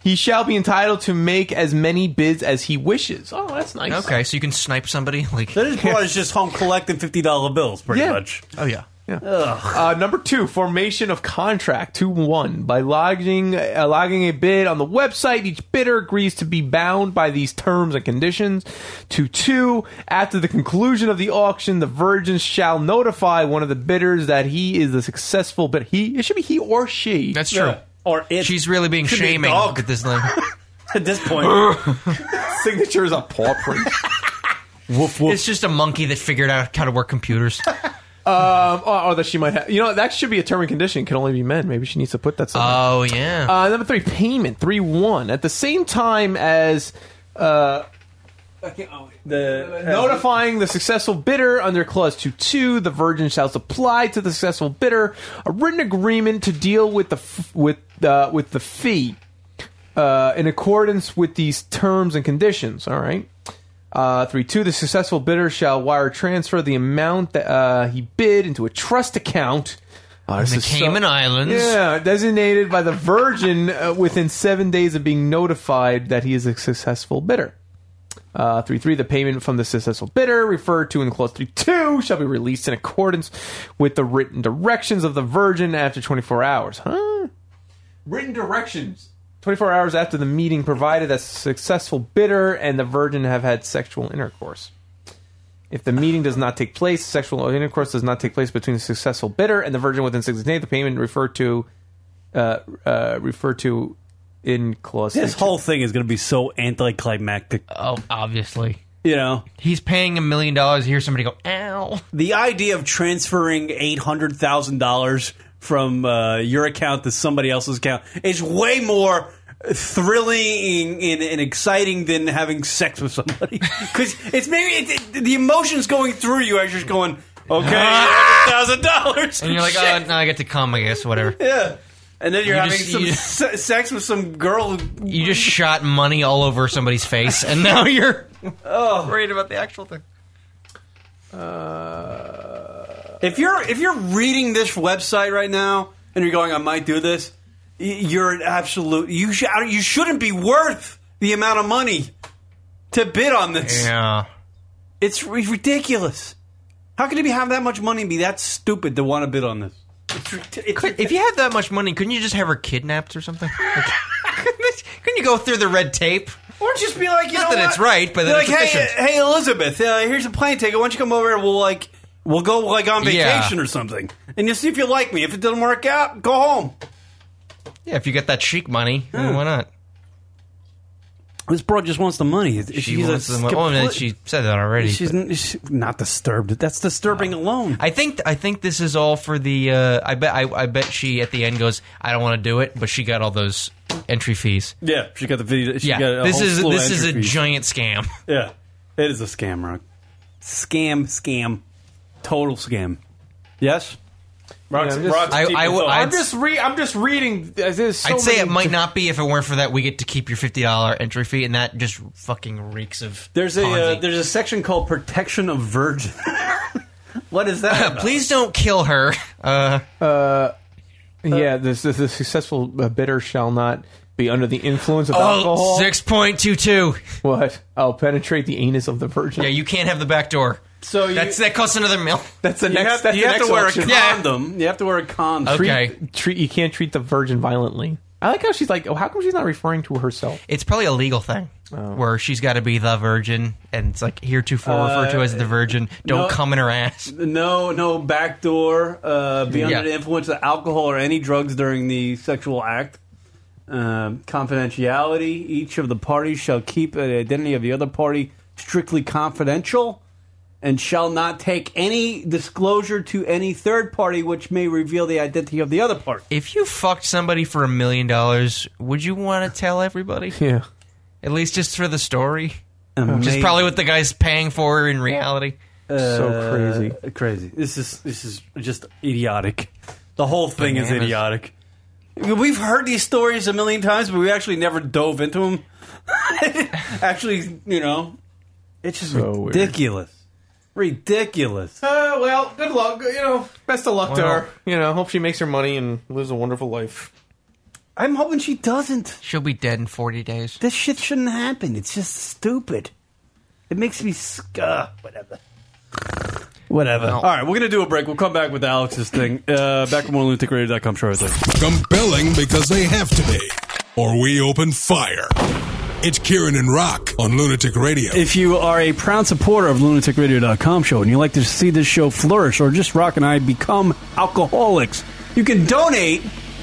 Speaker 4: He shall be entitled to make as many bids as he wishes. Oh, that's nice.
Speaker 6: Okay, so you can snipe somebody. Like
Speaker 5: uh,
Speaker 4: That is broad as
Speaker 5: just home collecting fifty dollar bills, pretty much.
Speaker 6: Oh yeah.
Speaker 4: Yeah. Uh, number two, formation of contract two one by lodging uh, logging a bid on the website. Each bidder agrees to be bound by these terms and conditions. To two, after the conclusion of the auction, the virgin shall notify one of the bidders that he is the successful bidder. He it should be he or she.
Speaker 6: That's true.
Speaker 5: Or it.
Speaker 6: She's really being
Speaker 4: Should be a
Speaker 6: shaming
Speaker 4: dog.
Speaker 6: at this thing.
Speaker 5: at this point.
Speaker 4: Signature is a paw print.
Speaker 6: woof woof. It's just a monkey that figured out how to work computers.
Speaker 4: Um, or, or that she might have. You know, that should be a term and condition. Can only be men. Maybe she needs to put that. Somewhere.
Speaker 6: Oh, yeah.
Speaker 4: Uh, number three, payment three one at the same time as. Uh,
Speaker 5: the
Speaker 6: uh,
Speaker 4: notifying the successful bidder under clause 2-2 the virgin shall supply to the successful bidder a written agreement to deal with the f- with uh, with the fee uh, in accordance with these terms and conditions all right uh, 3-2 the successful bidder shall wire transfer the amount that uh, he bid into a trust account Oh, this
Speaker 6: In the
Speaker 4: is so-
Speaker 6: Cayman Islands.
Speaker 4: Yeah, designated by the Virgin uh, within seven days of being notified that he is a successful bidder. Uh, 3 3. The payment from the successful bidder, referred to in clause 3 2, shall be released in accordance with the written directions of the Virgin after 24 hours. Huh? Written directions. 24 hours after the meeting, provided that successful bidder and the Virgin have had sexual intercourse. If the meeting does not take place, sexual intercourse does not take place between the successful bidder and the virgin within 60 days, the payment referred to uh, uh, referred to in clause
Speaker 5: This
Speaker 4: 32.
Speaker 5: whole thing is going to be so anticlimactic.
Speaker 6: Oh, obviously.
Speaker 5: You know,
Speaker 6: he's paying a million dollars. You hear somebody go, "Ow!"
Speaker 5: The idea of transferring eight hundred thousand dollars from uh, your account to somebody else's account is way more thrilling and, and exciting than having sex with somebody because it's maybe it, it- the emotions going through you as you're just going, okay, thousand dollars,
Speaker 6: and you're like, "Oh, now I get to come." I guess whatever.
Speaker 5: yeah, and then you're
Speaker 6: You
Speaker 5: having
Speaker 6: just-
Speaker 5: some
Speaker 6: you-
Speaker 5: se- sex with some girl. who-
Speaker 6: You just shot money all over somebody's face, and now you're
Speaker 5: Oh.
Speaker 6: worried about the actual thing.
Speaker 5: If you're if you're reading this website right now and you're going, I might do this, y- you're an absolute. You sh- you shouldn't be worth the amount of money to bid on this.
Speaker 6: Yeah,
Speaker 5: it's r- ridiculous. How can you be- have that much money and be that stupid to want to bid on this?
Speaker 6: Could- if you had that much money, couldn't you just have her kidnapped or something? Like, couldn't you go through the red tape?
Speaker 5: Or just be like, you
Speaker 6: Not
Speaker 5: know
Speaker 6: that
Speaker 5: what?
Speaker 6: it's right, but
Speaker 5: Be
Speaker 6: that
Speaker 5: like,
Speaker 6: it's
Speaker 5: hey,
Speaker 6: efficient.
Speaker 5: uh, hey, Elizabeth, uh, here's a plane ticket. Why don't you come over and we'll like we'll go like on
Speaker 6: Yeah.
Speaker 5: vacation or something, and you'll see if you like me. If it doesn't work out, go home.
Speaker 6: Yeah, if you get that chic money, then why not?
Speaker 5: This broad just wants the money.
Speaker 6: She wants the money. Oh, and she said that already.
Speaker 5: She's, n- she's not disturbed. That's disturbing alone.
Speaker 6: I think I think this is all for the. Uh, I bet I, I bet she at the end goes, "I don't want to do it," but she got all those entry fees.
Speaker 5: Yeah, she got the video. She
Speaker 6: yeah,
Speaker 5: got a
Speaker 6: this
Speaker 5: whole
Speaker 6: is
Speaker 5: slew of
Speaker 6: this is
Speaker 5: entry
Speaker 6: a
Speaker 5: fees.
Speaker 6: giant scam.
Speaker 5: Yeah, it is a scam, Rock. Scam, scam, total scam. Yes,
Speaker 4: Yeah, I'm, just,
Speaker 6: I- I would-
Speaker 4: I'm
Speaker 6: I'd-
Speaker 4: just re- I'm just reading. uh, There's so
Speaker 6: I'd say it
Speaker 4: many-
Speaker 6: might not be if it weren't for that. We get to keep your fifty dollar entry fee, and that just fucking reeks of.
Speaker 5: There's a uh,
Speaker 6: Ponzi.
Speaker 5: there's a section called protection of virgin. what is that? about?
Speaker 6: Please don't kill her. Uh,
Speaker 4: Uh, yeah, this, this the successful uh, bidder shall not be under the influence of alcohol.
Speaker 6: oh, six point two two.
Speaker 4: What? I'll penetrate the anus of the virgin.
Speaker 6: Yeah, you can't have the back door.
Speaker 5: So you,
Speaker 6: That's that costs another mil.
Speaker 4: that's the
Speaker 5: you
Speaker 4: next.
Speaker 5: have,
Speaker 4: that's
Speaker 5: you
Speaker 4: the
Speaker 5: have
Speaker 4: next
Speaker 5: to wear
Speaker 4: option.
Speaker 5: a condom. You have to wear a condom.
Speaker 6: Okay.
Speaker 4: Treat, treat, you can't treat the virgin violently. I like how she's like, oh, how come she's not referring to herself?
Speaker 6: It's probably a legal thing
Speaker 5: Oh.
Speaker 6: where she's got to be the virgin, and it's like heretofore referred to as the virgin. Don't
Speaker 5: Uh, no.
Speaker 6: come in her ass.
Speaker 5: No, no backdoor. Uh, be under
Speaker 6: Yeah.
Speaker 5: the influence of alcohol or any drugs during the sexual act. Um, confidentiality. Each of the parties shall keep the identity of the other party strictly confidential, and shall not take any disclosure to any third party which may reveal the identity of the other party.
Speaker 6: If you fucked somebody for a million dollars, would you want to tell everybody?
Speaker 4: Yeah.
Speaker 6: At least just for the story. Which is
Speaker 5: Amazing.
Speaker 6: probably what the guy's paying for in reality.
Speaker 4: So crazy.
Speaker 5: Uh, crazy. This is this is just idiotic. The whole thing is
Speaker 6: Bananas.
Speaker 5: idiotic. We've heard these stories a million times, but we actually never dove into them. actually, you know, it's just
Speaker 4: So weird.
Speaker 5: ridiculous. Ridiculous.
Speaker 4: Uh, well, good luck. You know, best of luck to
Speaker 6: Well-
Speaker 4: her. You know, hope she makes her money and lives a wonderful life.
Speaker 15: I'm hoping she doesn't.
Speaker 6: She'll be dead in 40 days.
Speaker 15: This shit shouldn't happen. It's just stupid. It makes me sc- uh, whatever. Whatever.
Speaker 2: All right, we're going to do a break. We'll come back with Alex's thing. Uh, back from lunaticradio.com shortly.
Speaker 1: Compelling because they have to be, or we open fire. It's Kieran and Rock on Lunatic Radio.
Speaker 15: If you are a proud supporter of lunaticradio.com show and you like to see this show flourish or just Rock and I become alcoholics, you can donate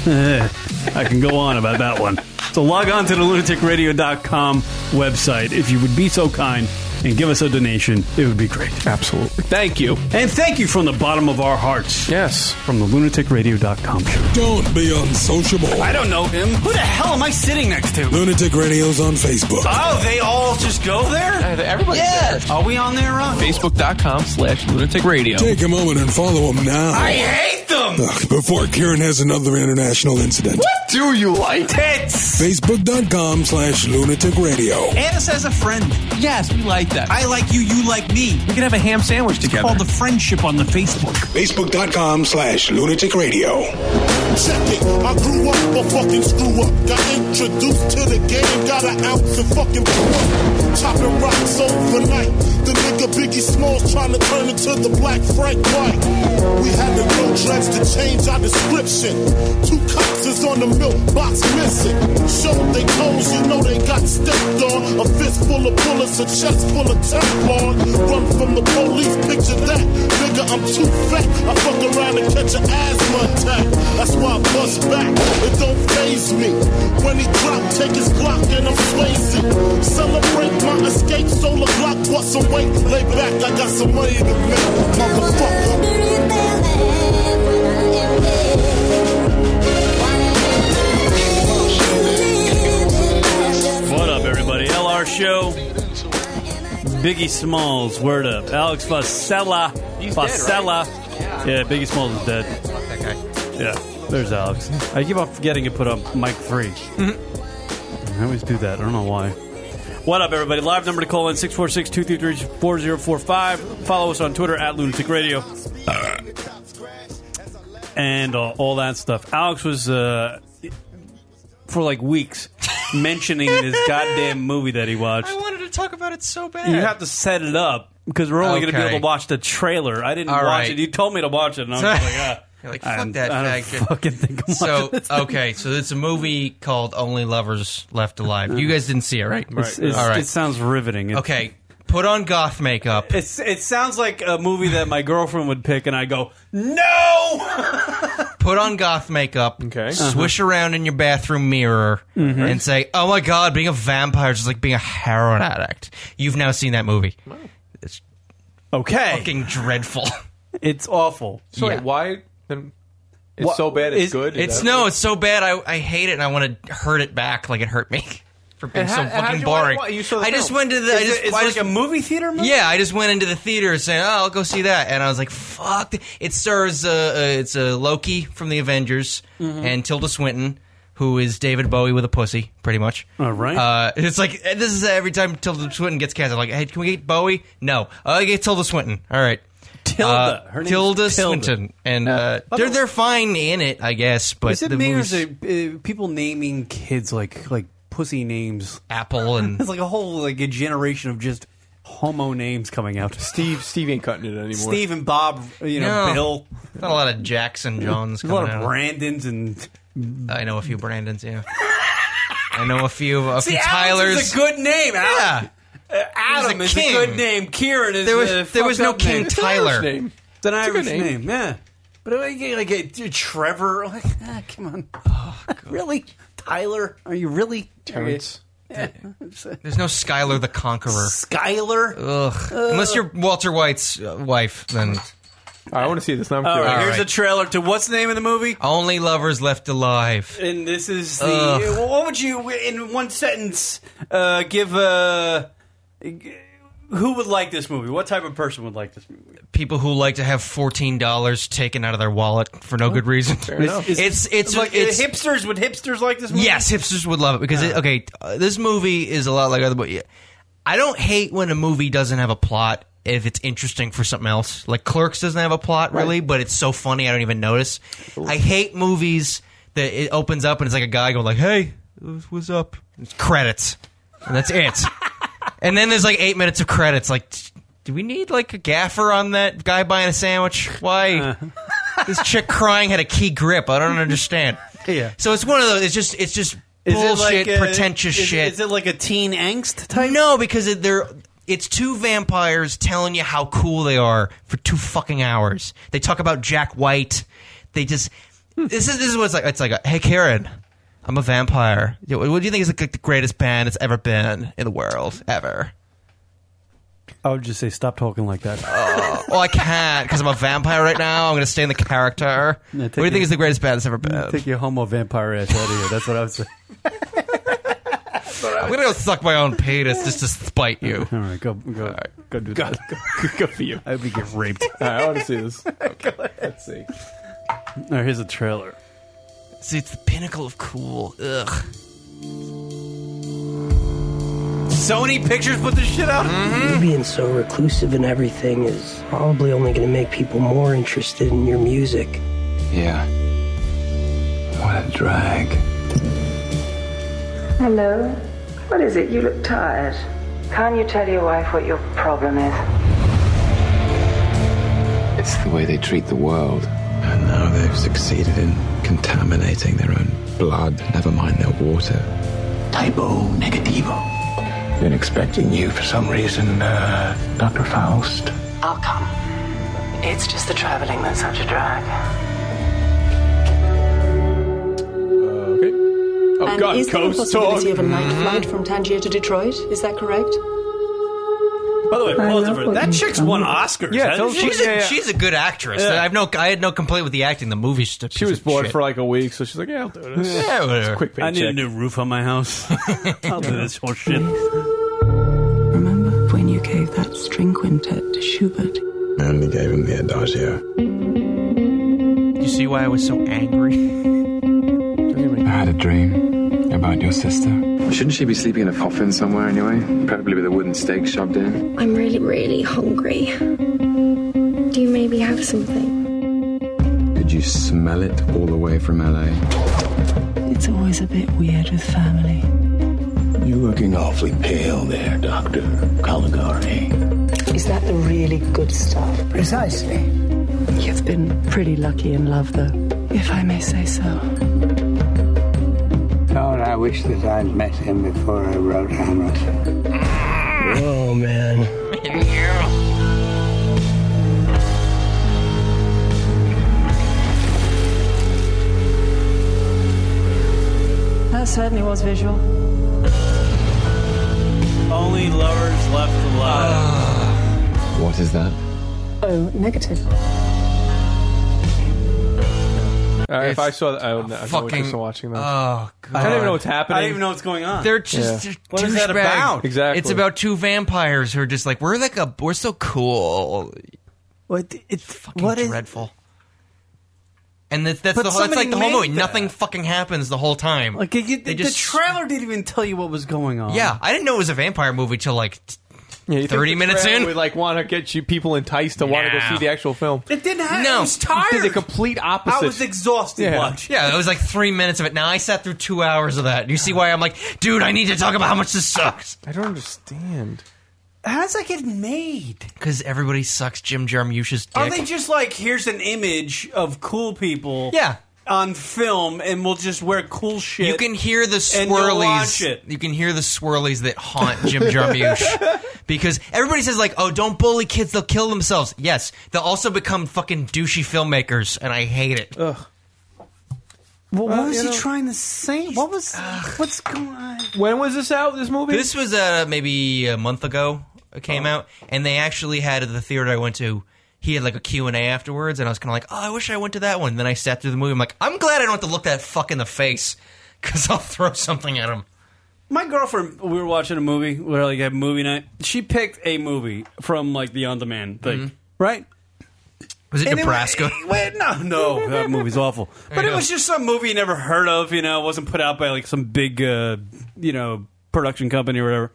Speaker 2: I can go on about that one. So log on to the lunaticradio.com website if you would be so kind and give us a donation. It would be great.
Speaker 4: Absolutely. Thank you.
Speaker 2: And thank you from the bottom of our hearts.
Speaker 4: Yes.
Speaker 2: From the lunaticradio.com show.
Speaker 1: Don't be unsociable.
Speaker 5: I don't know him. Who the hell am I sitting next to?
Speaker 1: Lunatic Radio's on Facebook.
Speaker 5: Oh, they all just go there?
Speaker 4: Everybody's
Speaker 5: yeah. Are we on there, Ron?
Speaker 4: Facebook.com slash lunatic radio.
Speaker 1: Take a moment and follow him now.
Speaker 5: I hate them!
Speaker 1: Ugh, before Kieran has another international incident.
Speaker 4: What do you like?
Speaker 5: Tits!
Speaker 1: Facebook.com slash lunatic radio.
Speaker 5: Add us as a friend.
Speaker 4: Yes, we like that.
Speaker 5: I like you, you like me.
Speaker 4: We can have a ham sandwich together.
Speaker 5: Called the friendship on the Facebook.
Speaker 1: Facebook.com slash lunatic radio.
Speaker 16: Check it, I grew up a fucking screw up. Got introduced to the game, got an ounce of fucking blew up. Chopping rocks overnight. The nigga Biggie Smalls trying to turn into the black Frank White. We had the real dreads to change our description. Two cops is on the milk box missing. Showed they clothes, you know they got stepped on. A fist full of bullets, a chest full of Teflon. Run from the police, picture that. Nigga, I'm too fat. I fuck around and catch an asthma attack. That's why I bust back. It don't phase me. When he drop, take his block and I'm swayzy. Celebrate my escape, solar block, bought some weight. Lay back, I got some money to make.
Speaker 2: What up, everybody? LR Show. Biggie Smalls, word up. Alex Fasella. Fasella. Yeah, Biggie Smalls is dead.
Speaker 6: That guy.
Speaker 2: Yeah, there's Alex. I keep on forgetting to put up mic 3
Speaker 6: Mm-hmm.
Speaker 2: I always do that. I don't know why. What up, everybody? Live number to call in 646 233 4045. Follow us on Twitter at Lunatic Radio. And uh, all that stuff. Alex was, uh, for like weeks, mentioning this goddamn movie that he watched.
Speaker 6: I wanted to talk about it so bad.
Speaker 2: You have to set it up because we're only going to be
Speaker 6: Okay.
Speaker 2: able to watch the trailer. I didn't
Speaker 6: All
Speaker 2: watch
Speaker 6: right.
Speaker 2: it. You told me to watch it, and I was
Speaker 6: So-
Speaker 2: like, ah.
Speaker 6: You're like,
Speaker 2: I
Speaker 6: fuck
Speaker 2: don't-
Speaker 6: that
Speaker 2: I don't
Speaker 6: faggot.
Speaker 2: fucking think I'm
Speaker 6: So
Speaker 2: watching this.
Speaker 6: okay, so it's a movie called Only Lovers Left Alive. You guys didn't see it, right?
Speaker 2: Uh, It's- it's-
Speaker 6: All
Speaker 2: It
Speaker 6: right.
Speaker 2: sounds riveting. It-
Speaker 6: Okay, put on goth makeup.
Speaker 2: It's, it sounds like a movie that my girlfriend would pick, and I go, no!
Speaker 6: Put on goth makeup.
Speaker 4: Okay.
Speaker 6: Swish around in your bathroom mirror
Speaker 4: Mm-hmm.
Speaker 6: and say, "Oh my god, being a vampire is just like being a heroin addict." You've now seen that movie. It's
Speaker 2: Okay.
Speaker 6: fucking dreadful.
Speaker 2: It's awful.
Speaker 4: So wait,
Speaker 6: Yeah.
Speaker 4: why? Then it's
Speaker 2: What-
Speaker 4: so bad. It's
Speaker 2: is-
Speaker 4: good. Is
Speaker 6: It's
Speaker 4: that-
Speaker 6: no, it's so bad. I, I hate it, and I want to hurt it back like it hurt me for being
Speaker 4: And how-
Speaker 6: so
Speaker 4: and how'd
Speaker 6: fucking
Speaker 4: you wanna-
Speaker 6: boring.
Speaker 4: what, you saw the
Speaker 6: I just
Speaker 4: film?
Speaker 6: went to the. I just,
Speaker 2: It's
Speaker 6: I
Speaker 2: like
Speaker 6: just-
Speaker 2: a movie theater movie?
Speaker 6: Yeah, I just went into the theater saying, "Oh, I'll go see that," and I was like, "Fuck!" th- It stars uh, uh, it's uh, Loki from the Avengers
Speaker 2: Mm-hmm.
Speaker 6: and Tilda Swinton, who is David Bowie with a pussy, pretty much.
Speaker 2: All right.
Speaker 6: Uh, it's like and this is every time Tilda Swinton gets cast. I'm like, "Hey, can we get Bowie?" No, uh, I get Tilda Swinton. All right.
Speaker 2: Tilda.
Speaker 6: Uh,
Speaker 2: Her name's
Speaker 6: Tilda,
Speaker 2: Tilda.
Speaker 6: Swinton, and uh, they're they're fine in it, I guess. But
Speaker 2: Is it
Speaker 6: the
Speaker 2: me or
Speaker 6: movie's
Speaker 2: is it, uh, people naming kids like like pussy names?
Speaker 6: Apple and
Speaker 2: It's like a whole like a generation of just homo names coming out.
Speaker 4: Steve. Steve ain't cutting it anymore.
Speaker 2: Steve and Bob, you know,
Speaker 6: No.
Speaker 2: Bill,
Speaker 6: not a lot of Jackson Johns.
Speaker 2: a
Speaker 6: coming
Speaker 2: lot of
Speaker 6: out.
Speaker 2: Brandons and
Speaker 6: I know a few Brandons. Yeah, I know a few a few
Speaker 2: Mm. See,
Speaker 6: Tylers.
Speaker 2: Alex is a good name. Al-
Speaker 6: Yeah.
Speaker 2: uh, Adam
Speaker 6: He's a
Speaker 2: is
Speaker 6: king.
Speaker 2: a good name. Kieran is
Speaker 6: There was-
Speaker 2: a
Speaker 6: there
Speaker 2: fucked
Speaker 6: was no
Speaker 2: up
Speaker 6: King
Speaker 2: name.
Speaker 6: Ty- Tyler.
Speaker 4: Irish name.
Speaker 2: It's an
Speaker 4: a good
Speaker 2: Irish name.
Speaker 4: name.
Speaker 2: yeah. But like, like uh, Trevor, like, ah, come on,
Speaker 6: Oh,
Speaker 2: really, Tyler? Are you really
Speaker 4: Terrence.
Speaker 6: There's no Skylar the Conqueror.
Speaker 2: Skyler?
Speaker 6: Ugh. Unless you're Walter White's uh, wife, then
Speaker 4: I want to see this. Now I'm
Speaker 5: All
Speaker 4: curious.
Speaker 5: right, here's a trailer to what's the name of the movie?
Speaker 6: Only lovers left alive.
Speaker 5: And this is the. uh,
Speaker 6: Ugh.
Speaker 5: What would you, in one sentence, uh, give Uh, who would like this movie? What type of person would like this movie?
Speaker 6: People who like to have fourteen dollars taken out of their wallet for no good reason. It's it's it's,
Speaker 5: like
Speaker 6: it's-
Speaker 5: uh, hipsters. Would hipsters like this movie?
Speaker 6: Yes, hipsters would love it because it, okay, uh, this movie is a lot like other. But I don't hate when a movie doesn't have a plot if it's interesting for something else. Like Clerks doesn't have a plot really, but it's so funny I don't even notice. I hate movies that it opens up and it's like a guy going like, "Hey, what's up?" It's credits, and that's it. and then there's like eight minutes of credits. Like, do we need like a gaffer on that guy buying a sandwich?
Speaker 5: Uh.
Speaker 6: Why? this chick crying had a key grip. I don't understand. Yeah. So it's one of those. It's just it's just
Speaker 5: Is it
Speaker 6: bullshit,
Speaker 5: like a-
Speaker 6: pretentious
Speaker 5: is-
Speaker 6: shit.
Speaker 5: Is it like a teen angst?
Speaker 6: No, because it, they're it's two vampires telling you how cool they are for two fucking hours. They talk about Jack White. They just this is this is what's like. It's like, hey Karen, I'm a vampire. Yeah, What what do you think is like the greatest band that's ever been in the world ever?
Speaker 15: I would just say stop talking like that.
Speaker 5: Uh.
Speaker 6: Oh, well, I can't because I'm a vampire right now. I'm going to stay in the character. what do you think is the greatest band that's ever been?
Speaker 15: Take your homo vampire ass out of here. That's what I would say.
Speaker 6: I'm gonna go suck my own penis just to spite you.
Speaker 15: All right, go go go do that.
Speaker 4: Go, go for you.
Speaker 15: I hope you get raped.
Speaker 4: All right, I want to see this. Let's see.
Speaker 15: All right, here's a trailer.
Speaker 6: See, it's the pinnacle of cool. Ugh.
Speaker 5: Sony Pictures put this shit out.
Speaker 17: You being so reclusive and everything is probably only going to make people more interested in your music.
Speaker 18: Yeah. What a drag.
Speaker 19: Hello. What is it? You look tired. Can't you tell your wife what your problem is?
Speaker 18: It's the way they treat the world. And now they've succeeded in contaminating their own blood, never mind their water. Typo negativo. Been expecting you for some reason, uh, Dr. Faust.
Speaker 19: I'll come. It's just the traveling that's such a drag.
Speaker 4: Oh,
Speaker 20: and
Speaker 4: God,
Speaker 20: is there a
Speaker 4: ghost
Speaker 20: possibility
Speaker 4: talk.
Speaker 20: of a night
Speaker 4: Mhm.
Speaker 20: flight from Tangier to Detroit? Is that correct?
Speaker 5: By the way,
Speaker 20: I
Speaker 5: pause
Speaker 20: love
Speaker 5: for
Speaker 20: what
Speaker 5: that
Speaker 20: you
Speaker 5: chick's
Speaker 20: found.
Speaker 5: won Oscars.
Speaker 6: Yeah,
Speaker 5: hasn't she?
Speaker 6: she's, a, she's a good actress.
Speaker 5: Yeah.
Speaker 6: I've no, I had no complaint with the acting. The movie. She
Speaker 4: was bored for like a week, so she's like, "Yeah, I'll do this."
Speaker 6: Yeah, whatever.
Speaker 4: It's a quick
Speaker 5: I need a
Speaker 4: paycheck.
Speaker 5: new roof on my house. I'll do this whole shit.
Speaker 19: Remember when you gave that string quintet to Schubert?
Speaker 18: I only gave him the adagio.
Speaker 6: You see why I was so angry?
Speaker 18: I had a dream about your sister. Shouldn't she be sleeping in a coffin somewhere anyway? Preferably with a wooden stake shoved in.
Speaker 21: I'm really, really hungry. Do you maybe have something?
Speaker 18: Could you smell it all the way from LA?
Speaker 19: It's always a bit weird with family.
Speaker 18: You're looking awfully pale there, Doctor Caligari.
Speaker 19: Is that the really good stuff? Precisely. You've been pretty lucky in love, though, if I may say so.
Speaker 22: Oh, and I wish that I'd met him before I wrote Hamlet. Oh, man.
Speaker 20: That certainly was visual.
Speaker 5: Only lovers left
Speaker 6: Uh,
Speaker 5: alive.
Speaker 18: What is that?
Speaker 20: Oh, negative.
Speaker 4: Uh, if
Speaker 6: It's
Speaker 4: I saw that, I would not, I don't know what
Speaker 6: fucking-
Speaker 4: you're watching that.
Speaker 6: Oh,
Speaker 4: I don't even
Speaker 6: God.
Speaker 4: know what's happening.
Speaker 5: uh, I don't even know what's going on.
Speaker 6: They're just
Speaker 4: Yeah.
Speaker 6: they're
Speaker 5: What is that
Speaker 6: douchebag.
Speaker 5: about?
Speaker 4: Exactly.
Speaker 6: It's about two vampires who are just like we're like a we're so cool.
Speaker 5: What it's
Speaker 6: fucking dreadful. and that's, that's
Speaker 5: But
Speaker 6: the whole, that's
Speaker 5: somebody
Speaker 6: like the whole
Speaker 5: made
Speaker 6: movie.
Speaker 5: that.
Speaker 6: Nothing fucking happens the whole time.
Speaker 5: Like it, it-
Speaker 6: They
Speaker 5: the
Speaker 6: just-
Speaker 5: trailer didn't even tell you what was going on.
Speaker 6: yeah, I didn't know it was a vampire movie till like t-
Speaker 4: Yeah, you think
Speaker 6: thirty
Speaker 4: the
Speaker 6: minutes
Speaker 4: trailer
Speaker 6: in.
Speaker 4: would like want to get you people enticed to want to go
Speaker 6: Nah.
Speaker 4: see the actual film.
Speaker 5: It didn't happen.
Speaker 6: No.
Speaker 5: I was tired.
Speaker 4: Did the complete opposite.
Speaker 5: I was exhausted. Watch.
Speaker 6: Yeah, it was like three minutes of it. Now I sat through two hours of that. You see why I'm like, dude, I need to talk about how much this sucks.
Speaker 4: I don't understand.
Speaker 5: How does that get made?
Speaker 6: Because everybody sucks Jim Jarmusch's dick.
Speaker 5: Are they just like here's an image of cool people?
Speaker 6: Yeah.
Speaker 5: On film, and we'll just wear cool shit.
Speaker 6: you can hear the
Speaker 5: and you'll watch
Speaker 6: swirlies.
Speaker 5: it.
Speaker 6: You can hear the swirlies that haunt Jim Jarmusch. because everybody says like, "Oh, don't bully kids; they'll kill themselves." Yes, they'll also become fucking douchey filmmakers, and I hate it. Ugh.
Speaker 5: Well,
Speaker 4: Well,
Speaker 5: what was
Speaker 4: you
Speaker 5: he
Speaker 4: know-
Speaker 5: trying to say? What was? what's going on?
Speaker 4: When was this out? This movie?
Speaker 6: This
Speaker 5: Oh.
Speaker 6: was uh, maybe a month ago. It came out, and they actually had at the theater I went to. he had like a Q&A afterwards and I was kind of like, "Oh, I wish I went to that one." Then I sat through the movie. I'm like, "I'm glad I don't have to look that fuck in the face cuz I'll throw something at him."
Speaker 5: My girlfriend, we were watching a movie. We were like had movie night. She picked a movie from like the on demand thing, right?
Speaker 6: Was it
Speaker 5: And
Speaker 6: Nebraska?
Speaker 5: It, wait, no, no, that movie's awful.
Speaker 6: There
Speaker 5: But
Speaker 6: you
Speaker 5: it
Speaker 6: go.
Speaker 5: was just some movie you never heard of. You know, it wasn't put out by like some big, uh, you know, production company or whatever.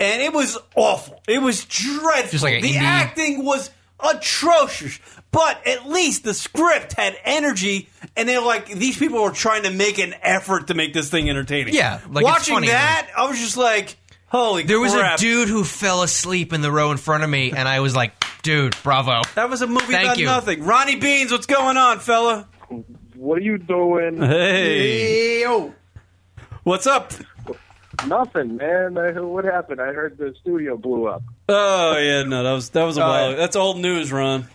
Speaker 5: And it was awful. It was dreadful.
Speaker 6: Just like an
Speaker 5: the
Speaker 6: indie-
Speaker 5: acting was atrocious. But at least the script had energy, and they're like these people were trying to make an effort to make this thing entertaining.
Speaker 6: Yeah, like, it's
Speaker 5: watching
Speaker 6: funny,
Speaker 5: that, I was just like, holy.
Speaker 6: There was
Speaker 5: crap.
Speaker 6: a dude who fell asleep in the row in front of me, and I was like, "Dude, bravo!"
Speaker 5: That was a movie
Speaker 6: Thank
Speaker 5: about
Speaker 6: you.
Speaker 5: nothing. Ronnie Beans, what's going on, fella?
Speaker 3: What are you doing?
Speaker 5: Hey. What's up?
Speaker 3: Nothing, man. I, what happened? I heard the studio blew up.
Speaker 5: Oh yeah, no, that was that was a
Speaker 3: Oh,
Speaker 5: while.
Speaker 3: yeah.
Speaker 5: That's old news, Ron.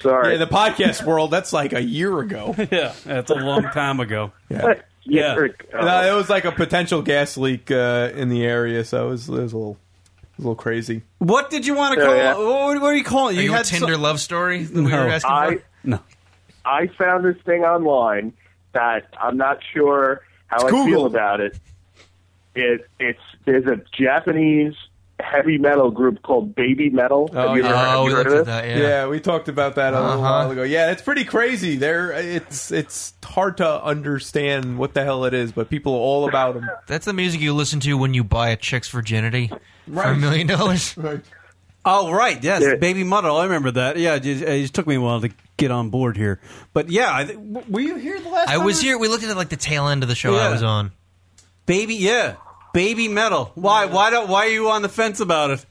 Speaker 3: sorry.
Speaker 4: Uh, Yeah, the podcast world, that's like a year ago.
Speaker 5: yeah, that's a long time ago.
Speaker 4: Yeah.
Speaker 5: Yeah.
Speaker 2: uh,
Speaker 4: No, it was like a potential gas leak uh, in the area, so it was, it was a little, it was a little crazy.
Speaker 5: What did you want to
Speaker 4: Oh,
Speaker 5: call?
Speaker 4: yeah.
Speaker 5: What, what are you calling?
Speaker 4: Are you a
Speaker 5: some-
Speaker 4: Tinder
Speaker 6: love story that
Speaker 4: we were No. asking
Speaker 6: Oh,
Speaker 3: I,
Speaker 5: No.
Speaker 3: I found this thing online that I'm not sure how I feel about it. It it's there's a Japanese heavy metal group called Baby Metal. Have you ever
Speaker 6: Oh,
Speaker 3: have you heard of it?
Speaker 4: we talked about that a little
Speaker 3: Uh-huh.
Speaker 4: while ago. Yeah, it's pretty crazy. There, it's it's hard to understand what the hell it is, but people are all about them.
Speaker 6: That's the music you listen to when you buy a chick's virginity for a million dollars.
Speaker 4: Right.
Speaker 5: Oh right, yes, Baby Muddle. I remember that. Yeah, it just, it just took me a while to get on board here, but yeah, I, th- w- were you here the last?
Speaker 6: I
Speaker 5: time
Speaker 6: was
Speaker 5: we-
Speaker 6: here. We looked at it like the tail end of the show
Speaker 5: Yeah.
Speaker 6: I was on.
Speaker 5: Baby, yeah, Baby Metal. Why? Why don't? Why are you on the fence about it?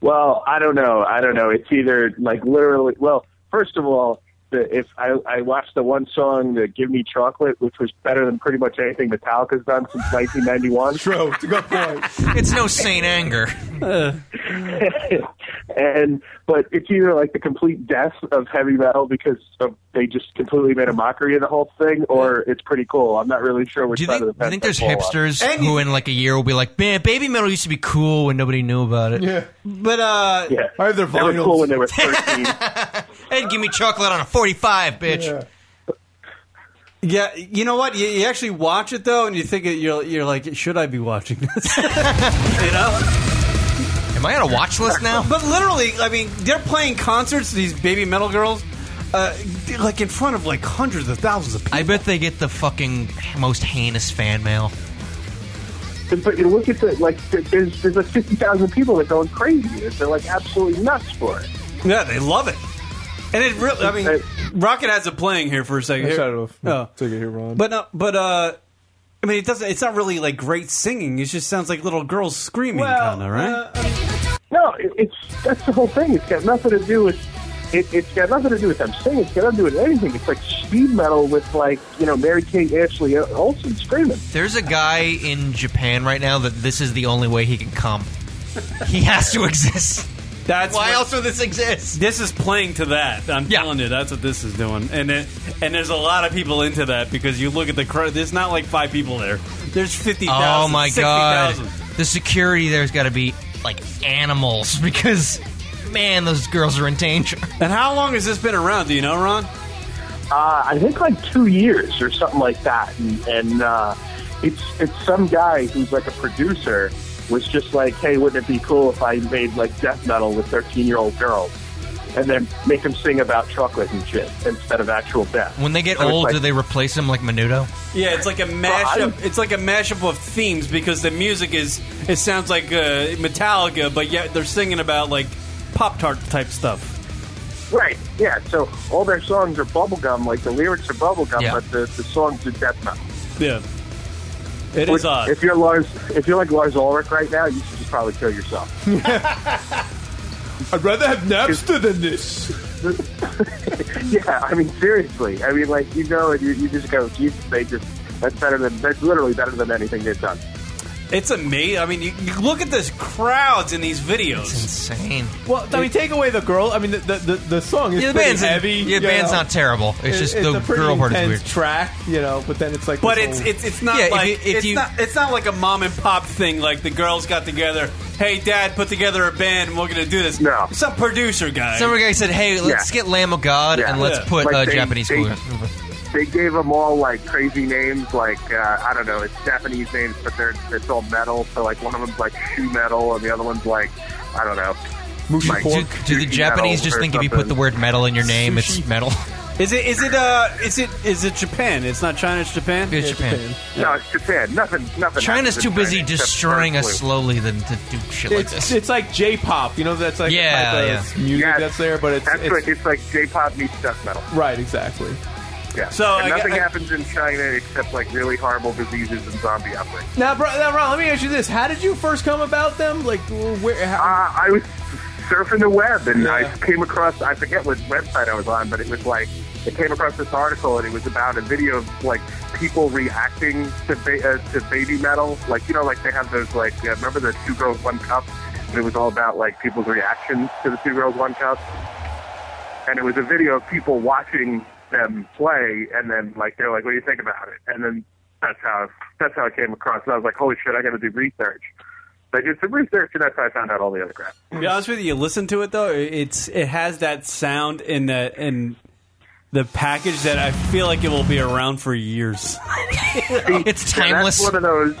Speaker 3: Well, I don't know. I don't know. It's either like literally. Well, first of all, the, if I, I watched the one song, the "Give Me Chocolate," which was better than pretty much anything Metallica's done since 1991.
Speaker 4: True, it's a good point.
Speaker 6: It's no Saint Anger.
Speaker 3: and but it's either like the complete death of heavy metal because of, they just completely made a mockery of the whole thing, or it's pretty cool. I'm not really sure which
Speaker 6: Do you
Speaker 3: side
Speaker 6: think,
Speaker 3: of the
Speaker 6: do
Speaker 3: fence.
Speaker 6: you think there's
Speaker 3: I fall on.
Speaker 6: hipsters who in like a year will be like, man, baby metal used to be cool when nobody knew about it.
Speaker 4: Yeah.
Speaker 5: But uh,
Speaker 3: yeah,
Speaker 4: I have their
Speaker 3: They were cool when they were 13.
Speaker 6: and give me chocolate on a 45, bitch.
Speaker 5: Yeah, you know what? You, you actually watch it though, and you think it, you're you're like, should I be watching this? you know?
Speaker 6: Am I on a watch list now?
Speaker 5: But literally, I mean, they're playing concerts. These baby metal girls, uh, like in front of like hundreds of thousands of. people.
Speaker 6: I bet they get the fucking most heinous fan mail.
Speaker 3: But you look at the like, th- there's there's like 50,000 people that are going crazy. They're like absolutely nuts for it.
Speaker 5: Yeah, they love it, and it really. I mean, Rocket has it playing here for a second.
Speaker 4: I
Speaker 5: Here-
Speaker 4: shut it off.
Speaker 5: Oh.
Speaker 4: Take it here, Ron.
Speaker 5: But no, but uh, I mean, it doesn't. It's not really like great singing. It just sounds like little girls screaming, kind of, right?
Speaker 3: No, it, it's that's the whole thing. It's got nothing to do with it, it's got nothing to do with them singing. It's got nothing to do with anything. It's like speed metal with like you know Mary Kate Ashley Olsen screaming.
Speaker 6: There's a guy in Japan right now that this is the only way he can come. He has to exist.
Speaker 5: That's
Speaker 6: why
Speaker 5: what-
Speaker 6: else would this exist?
Speaker 5: This is playing to that. I'm telling you, that's what this is doing. And it, and there's a lot of people into that because you look at the crowd. There's not like five people there. There's fifty thousand.
Speaker 6: Oh my god! The security there's got to be like animals because man, those girls are in danger.
Speaker 5: And how long has this been around? Do you know, Ron?
Speaker 3: Uh, I think like two years or something like that. And, and uh, it's it's some guy who's like a producer was just like, hey, wouldn't it be cool if I made like death metal with thirteen year old girls, and then make them sing about chocolate and shit instead of actual death.
Speaker 6: When they get
Speaker 3: I was
Speaker 6: old,
Speaker 3: like-
Speaker 6: do they replace them like Menudo?
Speaker 5: Yeah, it's like a mashup. It's like a mashup of themes because the music is it sounds like uh, Metallica, but yet they're singing about like Pop Tart type stuff.
Speaker 3: Right. Yeah. So all their songs are bubblegum. Like the lyrics are bubblegum,
Speaker 5: Yeah.
Speaker 3: but the, the songs are death metal.
Speaker 5: Yeah, it is
Speaker 3: Which,
Speaker 2: uh,
Speaker 5: odd.
Speaker 3: If you're Lars, if you're like Lars Ulrich right now, you should just probably kill yourself.
Speaker 4: I'd rather have Napster than this.
Speaker 3: yeah. I mean, seriously. I mean, like you know, and you, you just go, Jesus, they just that's better than that's literally better than anything they've done.
Speaker 2: It's amazing. I mean, you, you look at those crowds in these videos. It's
Speaker 6: insane.
Speaker 2: Well,
Speaker 4: I mean, take away the girl. I mean, the the, the, the song is
Speaker 2: Yeah, the
Speaker 4: pretty
Speaker 2: band's-
Speaker 4: heavy.
Speaker 2: yeah, the
Speaker 4: you
Speaker 6: band's
Speaker 4: know.
Speaker 6: not terrible. It's just the
Speaker 4: a pretty
Speaker 6: girl part is
Speaker 4: intense
Speaker 6: weird.
Speaker 4: Track, you know, but then it's like,
Speaker 2: But
Speaker 4: this
Speaker 2: it's
Speaker 4: whole-
Speaker 2: it's it's not
Speaker 4: Yeah, if
Speaker 2: like
Speaker 4: you- if
Speaker 2: it's
Speaker 4: you-
Speaker 2: not it's not like a mom and pop thing. Like the girls got together. Hey, Dad, put together a band. and We're gonna do this. No, some producer guy.
Speaker 6: Some guy said, "Hey, let's get Lamb of God
Speaker 2: Yeah.
Speaker 6: and let's
Speaker 2: Yeah.
Speaker 6: put
Speaker 2: Like
Speaker 6: uh,
Speaker 2: they-
Speaker 6: Japanese
Speaker 3: they-
Speaker 6: food."
Speaker 3: They gave them all like crazy names, like uh, I don't know, it's Japanese names, but they're it's all metal. So like one of them's like shoe metal, and the other one's like I don't know. like,
Speaker 6: do, do the
Speaker 3: sushi
Speaker 6: Japanese
Speaker 3: metal
Speaker 6: just
Speaker 3: or
Speaker 6: think if you put
Speaker 3: something.
Speaker 6: the word metal in your name, it's metal?
Speaker 2: Is it is it uh is it is it Japan? It's not China. It's Japan.
Speaker 6: It's Yeah, Japan. Japan.
Speaker 3: No, it's Japan. Nothing. Nothing.
Speaker 6: China's
Speaker 3: happens
Speaker 6: too
Speaker 3: in China
Speaker 6: busy
Speaker 3: except for
Speaker 6: destroying us
Speaker 3: flu.
Speaker 6: slowly than to do shit like
Speaker 4: it's,
Speaker 6: this.
Speaker 4: it's like J-pop, you know. That's like
Speaker 6: Yeah,
Speaker 4: the
Speaker 6: yeah.
Speaker 4: type of music that's there, but it's
Speaker 3: That's
Speaker 4: it's,
Speaker 3: like it's like J-pop meets death metal.
Speaker 4: right, exactly.
Speaker 3: Yeah.
Speaker 4: So,
Speaker 3: and
Speaker 4: I-
Speaker 3: nothing
Speaker 4: I-
Speaker 3: happens in China except like really horrible diseases and zombie outbreaks.
Speaker 4: Now, bro, now, Ron, let me ask you this: How did you first come about them? Like, where? How,
Speaker 3: uh, I was surfing the web and I came across I forget what website I was on, but it was like I came across this article and it was about a video of like people reacting to ba- uh, to baby metal, like you know, like they have those like uh, remember the two girls one cup, and it was all about like people's reactions to the two girls one cup, and it was a video of people watching them play, and then like they're like, what do you think about it? And then that's how that's how it came across. And I was like, holy shit, I got to do research. So I did some research, and that's how I found out all the other crap.
Speaker 2: To be honest with you, you listen to it though. It's it has that sound in the in the package that I feel like it will be around for years.
Speaker 6: it's
Speaker 3: timeless. That's one of those.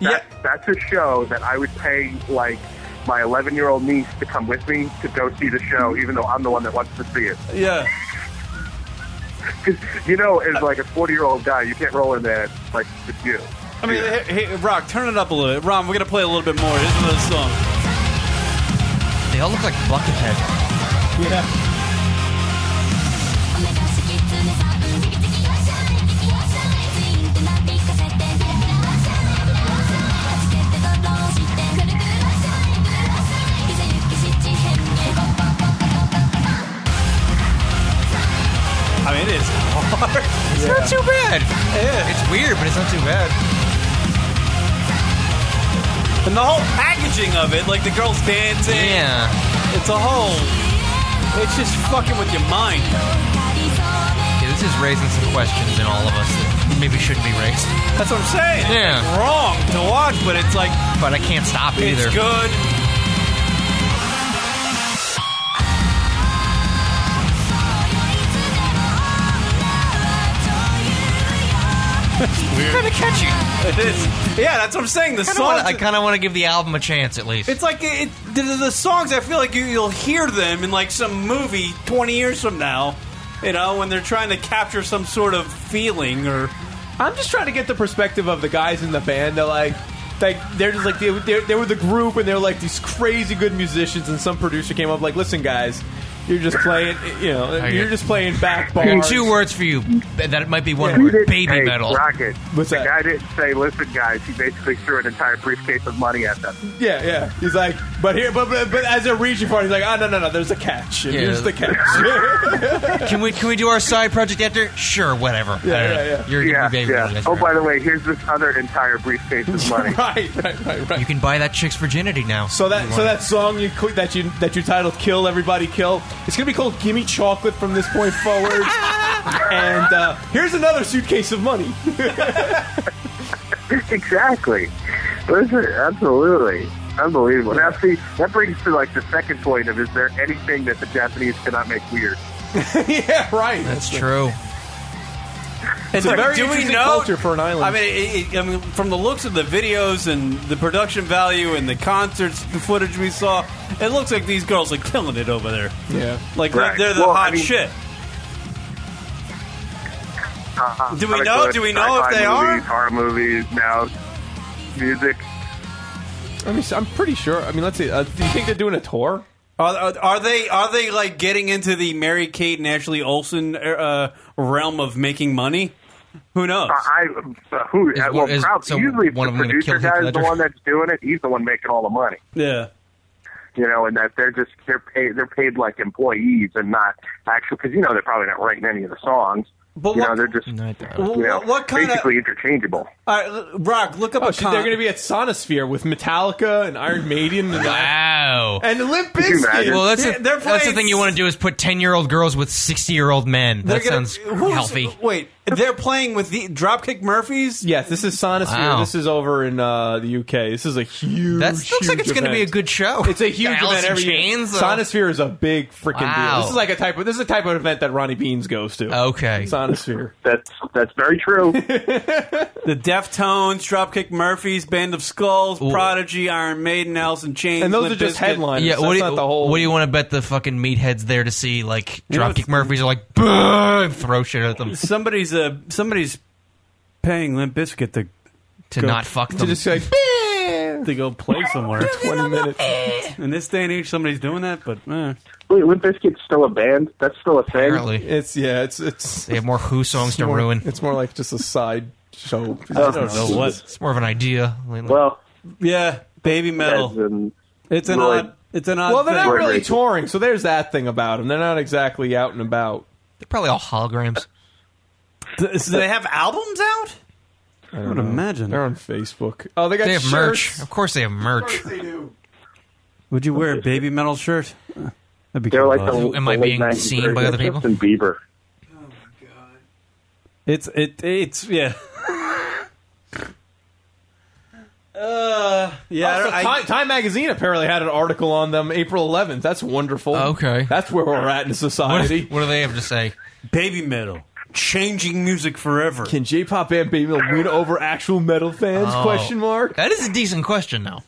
Speaker 3: That, That's a show that I would pay like my 11 year old niece to come with me to go see the show, even though I'm the one that wants to see it.
Speaker 2: Yeah.
Speaker 3: You know, as like a 40 year old guy, you can't roll in there like with you.
Speaker 2: I mean, hey, hey, Rock, turn it up a little. bit. Ron, we're gonna play a little bit more. This is another song.
Speaker 6: They all look like Buckethead.
Speaker 2: Yeah.
Speaker 5: uh,
Speaker 2: I mean, it is hard.
Speaker 6: It's not too bad. It's weird, but it's not too bad.
Speaker 2: And the whole packaging of it, like the girls dancing.
Speaker 6: Yeah.
Speaker 2: It's a whole. It's just fucking with your mind.
Speaker 6: Yeah, this is raising some questions in all of us that maybe shouldn't be raised.
Speaker 2: That's what I'm saying.
Speaker 6: Yeah.
Speaker 2: It's wrong to watch, but it's like.
Speaker 6: But I can't stop it
Speaker 2: It's
Speaker 6: either.
Speaker 2: good.
Speaker 6: It's kind of catchy.
Speaker 2: It is. Yeah, that's what I'm saying. The
Speaker 6: Kinda
Speaker 2: song.
Speaker 6: wanna- I kind of want to give the album a chance at least.
Speaker 2: It's like it, it- the, the songs. I feel like you, you'll hear them in like some movie twenty years from now. You know, when they're trying to capture some sort of feeling or.
Speaker 4: I'm just trying to get the perspective of the guys in the band. They're like, like they're just like they, they, they were the group, and they're like these crazy good musicians. And some producer came up like, listen, guys, you're just playing, you know,
Speaker 6: I
Speaker 4: you're
Speaker 6: get-
Speaker 4: just playing back
Speaker 6: I got
Speaker 4: bars.
Speaker 6: two words for you. That might be one
Speaker 3: He
Speaker 6: word.
Speaker 3: didn't-
Speaker 6: Baby
Speaker 3: hey,
Speaker 6: metal.
Speaker 3: Rocket. the guy didn't say, "Listen, guys." He basically threw an entire briefcase of money at them.
Speaker 4: Yeah, yeah. He's like, but here, but but, but as they're reaching for it, he's like, oh no, no, no. There's a catch. And
Speaker 6: Yeah.
Speaker 4: Here's the catch.
Speaker 6: Can we can we do our side project after? Sure, whatever. I don't know. You're gonna
Speaker 3: yeah,
Speaker 6: be baby
Speaker 3: yeah.
Speaker 6: metal. that's
Speaker 3: Oh,
Speaker 6: right.
Speaker 3: by the way, here's this other entire briefcase of money.
Speaker 4: right, right, right, right.
Speaker 6: You can buy that chick's virginity now.
Speaker 4: So that so that song you qu- that you that you titled "Kill Everybody Kill" it's gonna be called "Gimme Chocolate" from this point forward. and uh, here's another suitcase of money.
Speaker 3: exactly. Listen, absolutely. Unbelievable. Now, see, that brings to like the second point of: is there anything that the Japanese cannot make weird?
Speaker 4: yeah, right.
Speaker 6: That's true.
Speaker 4: It's a very interesting culture for an island.
Speaker 2: I mean, it, it, I mean, from the looks of the videos and the production value and the concerts, the footage we saw, it looks like these girls are killing it over there.
Speaker 4: Yeah,
Speaker 2: like
Speaker 3: Right.
Speaker 2: they're the
Speaker 3: Well,
Speaker 2: hot
Speaker 3: I mean-
Speaker 2: shit.
Speaker 3: Uh,
Speaker 2: Do we
Speaker 3: I
Speaker 2: know?
Speaker 3: like
Speaker 2: Do we know if
Speaker 3: sci-fi
Speaker 2: they are?
Speaker 3: movies, horror movies now? Music.
Speaker 4: I mean, I'm pretty sure. I mean, let's see. Uh, do you think they're doing a tour?
Speaker 6: Oh,
Speaker 2: Are, are, are they are they like getting into the Mary Kate and Ashley Olsen uh, realm of making money? Who knows?
Speaker 3: I, uh, who? uh, well,
Speaker 2: is-
Speaker 3: probably,
Speaker 2: so
Speaker 3: usually if
Speaker 2: one
Speaker 3: the
Speaker 2: of them gonna
Speaker 3: producer
Speaker 2: kill Heath
Speaker 3: guy's the
Speaker 2: Ledger?
Speaker 3: one that's doing it. He's the one making all the money.
Speaker 2: Yeah.
Speaker 3: You know, and that they're just they're paid they're paid like employees and not actual because you know they're probably not writing any of the songs.
Speaker 2: But
Speaker 3: you
Speaker 2: what-
Speaker 3: know, they're just
Speaker 2: Well,
Speaker 3: you know,
Speaker 2: what kinda-
Speaker 3: basically interchangeable.
Speaker 2: All right, l- Rock, look up
Speaker 4: Oh,
Speaker 2: a
Speaker 4: shit,
Speaker 2: con-
Speaker 4: they're going to be at Sonosphere with Metallica and Iron Maiden. And
Speaker 6: wow.
Speaker 4: And Limp
Speaker 6: Could you
Speaker 4: Bizkit.
Speaker 6: imagine? Well, that's,
Speaker 4: Yeah,
Speaker 6: the-
Speaker 4: they're
Speaker 6: that's the
Speaker 4: playing-
Speaker 6: thing you want to do is put 10 year old girls with 60 year old men.
Speaker 2: They're
Speaker 6: That
Speaker 2: gonna-
Speaker 6: sounds
Speaker 2: who's-
Speaker 6: healthy.
Speaker 2: Wait, they're playing with the Dropkick Murphys?
Speaker 4: Yes, this is Sonosphere.
Speaker 6: Wow.
Speaker 4: This is over in uh, the UK. This is a huge.
Speaker 6: That looks like it's
Speaker 4: going
Speaker 6: gonna
Speaker 4: to
Speaker 6: be a good show.
Speaker 4: It's a huge
Speaker 6: Got Alice
Speaker 4: event
Speaker 6: in
Speaker 4: every
Speaker 6: Chains,
Speaker 4: year.
Speaker 6: uh,
Speaker 4: Sonosphere is a big freaking
Speaker 6: Wow. Oh.
Speaker 4: deal. This is like a type of this is a type of event that Ronnie Beans goes to.
Speaker 6: Okay,
Speaker 4: Sonosphere.
Speaker 3: That's that's very true.
Speaker 2: The Deftones, Dropkick Murphys, Band of Skulls, Prodigy, Iron Maiden, Alice in Chains, Limp Bizkit.
Speaker 6: Yeah, what do, you, what do you want to bet the fucking meatheads there to see? Like,
Speaker 2: You know,
Speaker 6: Dropkick Murphys are like, "Boo!" throw shit at them.
Speaker 2: somebody's uh, somebody's paying Limp Bizkit to
Speaker 6: To not fuck
Speaker 2: to
Speaker 6: them.
Speaker 2: just like to go play somewhere. Twenty minutes. In this day and age, somebody's doing that, but eh.
Speaker 3: Wait, Limp Bizkit's still a band? That's still a thing.
Speaker 6: Apparently.
Speaker 4: It's yeah. It's it's.
Speaker 6: They have more Who songs
Speaker 4: it's
Speaker 6: to
Speaker 4: more-
Speaker 6: ruin.
Speaker 4: It's more like just a side show.
Speaker 6: I don't know what- It's more of an idea.
Speaker 3: Well,
Speaker 2: yeah, baby metal. It's an
Speaker 4: Roy-
Speaker 2: odd. It's an odd.
Speaker 4: Well, they're not
Speaker 2: thing.
Speaker 4: really touring, so there's that thing about them. They're not exactly out and about.
Speaker 6: They're probably all holograms.
Speaker 2: Do they have albums out?
Speaker 4: I,
Speaker 2: would imagine
Speaker 4: they're on Facebook. Oh, they got
Speaker 6: have
Speaker 4: shirts.
Speaker 6: merch. Of course they have merch.
Speaker 2: Would you wear a baby metal shirt? That'd be
Speaker 3: They're
Speaker 2: kinda
Speaker 3: like
Speaker 2: odd.
Speaker 3: the, the late 90s version of Justin Bieber.
Speaker 2: It's it it's yeah. Uh, yeah,
Speaker 4: Also,
Speaker 2: I-
Speaker 4: Time, Time Magazine apparently had an article on them April 11th. That's wonderful. Okay, that's where we're at in society.
Speaker 6: What, do they have to say?
Speaker 2: Baby metal, changing music forever.
Speaker 4: Can J-pop and baby metal win over actual metal fans?
Speaker 6: Oh.
Speaker 4: Question mark.
Speaker 6: That is a decent question, though.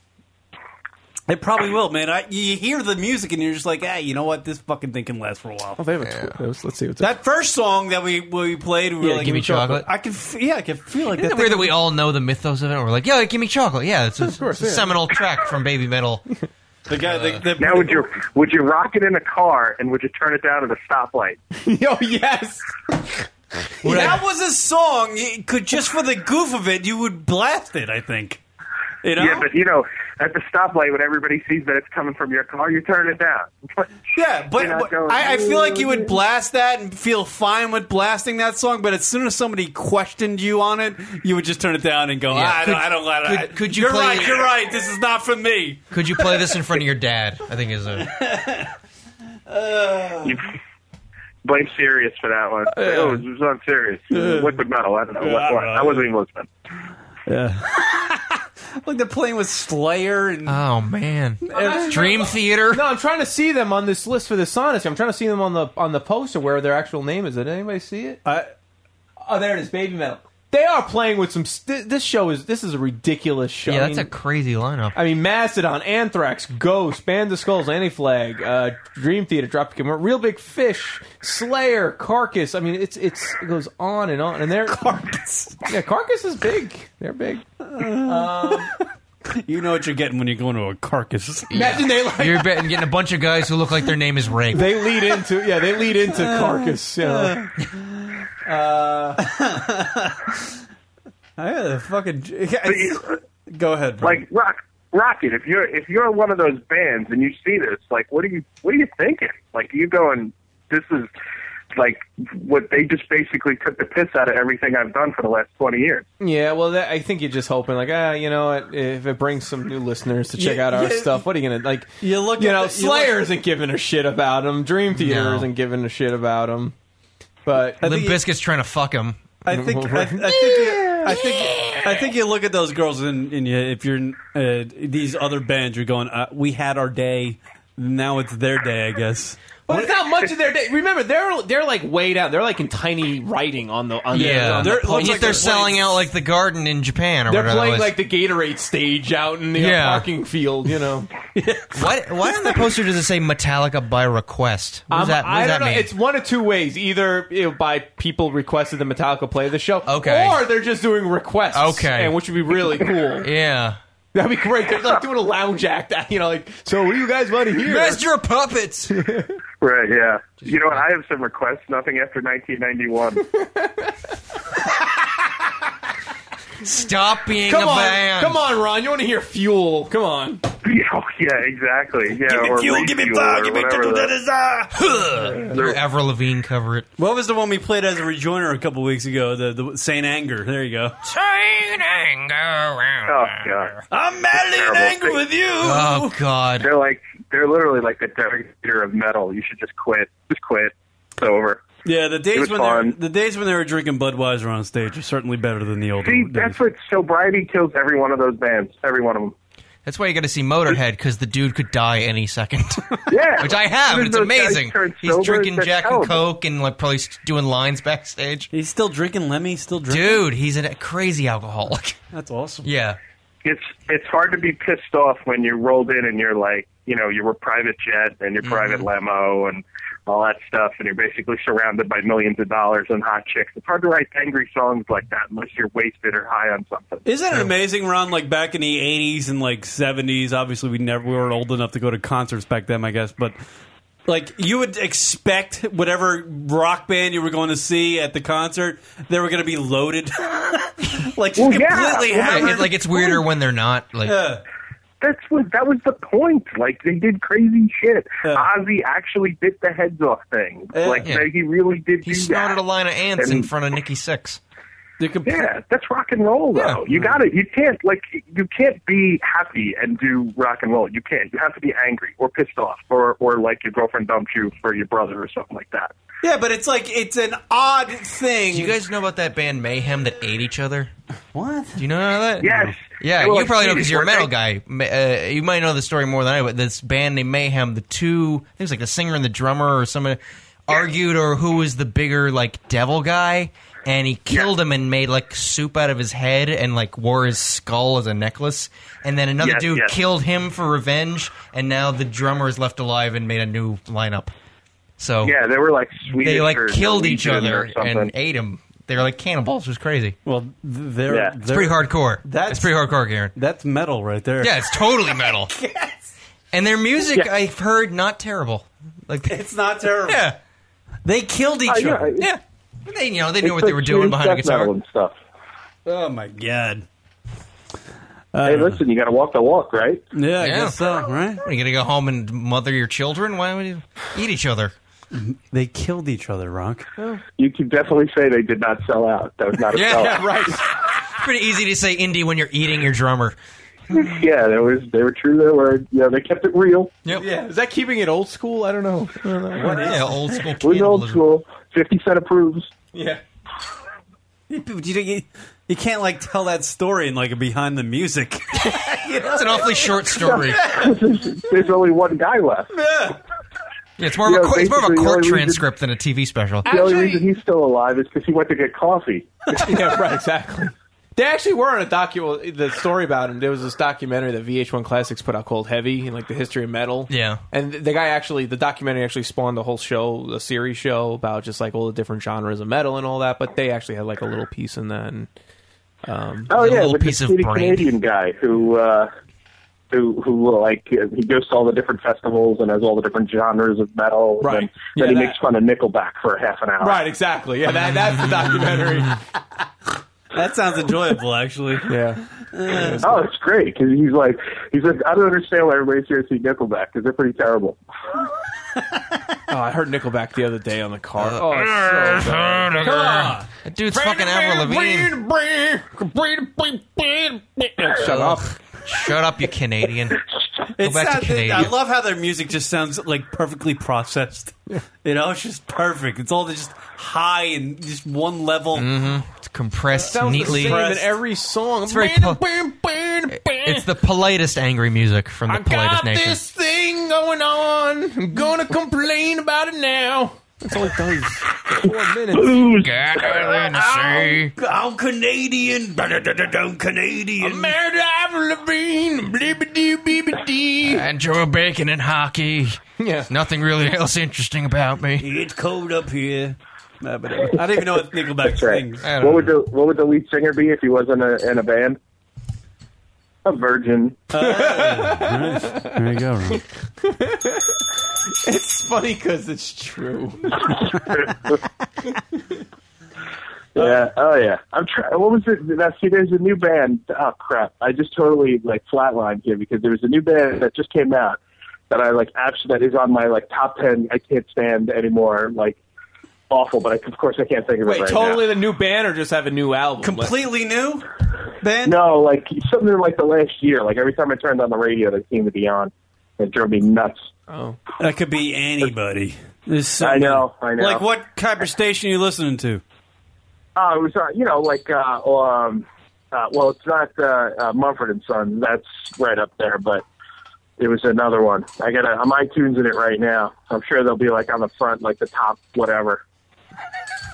Speaker 2: It probably will, man. I, you hear the music and you're just like, hey, you know what? This fucking thing can last for a while.
Speaker 4: Oh, they have a tw- let's, let's see what's
Speaker 2: That first song that we we played, we were
Speaker 6: Yeah,
Speaker 2: like,
Speaker 6: Gimme
Speaker 2: we felt-
Speaker 6: Chocolate.
Speaker 2: I can, f- yeah, I can feel like
Speaker 6: Isn't
Speaker 2: that.
Speaker 6: it weird
Speaker 2: thing-
Speaker 6: that we all know the mythos of it? We're like, yeah, give me chocolate. Yeah, it's a,
Speaker 2: course,
Speaker 6: it's a
Speaker 2: yeah.
Speaker 6: seminal track from Baby Metal.
Speaker 2: the guy, the,
Speaker 3: now would you would you rock it in a car and would you turn it down at a stoplight?
Speaker 4: Yo, yes.
Speaker 2: that was a song. You could just for the goof of it, you would blast it. I think. You know?
Speaker 3: Yeah, but you know, at the stoplight when everybody sees that it's coming from your car, you turn it down.
Speaker 2: Yeah, but
Speaker 3: You're not
Speaker 2: but
Speaker 3: going-
Speaker 2: I, I feel like you would blast that and feel fine with blasting that song. But as soon as somebody questioned you on it, you would just turn it down and go,
Speaker 6: Yeah.
Speaker 2: "Ah, I,
Speaker 6: Could-
Speaker 2: don't, I don't. I don't-
Speaker 6: could- could you
Speaker 2: You're
Speaker 6: play-
Speaker 2: right. You're right. This is not for me.
Speaker 6: Could you play this in front of your dad? I think is a.
Speaker 3: You blame Sirius for that one.
Speaker 6: Yeah.
Speaker 3: Oh, it was on Sirius.
Speaker 2: Yeah.
Speaker 3: Liquid metal. I don't know.
Speaker 2: Yeah,
Speaker 3: what,
Speaker 2: I don't
Speaker 3: what.
Speaker 2: know.
Speaker 3: I wasn't even listening.
Speaker 2: Yeah. like they're playing with Slayer and
Speaker 6: oh man, Dream Theater.
Speaker 4: No, I'm trying to see them on this list for the Sonics. I'm trying to see them on the on the poster where their actual name is. Did anybody see it? I, oh, there it is, Baby Metal. They are playing with some. St- this show is this is a ridiculous show.
Speaker 6: Yeah,
Speaker 4: I
Speaker 6: that's
Speaker 4: mean-
Speaker 6: a crazy lineup.
Speaker 4: I mean, Mastodon, Anthrax, Ghost, Band of Skulls, Anti-Flag, uh, Dream Theater, Dropkick Murphys, Real Big Fish, Slayer, Carcass. I mean, it's it's it goes on and on. And they're Carcass. Yeah, Carcass is big. They're big.
Speaker 2: you know what you're getting when you go into a carcass.
Speaker 4: Imagine they like
Speaker 6: You're betting getting a bunch of guys who look like their name is Ray.
Speaker 4: they lead into yeah they lead into Carcass. You know.
Speaker 2: I had a fucking. Go ahead. Bro.
Speaker 3: Like rock, rocket. If you're if you're one of those bands and you see this, like, what are you what are you thinking? Like, you going, this is like what they just basically took the piss out of everything I've done for the last twenty years.
Speaker 4: Yeah, well, that, I think you're just hoping, like, ah, you know, what, if it brings some new listeners to check
Speaker 2: Yeah,
Speaker 4: out our
Speaker 2: yeah.
Speaker 4: stuff, what are you gonna like?
Speaker 2: you look.
Speaker 4: You
Speaker 2: at
Speaker 4: know,
Speaker 2: the- you look-
Speaker 4: Slayer isn't giving a shit about them. Dream Theater
Speaker 6: No.
Speaker 4: isn't giving a shit about them. But
Speaker 6: Limp Bizkit's trying to fuck him.
Speaker 2: I think I, I think you, I think I think you look at those girls and, and you, if you're uh, these other bands, you're going. Uh, we had our day. Now it's their day, I guess.
Speaker 4: But it's not much of their day. Remember, they're they're like way down. They're like in tiny writing on the on
Speaker 6: Yeah,
Speaker 4: Their, on the
Speaker 6: they're,
Speaker 4: poster.
Speaker 6: like they're, selling out like the garden in Japan or
Speaker 4: They're
Speaker 6: whatever.
Speaker 4: playing
Speaker 6: it was.
Speaker 4: like the Gatorade stage out in the uh,
Speaker 6: Yeah.
Speaker 4: parking field. You know,
Speaker 6: why, why on the poster does it say Metallica by request? What does
Speaker 4: Um,
Speaker 6: that, what does
Speaker 4: I
Speaker 6: that
Speaker 4: don't
Speaker 6: mean?
Speaker 4: know. It's one of two ways: either you know, by people requested the Metallica play the show,
Speaker 6: Okay.
Speaker 4: or they're just doing requests,
Speaker 6: Okay.
Speaker 4: and which would be really cool.
Speaker 6: yeah.
Speaker 4: That'd be great. They're like doing a lounge act, you know, like so. What do you guys want to hear?
Speaker 6: Master of Puppets!
Speaker 3: Right? Yeah. You know what? I have some requests. Nothing after 1991.
Speaker 6: Stop being
Speaker 4: Come
Speaker 6: a
Speaker 4: on,
Speaker 6: band.
Speaker 4: come on, Ron. You want to hear Fuel? Come on.
Speaker 3: yeah, Oh, yeah, exactly. Yeah,
Speaker 2: Give me
Speaker 3: or
Speaker 2: fuel, give me
Speaker 3: refuel
Speaker 2: fire,
Speaker 3: or
Speaker 2: give me
Speaker 3: whatever
Speaker 2: da- da-
Speaker 3: the-
Speaker 2: uh.
Speaker 6: Your Avril Lavigne cover it.
Speaker 5: What was the one we played as a rejoiner a couple weeks ago? The the Saint Anger. There you go.
Speaker 3: Oh god,
Speaker 2: I'm madly
Speaker 3: Terrible
Speaker 2: angry
Speaker 3: thing. Uh,
Speaker 2: with you.
Speaker 6: Oh, god,
Speaker 3: they're like they're literally like the Derek Jeter of metal. You should just quit. Just quit. It's over.
Speaker 5: Yeah, the
Speaker 3: It
Speaker 5: days
Speaker 3: was
Speaker 5: when they were,
Speaker 3: fun.
Speaker 5: the days when they were drinking Budweiser on stage are certainly better than the old.
Speaker 3: See, that's what sobriety kills every one of those bands. Every one of them.
Speaker 6: That's why you got to see Motorhead because the dude could die any second.
Speaker 3: Yeah,
Speaker 6: which I have.
Speaker 3: Soon as
Speaker 6: And it's
Speaker 3: those guys
Speaker 6: amazing.
Speaker 3: turn
Speaker 6: He's
Speaker 3: sober, "Oh,
Speaker 6: drinking
Speaker 3: they're
Speaker 6: Jack and
Speaker 3: terrible.
Speaker 6: Coke and like probably s- doing lines backstage.
Speaker 5: He's still drinking Lemmy. Still drinking.
Speaker 6: Dude, he's a crazy alcoholic.
Speaker 5: That's awesome.
Speaker 6: Yeah.
Speaker 3: It's it's hard to be pissed off when you're rolled in and you're like, you know, you're a private jet and your private
Speaker 6: Mm-hmm.
Speaker 3: limo and all that stuff, and you're basically surrounded by millions of dollars and hot chicks. It's hard to write angry songs like that unless you're wasted or high on something.
Speaker 5: Isn't it amazing, Ron? Like back in the '80s and like '70s. Obviously, we never we weren't old enough to go to concerts back then, I guess. But like, you would expect whatever rock band you were going to see at the concert, they were going to be loaded, like just completely hammered.
Speaker 6: It- like it's weirder when they're not. Like
Speaker 5: Yeah.
Speaker 3: That's what that was the point. Like they did crazy shit. Ozzy actually bit the heads off thing.
Speaker 6: Yeah.
Speaker 3: like
Speaker 6: Yeah.
Speaker 3: they- he really did.
Speaker 6: he
Speaker 3: do
Speaker 6: snorted
Speaker 3: that.
Speaker 6: a line of ants in
Speaker 3: And-
Speaker 6: front of Nikki Six.
Speaker 3: yeah, that's rock and roll though. You got to You can't like you can't be happy and do rock and roll. You can't. You have to be angry or pissed off or or like your girlfriend dumped you for your brother or something like that.
Speaker 5: Yeah, but it's like it's an odd thing.
Speaker 6: Do you guys know about that band Mayhem that ate each other?
Speaker 5: What?
Speaker 6: Do you know that?
Speaker 5: Yes.
Speaker 6: Yeah,
Speaker 5: They
Speaker 6: you
Speaker 5: were like
Speaker 6: probably know because
Speaker 5: teenagers,
Speaker 6: you're a metal
Speaker 5: weren't
Speaker 6: guy. Ma- Uh, you might know the story more than I. do, But this band named Mayhem, the two, I think it was like the singer and the drummer or someone argued or who was the bigger like devil guy, and he killed him and made like soup out of his head and like wore his skull as a necklace. And then another
Speaker 5: Yes,
Speaker 6: dude
Speaker 5: yes.
Speaker 6: killed him for revenge, and now the drummer is left alive and made a new lineup. So
Speaker 3: Yeah, they were like Swedish.
Speaker 6: they like
Speaker 3: or
Speaker 6: killed each
Speaker 3: Norwegian or
Speaker 6: other and
Speaker 3: something.
Speaker 6: ate him. They were like cannibals. It was crazy.
Speaker 5: Well, they're,
Speaker 6: yeah. it's pretty hardcore. That's it's pretty hardcore, Karen.
Speaker 5: That's metal right there.
Speaker 6: Yeah, it's totally metal. And their music,
Speaker 5: Yeah.
Speaker 6: I've heard, not terrible. Like
Speaker 5: it's not terrible.
Speaker 6: Yeah, they killed each
Speaker 5: Oh,
Speaker 3: Uh,
Speaker 5: yeah,
Speaker 6: other.
Speaker 5: it's-
Speaker 6: Yeah, they you know they
Speaker 5: it's
Speaker 6: knew what they
Speaker 5: like
Speaker 6: were doing
Speaker 5: Swedish
Speaker 6: behind a
Speaker 5: death
Speaker 6: guitar.
Speaker 5: metal
Speaker 3: and stuff.
Speaker 5: Oh my god.
Speaker 3: Hey, listen, you got to walk the walk, right?
Speaker 5: Yeah, I guess so. Right?
Speaker 6: Are you gonna go home and mother your children? Why would you eat each other?
Speaker 5: They killed each other, Rock.
Speaker 3: You can definitely say they did not sell out. That was not a
Speaker 6: Yeah,
Speaker 3: sellout.
Speaker 6: yeah, right. Pretty easy to say indie when you're eating your drummer.
Speaker 3: yeah, they was they were true to their word. Yeah, they kept it real.
Speaker 6: Yep.
Speaker 4: Yeah, is that keeping it old school? I don't know.
Speaker 3: What is- Yeah,
Speaker 6: old school
Speaker 3: It was old school. Fifty Cent approves.
Speaker 4: Yeah.
Speaker 5: You, you- you can't like tell that story in like a behind the music.
Speaker 6: It's an awfully short story.
Speaker 3: There's only one guy left.
Speaker 6: Yeah, it's more of
Speaker 3: You
Speaker 6: a
Speaker 3: know,
Speaker 6: court, it's more of
Speaker 3: basically,
Speaker 6: a court
Speaker 3: the only reason-
Speaker 6: transcript than a TV special.
Speaker 3: the only reason he's still alive is because he went to get coffee.
Speaker 4: yeah, right, exactly. They actually were on a docu. The story about him. There was this documentary that VH1 Classics put out called Heavy, and like the history of metal.
Speaker 6: Yeah.
Speaker 4: And the guy actually, the documentary actually spawned a whole show, a series show about just like all the different genres of metal and all that. But they actually had like a little piece in that. And, um,
Speaker 3: Oh yeah, with the shitty Canadian guy who uh, who who uh, like he goes to all the different festivals and has all the different genres of metal.
Speaker 4: Right.
Speaker 3: And
Speaker 4: Yeah,
Speaker 3: then he
Speaker 4: that-
Speaker 3: makes fun of Nickelback for half an hour.
Speaker 4: Right, exactly. Yeah, that, that's the documentary.
Speaker 5: that sounds enjoyable, actually.
Speaker 4: Yeah.
Speaker 3: Oh, it's great because he's like, he's like, I don't understand why everybody's here to see Nickelback because they're pretty terrible.
Speaker 4: Oh, I heard Nickelback the other day on the car. oh,
Speaker 6: Uh,
Speaker 4: it's so bad.
Speaker 6: That
Speaker 5: Ah.
Speaker 6: dude's uh, fucking Avril Lavigne.
Speaker 4: Oh, Shut
Speaker 6: uh,
Speaker 4: up.
Speaker 6: Shut up, you Canadian. Go
Speaker 5: It
Speaker 6: back to
Speaker 5: sounds,
Speaker 6: Canadian.
Speaker 5: I love how their music just sounds like perfectly processed. You know, it's just perfect. It's all just high and just one level.
Speaker 6: It's compressed
Speaker 4: Sounds
Speaker 6: neatly.
Speaker 4: the same in every song.
Speaker 6: It's very po- It's the politest angry music from the
Speaker 4: I
Speaker 6: politest
Speaker 4: got
Speaker 6: nation.
Speaker 4: this thing going on. I'm gonna complain about it now. That's all it does. Four minutes.
Speaker 5: I'm, I'm Canadian. I'm Canadian.
Speaker 4: I'm married to Avril Lavigne. Blibbity bibbity.
Speaker 6: Enjoy bacon and hockey.
Speaker 4: Yeah.
Speaker 6: Nothing really else interesting about me.
Speaker 5: It's cold up here. No, but I don't even know what Nickelback
Speaker 3: That's right.
Speaker 5: sings.
Speaker 3: What would the What would the lead singer be if he wasn't a, in a band? A virgin.
Speaker 5: There you go. Ron.
Speaker 4: It's funny because it's true.
Speaker 3: Yeah. Oh yeah. I'm trying. What was it? That see, there's a new band. Oh crap! I just totally like flatlined here because there was a new band that just came out that I like. Absolutely, that is on my like top ten. I can't stand anymore. Like awful, but I, of course I can't think of it
Speaker 4: Wait,
Speaker 3: right
Speaker 4: totally the new band or just have a new album?
Speaker 5: Completely new.
Speaker 3: now. No, like something like the last year. Like every time I turned on the radio, they seemed to be on. It drove me nuts.
Speaker 5: Oh, that could be anybody. There's so
Speaker 3: I know, I know.
Speaker 5: Like what type of station are you listening to?
Speaker 3: Oh, it was uh, you know like uh, um, uh, well, it's not uh, uh, Mumford and Son. That's right up there, but it was another one. I got I'm iTunes in it right now. I'm sure they'll be like on the front, like the top whatever.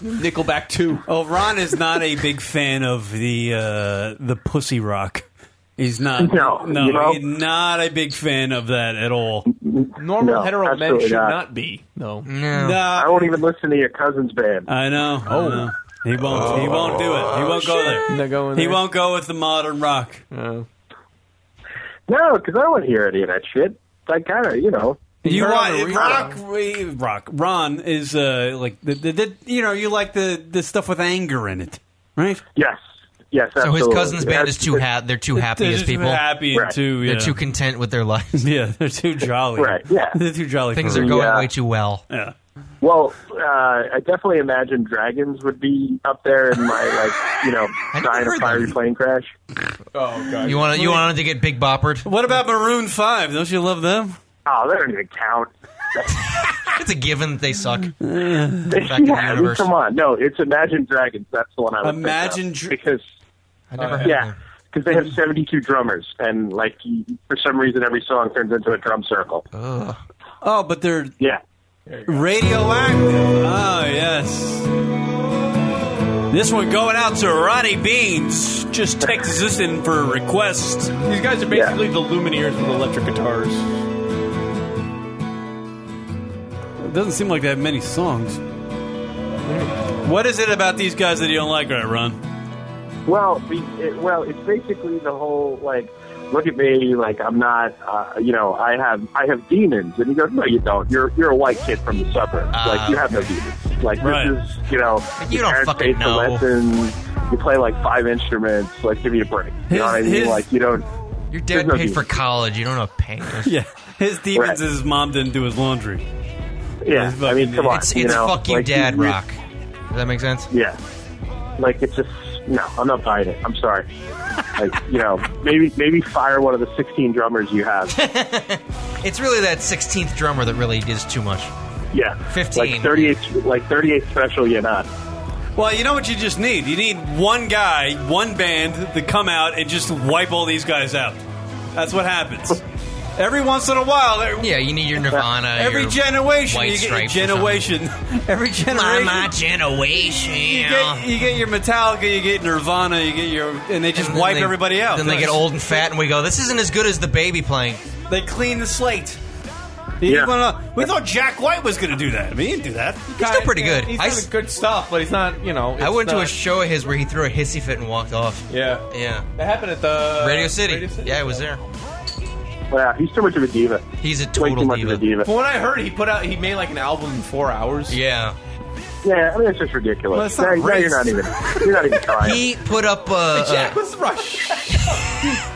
Speaker 5: Nickelback two. Oh, Ron is not a big fan of the uh, the pussy rock. He's not.
Speaker 3: No,
Speaker 5: no,
Speaker 3: you know?
Speaker 5: he's not a big fan of that at all.
Speaker 4: Normal hetero men should not. be.
Speaker 5: No,
Speaker 6: Hmm?
Speaker 4: No.
Speaker 3: I won't even listen to your cousin's band.
Speaker 5: I know. Oh, he won't. He won't do it. He won't go there.
Speaker 4: going
Speaker 5: He
Speaker 4: there.
Speaker 5: won't go with the modern rock.
Speaker 3: No, because I won't hear any of that shit. I kind of, you know.
Speaker 5: You
Speaker 3: Heard
Speaker 5: want
Speaker 3: it
Speaker 5: rock? we- Rock. Ron is uh, like the, the, the you know you like the the stuff with anger in it, right?
Speaker 3: Yes. Yes.
Speaker 6: So Oh, his cousin's band is too ha- they're too happy
Speaker 5: They're
Speaker 6: as
Speaker 5: just
Speaker 6: people.
Speaker 5: happy and Right. too, yeah.
Speaker 6: They're too content with their lives.
Speaker 5: Yeah, they're too jolly.
Speaker 3: Right, yeah.
Speaker 5: They're too jolly.
Speaker 6: Things
Speaker 5: for
Speaker 6: are
Speaker 5: it.
Speaker 6: going
Speaker 3: Yeah.
Speaker 6: way too well.
Speaker 5: Yeah.
Speaker 3: Well, uh, I definitely imagine dragons would be up there in my like, you know, die in a fiery plane crash.
Speaker 4: Oh god.
Speaker 6: You want you wanted to get big boppered?
Speaker 5: What about Maroon Five? Don't you love them?
Speaker 3: Oh, they don't even count.
Speaker 6: it's a given that they suck. Back in
Speaker 3: Yeah, I
Speaker 6: the
Speaker 3: mean,
Speaker 6: universe.
Speaker 3: come on, no, it's Imagine Dragons. That's the one I would
Speaker 5: Imagine
Speaker 3: think of, because
Speaker 6: I
Speaker 3: never yeah, because they have seventy-two drummers, and like for some reason, every song turns into a drum circle.
Speaker 5: Oh, but they're
Speaker 3: yeah
Speaker 5: radioactive. Oh yes. This one going out to Ronnie Beans. Just text us in for a request.
Speaker 4: These guys are basically the Lumineers with electric guitars.
Speaker 5: It doesn't seem like they have many songs. What is it about these guys that you don't like, right, Ron?
Speaker 3: Well, be, it, well, it's basically the whole like, look at me, like I'm not, uh, you know, I have I have demons, and he goes, no, you don't. You're you're a white kid from the suburbs, like you have no demons. Like
Speaker 5: Ah, Right.
Speaker 3: this is, you know,
Speaker 5: you
Speaker 3: your
Speaker 5: don't
Speaker 3: parents
Speaker 5: fucking
Speaker 3: paid
Speaker 5: know.
Speaker 3: for lessons. You play like five instruments. Like, give me a break. you know what I mean?
Speaker 6: his-
Speaker 3: like, you don't.
Speaker 6: Your
Speaker 3: there's
Speaker 6: dad
Speaker 3: no
Speaker 6: paid
Speaker 3: demons.
Speaker 6: for college. You don't have pain.
Speaker 5: Yeah, his demons is his mom didn't do his laundry.
Speaker 3: Yeah,
Speaker 5: His
Speaker 3: I mean,
Speaker 5: fucking-
Speaker 3: come on.
Speaker 6: It's,
Speaker 3: you
Speaker 6: it's
Speaker 3: know,
Speaker 6: fuck you,
Speaker 3: like,
Speaker 6: dad
Speaker 3: you- you-
Speaker 6: rock. Does that make sense?
Speaker 3: Yeah. Like it's just no, I'm not buying it. I'm sorry. like you know, maybe maybe fire one of the 16 drummers you have.
Speaker 6: It's really that 16th drummer that really is too much.
Speaker 3: Yeah,
Speaker 6: 15.
Speaker 3: Like 38, like 38 special. You're not.
Speaker 5: Well, you know what you just need? You need one guy, one band to come out and just wipe all these guys out. That's what happens. Every once in a while, there-
Speaker 6: Yeah, you need your Nirvana.
Speaker 5: every
Speaker 6: your
Speaker 5: generation,
Speaker 6: White
Speaker 5: you get your
Speaker 6: Stripes or
Speaker 5: generation. Every generation,
Speaker 6: My generation.
Speaker 5: You get, you get your Metallica, you get Nirvana, you get your, and they just
Speaker 6: Then
Speaker 5: wipe
Speaker 6: they-
Speaker 5: everybody out.
Speaker 6: Then they get old and fat, and we go, "This isn't as good as the baby playing."
Speaker 5: They clean the slate. You
Speaker 6: Yeah.
Speaker 5: wanna- uh, we thought Jack White was going to do that. I mean, he didn't do that.
Speaker 6: He's still pretty good.
Speaker 4: He's
Speaker 6: I,
Speaker 4: doing good stuff, but he's not. You know,
Speaker 6: I
Speaker 4: it's
Speaker 6: went to a
Speaker 4: not-
Speaker 6: show of his where he threw a hissy fit and walked off.
Speaker 4: Yeah, Uh,
Speaker 6: yeah.
Speaker 4: That happened at the
Speaker 6: Radio City. Yeah, it was there.
Speaker 3: Wow, he's too much of a diva.
Speaker 6: He's a
Speaker 3: Way too
Speaker 6: total
Speaker 3: much of a
Speaker 6: diva.
Speaker 3: diva.
Speaker 4: From what I heard, he put out. He made like an album in four hours.
Speaker 6: Yeah.
Speaker 3: Yeah, I mean it's just ridiculous.
Speaker 4: Well, it's not
Speaker 3: Now- now you're not even. You're not even trying.
Speaker 6: He put up uh,
Speaker 4: Jack,
Speaker 6: uh,
Speaker 4: let's rush.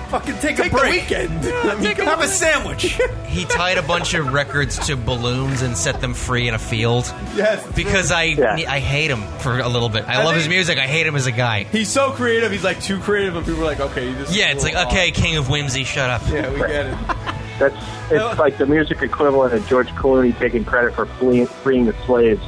Speaker 4: Fucking take,
Speaker 5: Take
Speaker 4: a
Speaker 5: the
Speaker 4: break.
Speaker 5: weekend.
Speaker 4: I mean, come
Speaker 5: Have a
Speaker 4: on.
Speaker 5: sandwich.
Speaker 6: he tied a bunch of records to balloons and set them free in a field.
Speaker 4: Yes.
Speaker 6: Because I I hate him for a little bit. I,
Speaker 4: I
Speaker 6: love
Speaker 4: think-
Speaker 6: his music. I hate him as a guy.
Speaker 4: He's so creative. He's like too creative, and people are like, okay, this. is
Speaker 6: Yeah,
Speaker 4: a
Speaker 6: it's like
Speaker 4: little
Speaker 6: okay, King of Whimsy, shut up.
Speaker 4: odd. Yeah, we get it.
Speaker 3: That's it's like the music equivalent of George Clooney taking credit for fleeing, freeing the slaves.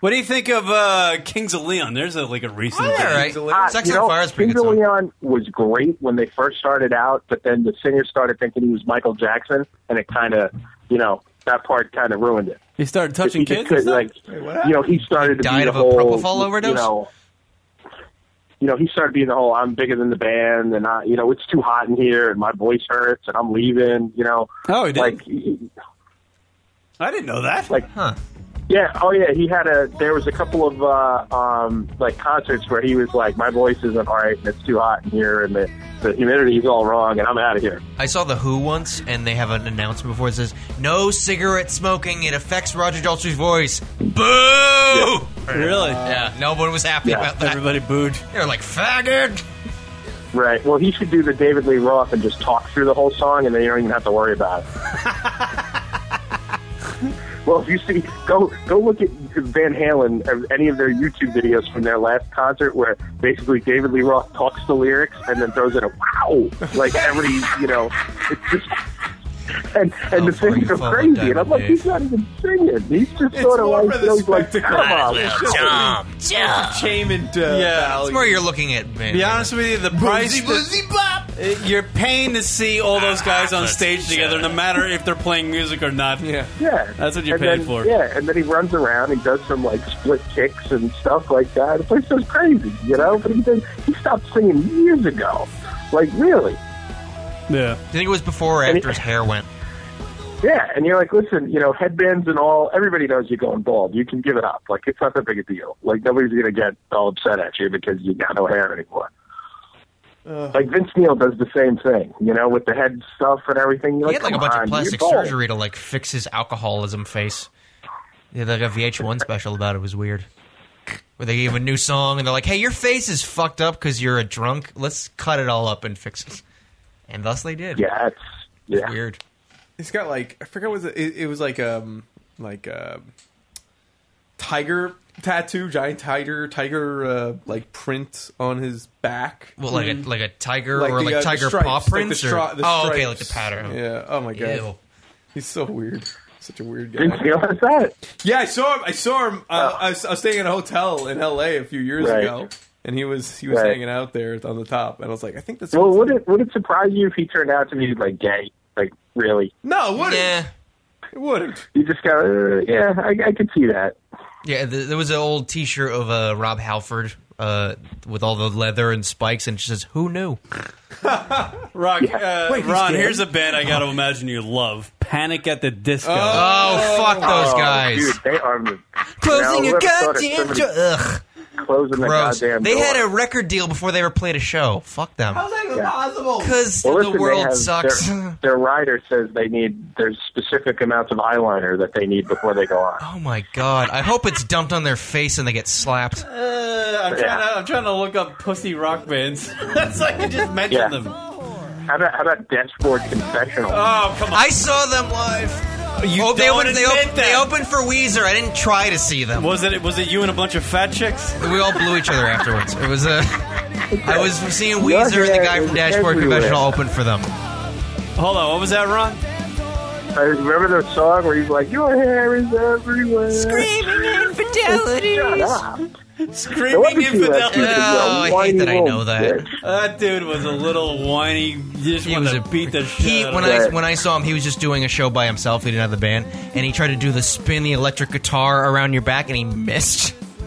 Speaker 5: What do you think of uh, Kings of Leon? There's a, like a
Speaker 6: Oh,
Speaker 5: recent.
Speaker 3: yeah,
Speaker 5: thing.
Speaker 3: right. Ah, you know, Kings of Leon was great when they first started out, but then the singer started thinking he was Michael Jackson, and it kind of, you know, that part kind of ruined it.
Speaker 5: He started touching
Speaker 3: He
Speaker 5: kids.
Speaker 3: could,
Speaker 5: and stuff?
Speaker 3: like, you know, he started to
Speaker 5: died
Speaker 3: be the
Speaker 5: of a
Speaker 3: whole,
Speaker 5: propofol overdose?
Speaker 3: You know, you know, he started being the whole "I'm bigger than the band," and I, you know, it's too hot in here, and my voice hurts, and I'm leaving. You know,
Speaker 5: oh, he did?
Speaker 3: like, he-
Speaker 5: I didn't know that.
Speaker 3: Like, yeah, oh yeah, he had a. There was a couple of uh, um, like concerts where he was like, "My voice isn't all right, and it's too hot in here, and the the humidity's all wrong, and I'm out of here."
Speaker 6: I saw the Who once, and they have an announcement before it says, "No cigarette smoking. It affects Roger Daltrey's voice." Boo!
Speaker 2: Really?
Speaker 6: yeah. No one was happy
Speaker 3: Yeah.
Speaker 6: about that.
Speaker 2: Everybody booed.
Speaker 6: They're like faggot.
Speaker 3: Right. Well, he should do the David Lee Roth and just talk through the whole song, and then you don't even have to worry about it. well, if you see, go go look at Van Halen or any of their YouTube videos from their last concert, where basically David Lee Roth talks the lyrics and then throws in a wow, like every you know, it's just. And, and the things are crazy, and I'm like, he's not even singing. He's just sort of like, those, like, come on,
Speaker 6: Well,
Speaker 3: just-
Speaker 6: Tom, Tom.
Speaker 5: Uh,
Speaker 2: yeah,
Speaker 6: That's where you're looking at. Man.
Speaker 2: Be honest with you, the price. that-
Speaker 5: bop. You're paying to see all those guys on
Speaker 2: That's
Speaker 5: stage together, no matter if they're playing music or not. Yeah,
Speaker 3: Yeah,
Speaker 5: that's what you're
Speaker 3: and
Speaker 5: paid
Speaker 3: then-
Speaker 5: for.
Speaker 3: Yeah, and then he runs around. He does some like split kicks and stuff like that. The place goes crazy, you know. But he did, he stopped singing years ago. Like really,
Speaker 15: Yeah. Do
Speaker 6: you think it was before or after his hair went?
Speaker 3: yeah. And you're like, listen, you know, headbands and all. Everybody knows you're going bald. You can give it up. Like it's not that big a deal. Like nobody's gonna get all upset at you because you got no hair anymore. Like Vince Neil does the same thing, you know, with the head stuff and everything. You're
Speaker 6: He had like a
Speaker 3: "Come
Speaker 6: bunch
Speaker 3: on,
Speaker 6: of plastic
Speaker 3: you're bald."
Speaker 6: surgery to like fix his alcoholism face. Yeah, like a VH1 special about it It was weird. Where they gave him a new song and they're like, "Hey, your face is fucked up because you're a drunk. Let's cut it all up and fix it." And thus they did.
Speaker 3: Yeah, it's, yeah.
Speaker 6: weird.
Speaker 4: It's got like I forget what it was it, it was like um like uh tiger tattoo, giant tiger, tiger uh, like print on his back.
Speaker 6: Well, like a like a tiger
Speaker 4: Mm-hmm. Like
Speaker 6: or
Speaker 4: the,
Speaker 6: like
Speaker 4: uh, the
Speaker 6: tiger
Speaker 4: stripes,
Speaker 6: paw
Speaker 4: like the
Speaker 6: prints or
Speaker 4: stri- the
Speaker 6: oh, okay, like
Speaker 4: stripes.
Speaker 6: the pattern.
Speaker 4: Yeah. Oh my god.
Speaker 6: Ew.
Speaker 4: He's so weird. Such a weird guy.
Speaker 3: Vince Neil has that.
Speaker 4: Yeah, I saw him. I saw him. Uh, I, was, I was staying in a hotel in L.A. a few years
Speaker 3: Oh. Right.
Speaker 4: ago, and he was he was
Speaker 3: Right.
Speaker 4: hanging out there on the top, and I was like, I think that's
Speaker 3: Well, would it would it surprise you if he turned out to be like gay? Like really?
Speaker 4: no, it wouldn't
Speaker 6: Yeah.
Speaker 4: it wouldn't.
Speaker 3: You just go, uh, yeah, I, I could see that.
Speaker 6: Yeah, th there was an old T-shirt of uh, Rob Halford uh, with all the leather and spikes, and it says, "Who knew?"
Speaker 5: Rock, uh,
Speaker 6: Wait, he's
Speaker 5: Ron,
Speaker 6: dead?
Speaker 5: here's a band I got to imagine you love: Panic at the Disco.
Speaker 6: Oh, fuck those
Speaker 3: Oh,
Speaker 6: guys.
Speaker 3: dude, they are
Speaker 6: Closing
Speaker 3: you know,
Speaker 6: your
Speaker 3: whoever thought it,
Speaker 6: goddamn
Speaker 3: somebody
Speaker 6: door. Ugh.
Speaker 3: Closing the
Speaker 6: Gross.
Speaker 3: goddamn
Speaker 6: They
Speaker 3: door.
Speaker 6: had a record deal before they ever played a show. Fuck them. How's
Speaker 4: that
Speaker 3: even Yeah.
Speaker 4: possible?
Speaker 6: Because
Speaker 3: Well, listen, they
Speaker 6: the world
Speaker 3: have-
Speaker 6: sucks.
Speaker 3: Their, their writer says they need there's specific amounts of eyeliner that they need before they go on.
Speaker 6: Oh my god! I hope it's dumped on their face and they get slapped.
Speaker 5: Uh, I'm trying to I'm trying to look up pussy rock bands. That's like you just mentioned
Speaker 3: Yeah.
Speaker 5: them.
Speaker 3: How about how about Dashboard Confessional?
Speaker 5: Oh come on!
Speaker 6: I saw them live. You they,
Speaker 5: don't
Speaker 6: opened, they,
Speaker 5: admit
Speaker 6: opened, they opened for Weezer. I didn't try to see them.
Speaker 5: Was it was it you and a bunch of fat chicks?
Speaker 6: We all blew each other afterwards. It was a. I was seeing
Speaker 5: Your
Speaker 6: Weezer and
Speaker 5: hair
Speaker 6: the guy
Speaker 5: is
Speaker 6: from Dashboard
Speaker 3: everywhere.
Speaker 6: Confessional open for them.
Speaker 5: Hold on, what was that, Ron?
Speaker 3: I Uh, remember the song where he's like, "Your hair is everywhere." Shut up. No
Speaker 5: Screaming
Speaker 3: wonder she
Speaker 5: infidelities.
Speaker 3: left you, 'cause you're a
Speaker 6: Oh, I hate that I
Speaker 3: whiny
Speaker 6: know
Speaker 3: old
Speaker 6: that.
Speaker 3: bitch.
Speaker 5: That dude was a little whiny. You just wanted to beat the shit
Speaker 6: He
Speaker 5: out
Speaker 6: when
Speaker 5: of
Speaker 6: I
Speaker 5: him.
Speaker 6: when I saw him, he was just doing a show by himself. He didn't have the band, and he tried to do the spin the electric guitar around your back, and he missed.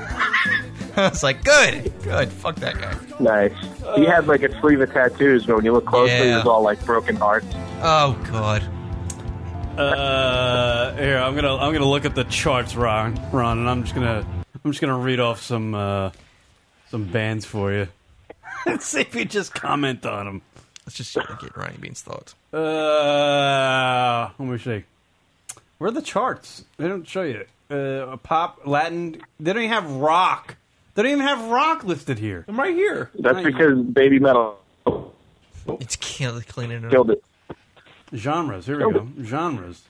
Speaker 6: I was like, good, good, fuck that guy.
Speaker 3: Nice. He had like a sleeve of tattoos, but when you look closely,
Speaker 6: Yeah.
Speaker 3: it was all like broken hearts.
Speaker 6: Oh god.
Speaker 5: Uh, here I'm gonna I'm gonna look at the charts, Ron. Ron, and I'm just gonna I'm just gonna read off some uh, some bands for you. Let's see if you just comment on them.
Speaker 6: Let's just get Ronnie Bean's thoughts.
Speaker 5: Uh,
Speaker 15: Let me see. Where are the charts? They don't show you. Uh, pop, Latin. They don't even have rock. They don't even have rock listed here.
Speaker 4: I'm right here.
Speaker 3: That's because baby metal
Speaker 6: It's kill, cleaning it
Speaker 3: killed it.
Speaker 15: Genres. Here we go. Genres.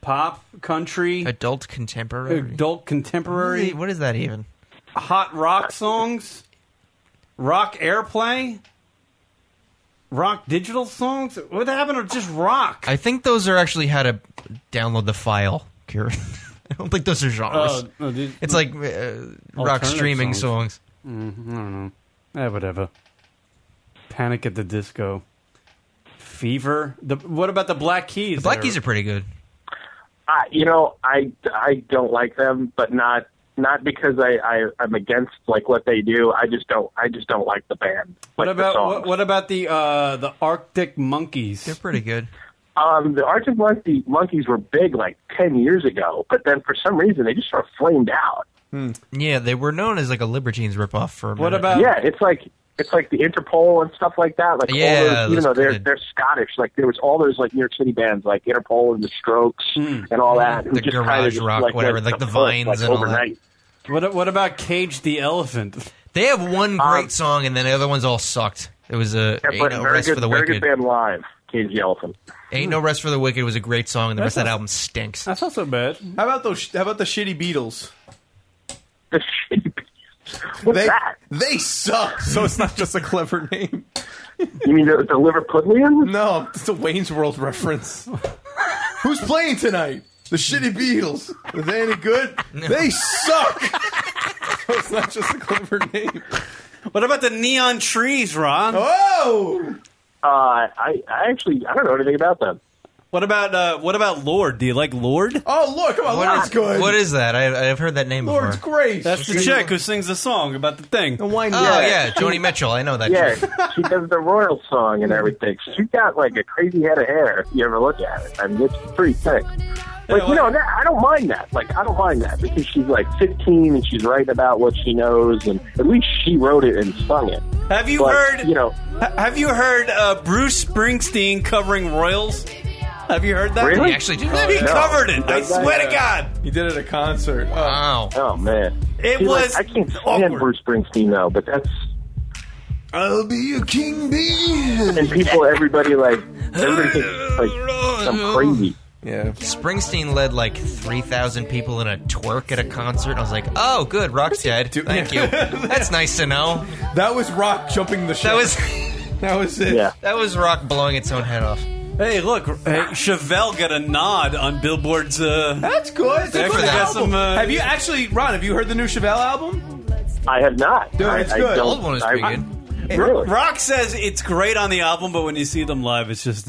Speaker 15: Pop, country,
Speaker 6: Adult contemporary.
Speaker 15: adult contemporary,
Speaker 6: What is that even?
Speaker 15: hot rock songs, rock airplay, rock digital songs. What happened to just rock?
Speaker 6: I think those are actually how to download the file, Kieran. I don't think those are genres.
Speaker 15: Oh, no, these-
Speaker 6: it's like uh, rock
Speaker 15: Alternative
Speaker 6: streaming songs.
Speaker 15: Mm, I don't know. Eh, whatever. Panic at the Disco. Fever. The, what about the Black Keys? The
Speaker 6: Black Keys are pretty good.
Speaker 3: I, you know, I, I don't like them, but not not because I, I I'm against like what they do. I just don't I just don't like the band.
Speaker 15: What
Speaker 3: like,
Speaker 15: about
Speaker 3: the song.
Speaker 15: what, what about the uh, the Arctic Monkeys? They're
Speaker 6: pretty good.
Speaker 3: Um, the Arctic Monkey, Monkeys were big like ten years ago, but then for some reason they just sort of flamed out.
Speaker 6: Yeah, they were known as like a Libertines ripoff for a minute.
Speaker 3: Yeah, it's like it's like the Interpol and stuff like that. Like
Speaker 6: Yeah,
Speaker 3: all those, even
Speaker 6: those
Speaker 3: though they're
Speaker 6: kinda-
Speaker 3: they're Scottish, like there was all those like New York City bands like Interpol and the Strokes and all that. who
Speaker 6: Hmm. The
Speaker 3: just
Speaker 6: garage
Speaker 3: kinda just,
Speaker 6: rock,
Speaker 3: like,
Speaker 6: whatever,
Speaker 3: went
Speaker 6: like the
Speaker 3: kaput,
Speaker 6: Vines
Speaker 3: like,
Speaker 6: and all that.
Speaker 3: overnight.
Speaker 5: What what about Cage the Elephant?
Speaker 6: They have one great song, and then the other ones all sucked. It was a
Speaker 3: Um, Yeah,
Speaker 6: ain't
Speaker 3: but
Speaker 6: no
Speaker 3: very
Speaker 6: rest
Speaker 3: good,
Speaker 6: for the
Speaker 3: very
Speaker 6: wicked.
Speaker 3: good band live. Cage the Elephant.
Speaker 6: Ain't no rest for the wicked was a great song, and the
Speaker 3: That's
Speaker 6: rest of that
Speaker 3: not-
Speaker 6: album stinks.
Speaker 5: That's not so bad.
Speaker 4: How about those? How about the shitty Beatles?
Speaker 3: What's that?
Speaker 4: They suck. So it's not just a clever name.
Speaker 3: You mean the, the Liverpudlian?
Speaker 4: No, it's a Wayne's World reference. Who's playing tonight? The shitty Beatles. Are they any good? They suck. so it's not just a clever name.
Speaker 2: What about the neon trees, Ron?
Speaker 4: Oh!
Speaker 3: Uh, I, I actually I don't know anything about them.
Speaker 2: What about uh, what about Lord? Do you like Lord?
Speaker 4: Oh, look, come on, Lord's good.
Speaker 6: What is that? I, I've heard that name
Speaker 4: Lord's
Speaker 6: before.
Speaker 4: great.
Speaker 2: That's the chick who sings the song about the thing.
Speaker 6: Oh yeah, Joni Mitchell. I know that.
Speaker 3: yeah,
Speaker 6: chick.
Speaker 3: she does the royal song and everything. She's got like a crazy head of hair. If you ever look at it, I mean, it's pretty thick. Like you know, that, I don't mind that. Like I don't mind that because she's like 15 and she's writing about what she knows, and at least she wrote it and sung it.
Speaker 2: Have you
Speaker 3: But,
Speaker 2: heard?
Speaker 3: You know,
Speaker 2: ha- have you heard uh, Bruce Springsteen covering Royals? Have you heard that?
Speaker 3: Really? He actually
Speaker 2: He
Speaker 3: did that? No.
Speaker 2: covered it. I
Speaker 3: Did that? uh,
Speaker 2: swear to
Speaker 3: Yeah.
Speaker 2: God. Uh,
Speaker 4: He did it at a concert.
Speaker 6: Wow.
Speaker 3: Oh man,
Speaker 2: It
Speaker 3: See, like,
Speaker 2: was
Speaker 3: I can't stand Bruce Springsteen though, but that's
Speaker 4: Oh. I'll be your king bee.
Speaker 3: and people, everybody like everybody thinks like some crazy.
Speaker 4: Yeah.
Speaker 6: Springsteen led like three thousand people in a twerk at a concert. I was like, oh, good, rock's dead. Thank you. That's nice to know.
Speaker 4: That was rock jumping the
Speaker 6: That was
Speaker 4: that was it. Yeah.
Speaker 6: That was rock blowing its own head off.
Speaker 2: Hey, look, hey, Chevelle got a nod on Billboard's. Uh,
Speaker 4: That's good. It's a
Speaker 2: Thanks
Speaker 4: good
Speaker 2: for that.
Speaker 4: album.
Speaker 2: Some, uh,
Speaker 4: have you actually, Ron? Have you heard the new Chevelle album?
Speaker 3: I have not.
Speaker 4: Dude,
Speaker 3: I,
Speaker 4: it's
Speaker 3: I
Speaker 4: good.
Speaker 3: don't-
Speaker 4: Old one is
Speaker 3: I-
Speaker 4: pretty good.
Speaker 3: Hey, Really?
Speaker 2: Rock says it's great on the album, but when you see them live, it's just.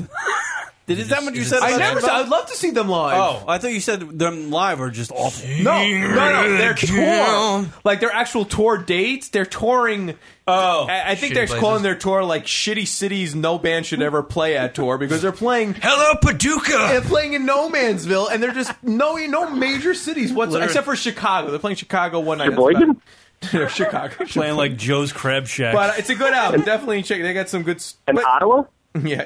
Speaker 2: Did is that what you said?
Speaker 4: I
Speaker 2: about
Speaker 4: never
Speaker 2: Chevelle?
Speaker 4: said. I'd love to see them live.
Speaker 2: Oh, I thought you said them live are just awful.
Speaker 4: No, no, no! Their tour, like their actual tour dates, they're touring. Oh, I, I think
Speaker 2: Shitty
Speaker 4: they're
Speaker 2: places.
Speaker 4: calling their tour like "Shitty Cities No Band Should Ever Play At" tour because they're playing
Speaker 6: Hello Paducah.
Speaker 4: They're playing in no man's ville, and they're just no no major cities whatsoever
Speaker 2: Literally.
Speaker 4: except for Chicago. They're playing Chicago one night. That's about
Speaker 3: Sheboygan?
Speaker 4: it. They're Chicago,
Speaker 2: Playing like Joe's Crab Shack.
Speaker 4: But it's a good album. Definitely check. They got some good. s-
Speaker 3: In
Speaker 4: but-
Speaker 3: Ottawa?
Speaker 4: Yeah.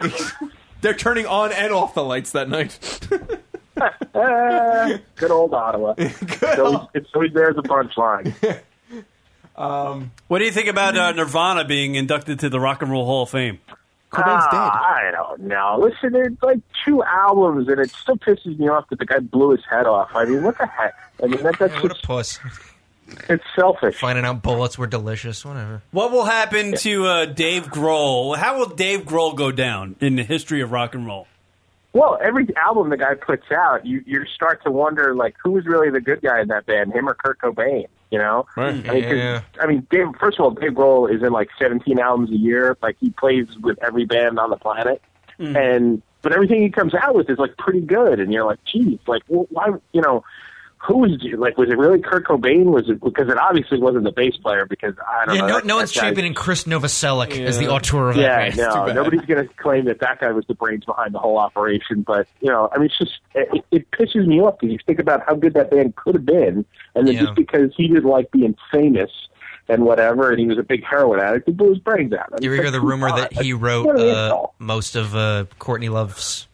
Speaker 4: They're turning on and off the lights that night.
Speaker 3: Ah, good old Ottawa. it's, always, it's always there's a punchline.
Speaker 4: um,
Speaker 2: what do you think about uh, Nirvana being inducted to the Rock and Roll Hall of Fame?
Speaker 3: Ah, I don't know. Listen, there's like two albums, and it still pisses me off that the guy blew his head off. I mean, what the heck? I mean, that, that's
Speaker 6: Yeah, what
Speaker 3: just,
Speaker 6: a puss.
Speaker 3: it's selfish.
Speaker 6: Finding out bullets were delicious. Whatever.
Speaker 2: What will happen to uh, Dave Grohl? How will Dave Grohl go down in the history of rock and roll?
Speaker 3: Well, every album the guy puts out, you you start to wonder like who was really the good guy in that band, him or Kurt Cobain? You know,
Speaker 6: Right.
Speaker 3: I mean, 'cause-
Speaker 6: Yeah.
Speaker 3: I mean, Dave. First of all, Dave Grohl is in like 17 albums a year. Like he plays with every band on the planet,
Speaker 6: Mm.
Speaker 3: and but everything he comes out with is like pretty good. And you're like, geez, like wh- why? You know, who was like was it really Kurt Cobain? Was it because it obviously wasn't the bass player? Because I don't
Speaker 6: Yeah,
Speaker 3: know.
Speaker 6: no,
Speaker 3: that-
Speaker 6: no
Speaker 3: that
Speaker 6: one's
Speaker 3: guy-
Speaker 6: championing Chris Novoselic as the auteur of
Speaker 3: yeah,
Speaker 6: that band.
Speaker 3: no, nobody's going to claim that that guy was the brains behind the whole operation. But you know, I mean, it's just it, it pisses me off because you think about how good that band could have been, and then
Speaker 6: Yeah.
Speaker 3: just because he didn't like being famous and whatever, and he was a big heroin addict, he blew his brains out. I mean,
Speaker 6: You ever hear
Speaker 3: it's
Speaker 6: the
Speaker 3: like,
Speaker 6: rumor
Speaker 3: come
Speaker 6: that
Speaker 3: on.
Speaker 6: he
Speaker 3: What
Speaker 6: wrote
Speaker 3: an
Speaker 6: uh,
Speaker 3: insult.
Speaker 6: most of uh, Courtney Love's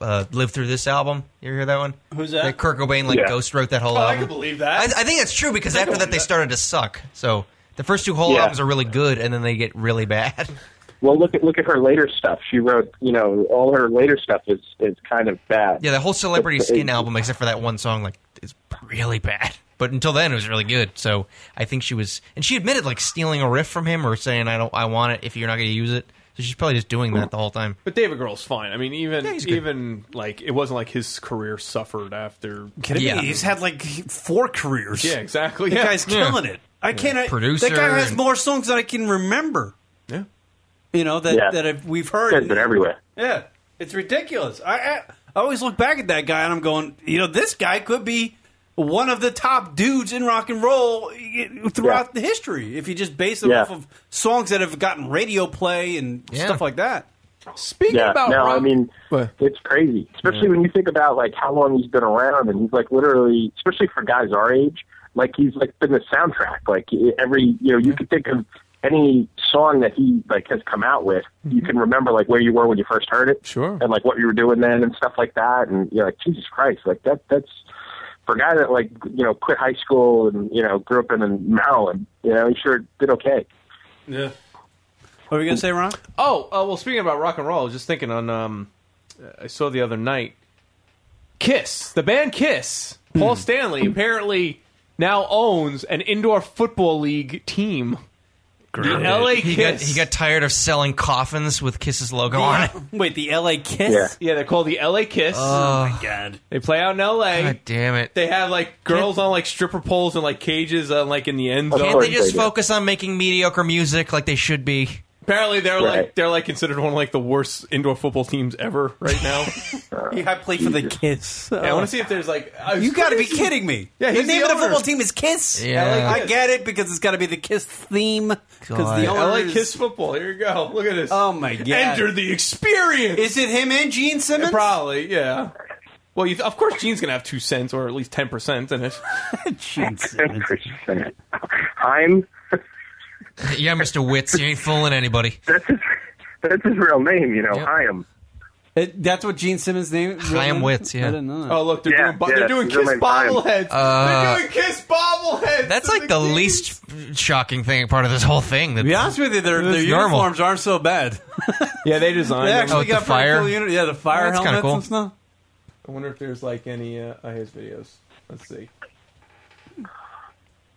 Speaker 6: uh, "Live Through This" album? You ever hear that one?
Speaker 2: Who's that?
Speaker 6: That Kurt Cobain like
Speaker 2: Yeah.
Speaker 6: ghost wrote that whole
Speaker 2: I
Speaker 6: album.
Speaker 2: can believe that.
Speaker 6: I, I think that's true because
Speaker 2: I can
Speaker 6: after that
Speaker 2: believe
Speaker 6: they started to suck. So the first two whole
Speaker 3: Yeah.
Speaker 6: albums are really good, and then they get really bad.
Speaker 3: Well, look at look at her later stuff. She wrote, you know, all her later stuff is is kind of bad.
Speaker 6: yeah, the whole Celebrity
Speaker 3: But-
Speaker 6: Skin album, except for that one song, like is really bad. But until then, it was really good. So I think she was, and she admitted like stealing a riff from him or saying, "I don't, I want it if you're not going to use it." So she's probably just doing that the whole time.
Speaker 4: but David Grohl's fine. I mean, even
Speaker 6: he's good.
Speaker 4: even like it wasn't like his career suffered after.
Speaker 2: Kidding me? He's had like four careers.
Speaker 4: Yeah, exactly.
Speaker 2: That
Speaker 4: yeah.
Speaker 2: guy's killing it. I can't. I,
Speaker 6: Producer
Speaker 2: That guy has
Speaker 6: and-
Speaker 2: more songs than I can remember.
Speaker 4: Yeah.
Speaker 2: You know that
Speaker 3: Yeah.
Speaker 2: that I've, we've
Speaker 3: He has
Speaker 2: heard.
Speaker 3: been everywhere.
Speaker 2: Yeah, it's ridiculous. I, I I always look back at that guy and I'm going, you know, this guy could be one of the top dudes in rock and roll eh, throughout the history if you just base it
Speaker 3: Yeah.
Speaker 2: off of songs that have gotten radio play and stuff like that.
Speaker 4: Speaking
Speaker 3: yeah,
Speaker 4: about
Speaker 3: no,
Speaker 4: rock,
Speaker 3: I mean it's crazy, especially when you think about like how long he's been around, and he's like literally, especially for guys our age, like he's like been the soundtrack. Like e-, every you know, you could think of any song that he like has come out with, you can remember like where you were when you first heard it,
Speaker 4: Sure.
Speaker 3: and like what you were doing then and stuff like that, and you're like Jesus Christ, like that that's for a guy that like you know quit high school and you know grew up in, in Maryland, you know he sure did okay.
Speaker 15: Yeah. What were you gonna say, Ron?
Speaker 4: Oh, uh, well, speaking about rock and roll, I was just thinking on. Um, I saw the other night, Kiss, the band Kiss.
Speaker 6: Hmm.
Speaker 4: Paul Stanley apparently now owns an indoor football league team. The LA
Speaker 6: he got,
Speaker 4: Kiss.
Speaker 6: he got tired of selling coffins with Kiss's logo on it.
Speaker 4: Wait, the LA Kiss? Yeah, they're called the LA Kiss.
Speaker 6: Oh, my
Speaker 4: god. They play out in LA.
Speaker 6: God damn it.
Speaker 4: They have like girls on like stripper poles and like cages on like in the end zone.
Speaker 6: Can't they just focus on making mediocre music like they should be?
Speaker 4: Apparently they're like they're like considered one of like the worst indoor football teams ever right now. yeah, I play for the Kiss. I want to see if there's like I was
Speaker 5: You got to be
Speaker 4: pretty-
Speaker 5: kidding me.
Speaker 4: Yeah,
Speaker 5: the
Speaker 4: he's
Speaker 5: name of
Speaker 4: the
Speaker 5: the football
Speaker 4: owner.
Speaker 5: team is Kiss.
Speaker 4: Yeah.
Speaker 5: I get it because it's got to be the Kiss theme. Because the
Speaker 4: LA
Speaker 5: owner is-
Speaker 4: Kiss football. Here you go. Look at this.
Speaker 5: Oh my god!
Speaker 4: Enter the experience.
Speaker 5: Is it him and Gene Simmons?
Speaker 4: Probably, yeah. Well, you of course, Gene's gonna have two cents or at least ten percent in it. Gene
Speaker 3: Simmons. I'm.
Speaker 6: yeah, Mister Witz, you ain't fooling anybody.
Speaker 3: That's his, that's his real name, you know. I am.
Speaker 5: It, that's what Gene Simmons' name. real
Speaker 6: Chaim
Speaker 5: name
Speaker 6: Witz,
Speaker 5: is? I
Speaker 6: yeah.
Speaker 5: didn't know that.
Speaker 4: Oh look, they're
Speaker 6: Yeah,
Speaker 4: doing bo-
Speaker 6: yeah,
Speaker 4: they're doing
Speaker 6: they're
Speaker 4: kiss
Speaker 6: doing mine.
Speaker 4: bobbleheads.
Speaker 6: Uh,
Speaker 4: they're doing kiss bobbleheads.
Speaker 6: That's like the least shocking thing part of this whole thing. To
Speaker 5: be honest with you, their, their
Speaker 6: It's normal.
Speaker 5: uniforms aren't so bad.
Speaker 4: yeah, they designed.
Speaker 5: They
Speaker 4: them.
Speaker 5: actually
Speaker 4: Oh, with
Speaker 5: got
Speaker 4: the fire?
Speaker 5: pretty cool uni- Yeah, the fire
Speaker 4: Oh, that's kinda
Speaker 5: helmets
Speaker 4: cool.
Speaker 5: and stuff.
Speaker 4: I wonder if there's like any uh, of his videos. Let's see.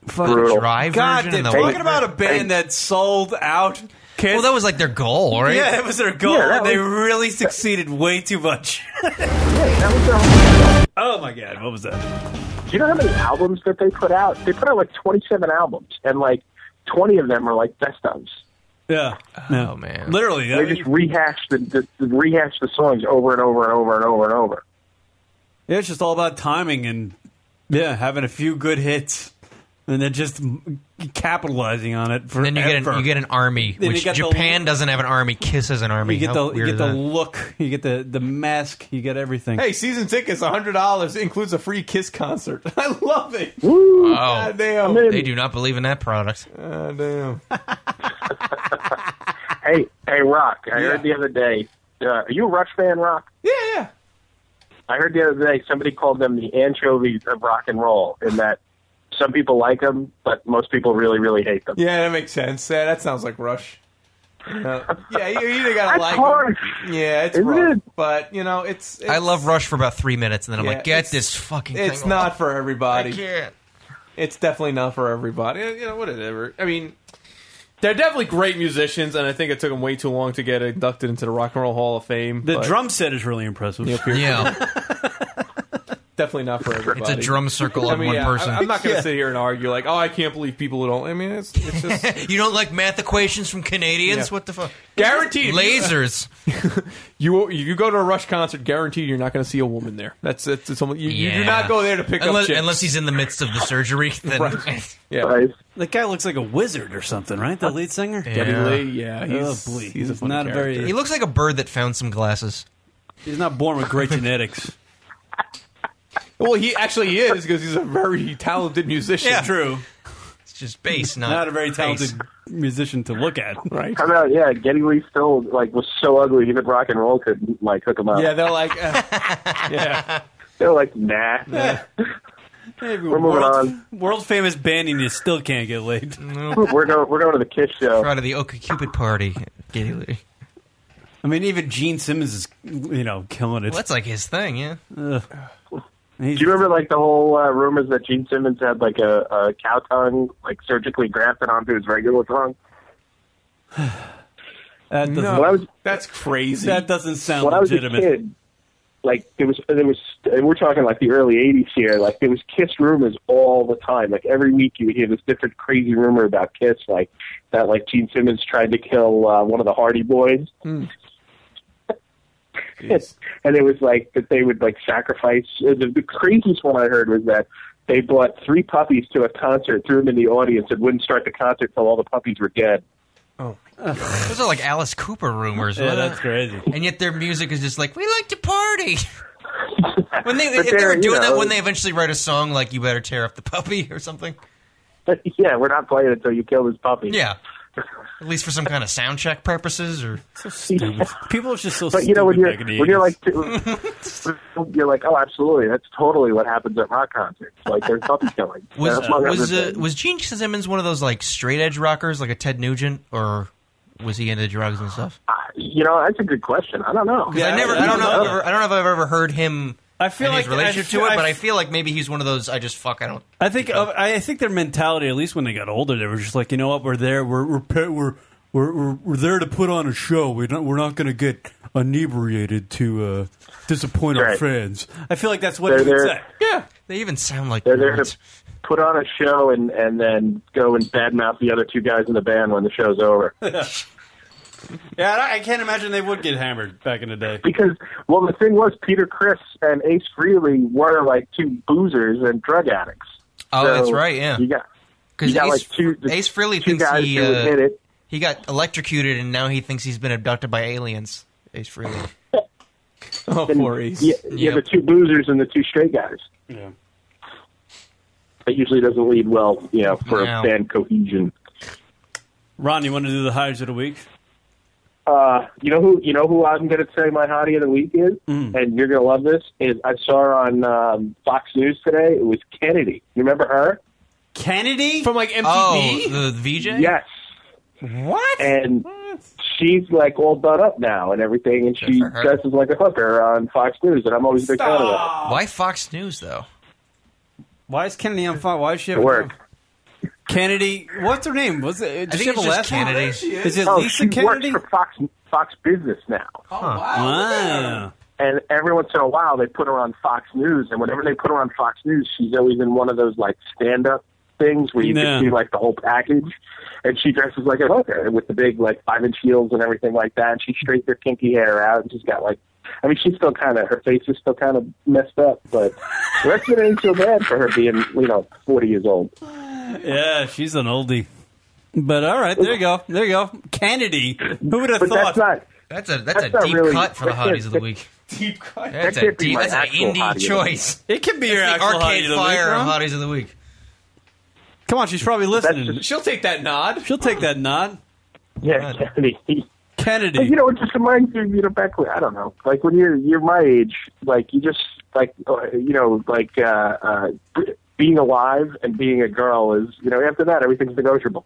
Speaker 6: Fucking Brutal. Drive
Speaker 5: God,
Speaker 6: version and
Speaker 5: they're
Speaker 6: the
Speaker 5: talking
Speaker 6: Hey,
Speaker 5: about a
Speaker 6: hey.
Speaker 5: band that sold out. Kiss. Well, that
Speaker 6: was like their goal, right?
Speaker 5: Yeah, that was their goal.
Speaker 6: Yeah, that
Speaker 5: and they
Speaker 6: was-
Speaker 5: really succeeded way too much.
Speaker 3: Oh my god, what was that? Do you know how many albums that they put out? They put out like 27 albums, and like 20 of them are like best ofs.
Speaker 5: Yeah.
Speaker 6: Oh man.
Speaker 5: Literally,
Speaker 2: uh,
Speaker 3: they just rehash the, the, the rehash the songs over and over and over and over and over.
Speaker 5: Yeah, it's just all about timing and yeah, having a few good hits and then just m- capitalizing on it. For
Speaker 6: And then you get
Speaker 5: effort.
Speaker 6: an, you get an army,
Speaker 5: Then you
Speaker 6: which
Speaker 5: get the-
Speaker 6: Japan doesn't have an army. Kiss has an army.
Speaker 5: You get
Speaker 6: How
Speaker 5: the you
Speaker 6: weird
Speaker 5: get
Speaker 6: is
Speaker 5: the
Speaker 6: that?
Speaker 5: look, you get the the mask, you get everything.
Speaker 4: Hey, season tickets, hundred dollars includes a free kiss concert. I love it.
Speaker 6: Wow.
Speaker 4: God damn.
Speaker 6: Oh, They do not believe in that product.
Speaker 4: God Ah, damn.
Speaker 3: Hey, hey, Rock! I heard the other day. Uh, are you a Rush fan, Rock?
Speaker 4: Yeah, yeah.
Speaker 3: I heard the other day somebody called them the anchovies of rock and roll, in that some people like them, but most people really, really hate them.
Speaker 4: Yeah, that makes sense. Yeah, that sounds like Rush. Uh, yeah, you you either
Speaker 3: That's
Speaker 4: gotta like 'em.
Speaker 3: hard.
Speaker 4: Yeah, it's
Speaker 3: Isn't
Speaker 4: rough, but you know, it's, it's
Speaker 6: I love Rush for about three minutes, and then I'm
Speaker 4: Yeah,
Speaker 6: like, get
Speaker 4: it's-
Speaker 6: this fucking.
Speaker 4: It's
Speaker 6: thing
Speaker 4: not
Speaker 6: off.
Speaker 4: for everybody.
Speaker 6: I can't.
Speaker 4: It's definitely not for everybody. You know, whatever. I mean, they're definitely great musicians, and I think it took them way too long to get inducted into the Rock and Roll Hall of Fame.
Speaker 5: The
Speaker 4: but
Speaker 5: drum set is really impressive.
Speaker 6: Yeah.
Speaker 4: definitely not for everybody.
Speaker 6: drum circle
Speaker 4: I
Speaker 6: of
Speaker 4: mean,
Speaker 6: one
Speaker 4: yeah,
Speaker 6: person.
Speaker 4: I, am not going to
Speaker 6: Yeah.
Speaker 4: sit here and argue like, oh, I can't believe people who don't. I mean, it's, it's just
Speaker 6: you don't like math equations from Canadians?
Speaker 4: Yeah.
Speaker 6: What the fuck?
Speaker 4: Guaranteed.
Speaker 6: Lasers.
Speaker 4: you you go to a Rush concert, guaranteed you're not going to see a woman there. That's it's, it's only, you, you do not go there to pick
Speaker 6: unless,
Speaker 4: up chicks.
Speaker 6: unless he's in the midst of the surgery. Then
Speaker 4: Right. Yeah.
Speaker 5: That guy looks like a wizard or something, right? The lead singer,
Speaker 6: Geddy Yeah. Lee, yeah, he's-
Speaker 5: oh, boy. he's,
Speaker 6: he's a funny
Speaker 5: not very.
Speaker 6: he looks like a bird that found some glasses.
Speaker 5: He's not born with great genetics.
Speaker 4: well, he actually is because he's a very talented musician.
Speaker 5: Yeah, true.
Speaker 6: It's just bass, not
Speaker 5: a very talented musician to look at.
Speaker 4: Right.
Speaker 3: How about yeah? Geddy Lee still like was so ugly, even rock and roll could like hook him up.
Speaker 4: Yeah, they're like, uh, yeah,
Speaker 3: they're like, nah. We're moving
Speaker 5: world, world famous band, and you still can't get laid.
Speaker 3: We're going. We're going to the Kiss show.
Speaker 6: Try to the OK Cupid party. Geddy Lee.
Speaker 5: I mean, even Gene Simmons is, you know, killing it.
Speaker 6: Well, that's like his thing, yeah.
Speaker 5: Ugh.
Speaker 3: Do you remember like the whole uh, rumors that Gene Simmons had like a, a cow tongue like surgically grafted onto his regular tongue?
Speaker 5: That
Speaker 3: doesn't- When I was-
Speaker 4: that's crazy.
Speaker 5: That doesn't sound
Speaker 3: when
Speaker 5: legitimate.
Speaker 3: I was a kid, like there was there was and we're talking like the early '80s here. Like there was Kiss rumors all the time. Like every week you would hear this different crazy rumor about Kiss, like that like Gene Simmons tried to kill uh, one of the Hardy Boys. and it was like that they would like sacrifice. uh, The, the craziest one I heard was that they brought three puppies to a concert, threw them in the audience, and wouldn't start the concert till all the puppies were dead.
Speaker 6: Those are like Alice Cooper rumors.
Speaker 3: Yeah,
Speaker 6: what
Speaker 3: that's
Speaker 6: a-
Speaker 5: crazy.
Speaker 6: And yet their music is just like we like to party. when they
Speaker 3: But
Speaker 6: if they
Speaker 3: they're,
Speaker 6: were
Speaker 3: you
Speaker 6: doing that,
Speaker 3: know-
Speaker 6: when they eventually write a song like "You Better Tear Up the Puppy" or something.
Speaker 3: yeah, we're not playing until you kill this puppy.
Speaker 6: Yeah. At least for some kind of sound check purposes or
Speaker 5: People are just so
Speaker 3: but you know when you're
Speaker 6: back in the
Speaker 3: when you're like you're like oh absolutely that's totally what happens at rock concerts like there's puppy killing
Speaker 6: was
Speaker 3: Among
Speaker 6: was
Speaker 3: other
Speaker 6: uh, was Gene Simmons one of those like straight edge rockers like a Ted Nugent or was he into drugs and stuff?
Speaker 3: You know, that's a good question. I don't know.
Speaker 6: 'Cause I never, I, don't know. If I've ever, I don't know if I've ever heard him.
Speaker 5: I feel
Speaker 6: and his
Speaker 5: like- I
Speaker 6: relationship
Speaker 5: feel-
Speaker 6: to it,
Speaker 5: I
Speaker 6: but I
Speaker 5: f-
Speaker 6: feel like maybe he's one of those. I just fuck. I don't.
Speaker 5: I think uh, I think their mentality, at least when they got older, they were just like, you know what, we're there, we're we're pa- we're we're, we're, we're there to put on a show. We're not we're not going to get inebriated to uh, disappoint our
Speaker 3: Right.
Speaker 5: friends. I feel like that's what
Speaker 3: They're
Speaker 5: they would
Speaker 3: there-
Speaker 5: say.
Speaker 6: Yeah, they even sound like
Speaker 3: They're there to put on a show and and then go and badmouth the other two guys in the band when the show's over.
Speaker 5: yeah, I I can't imagine they would get hammered back in the day.
Speaker 3: Because well, the thing was Peter Chris and Ace Frehley were like two boozers and drug addicts.
Speaker 6: Oh,
Speaker 3: So
Speaker 6: that's right. Yeah,
Speaker 3: you got you
Speaker 6: because
Speaker 3: got
Speaker 6: Ace,
Speaker 3: like two the
Speaker 6: Ace Frehley
Speaker 3: two
Speaker 6: thinks
Speaker 3: guys
Speaker 6: he
Speaker 3: who
Speaker 6: uh,
Speaker 3: admit it.
Speaker 6: he got electrocuted and now he thinks he's been abducted by aliens. Ace Frehley.
Speaker 3: Oh,
Speaker 6: poor Ace.
Speaker 3: Yeah, yeah, the
Speaker 6: Yep.
Speaker 3: two boozers and the two straight guys.
Speaker 5: Yeah.
Speaker 3: That usually doesn't lead well, you know, for
Speaker 5: No.
Speaker 3: band cohesion.
Speaker 5: Ron, you want to do the highs of the week?
Speaker 3: Uh, you know who you know who I'm going to say my hottie of the week is, and you're going to love this. Is I saw her on um, Fox News today. It was Kennedy. You remember her?
Speaker 5: Kennedy from like
Speaker 6: MTV? Oh, the VJ.
Speaker 3: Yes.
Speaker 6: What?
Speaker 3: And she's like all done up now and everything, and she
Speaker 6: for her.
Speaker 3: dresses like a hooker on Fox News, and I'm always a big fan of that.
Speaker 6: Why Fox News though?
Speaker 5: Why is Kennedy on fire? Why is she?
Speaker 3: It worked.
Speaker 5: Kennedy, what's her name? Was it? Does she
Speaker 3: think
Speaker 5: have a
Speaker 3: it's just
Speaker 5: last name?
Speaker 3: Kennedy.
Speaker 5: Is it
Speaker 3: Oh,
Speaker 5: Lisa
Speaker 3: she
Speaker 5: Kennedy?
Speaker 3: works for Fox Fox Business now. Oh
Speaker 5: wow!
Speaker 3: And every once in a while, they put her on Fox News, and whenever they put her on Fox News, she's always in one of those like stand-up things where you
Speaker 5: Yeah.
Speaker 3: can see like the whole package. And she dresses like a hooker with the big like five-inch heels and everything like that. And she straightened her kinky hair out, and she's got like. I mean, she's still kind of her face is still kind of messed up, but the rest of it ain't so bad for her being, you know, forty years old.
Speaker 5: Yeah, she's an oldie. But all right, there you go, there you go. Kennedy, who would have
Speaker 3: But
Speaker 5: thought?
Speaker 3: that's not-
Speaker 6: That's a
Speaker 3: that's not really- that can't- that-
Speaker 5: Deep cut.
Speaker 6: That's a deep- that's an indie choice.
Speaker 5: It can be your
Speaker 6: That's the
Speaker 5: actual hottie
Speaker 6: Arcade
Speaker 5: of the
Speaker 6: Fire
Speaker 5: week, Ron.
Speaker 6: hotties of the week.
Speaker 5: Come on, she's probably listening. She'll take that nod. She'll take that nod.
Speaker 3: Yeah, Kennedy.
Speaker 5: Kennedy.
Speaker 3: But, you know, it just reminds you, you know, back when I don't know, like when you're you're my age, like you just like uh, you know, like uh, uh, b- being alive and being a girl is, you know, after that everything's negotiable.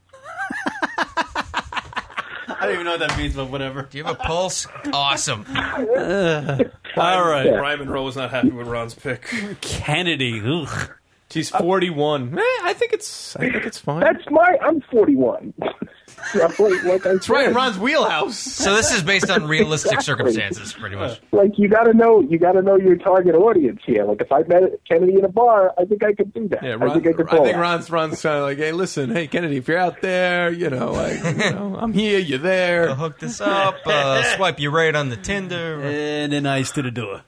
Speaker 5: I don't even know what that means, but whatever.
Speaker 6: Do you have a pulse? Awesome.
Speaker 5: all right.
Speaker 23: Ryman Rowe was not happy with Ron's pick.
Speaker 5: Kennedy. Ugh.
Speaker 4: She's 41. Eh, I think it's I think it's fine.
Speaker 3: That's my. I'm 41. Roughly, like I
Speaker 4: That's right,
Speaker 3: said.
Speaker 4: Ron's wheelhouse.
Speaker 6: So this is based on realistic
Speaker 3: Exactly.
Speaker 6: circumstances, pretty much.
Speaker 3: Like you got to know, you got to know your target audience here. Like if I met Kennedy in a bar, I think I could do that.
Speaker 4: Yeah,
Speaker 3: I think I could
Speaker 4: I
Speaker 3: pull
Speaker 4: think
Speaker 3: that.
Speaker 4: Ron's Ron's kind of like, hey, listen, hey Kennedy, if you're out there, you know, like, you know, I'm here, you're there.
Speaker 6: hook this up, uh, swipe you right on the Tinder,
Speaker 5: and then ice to the door.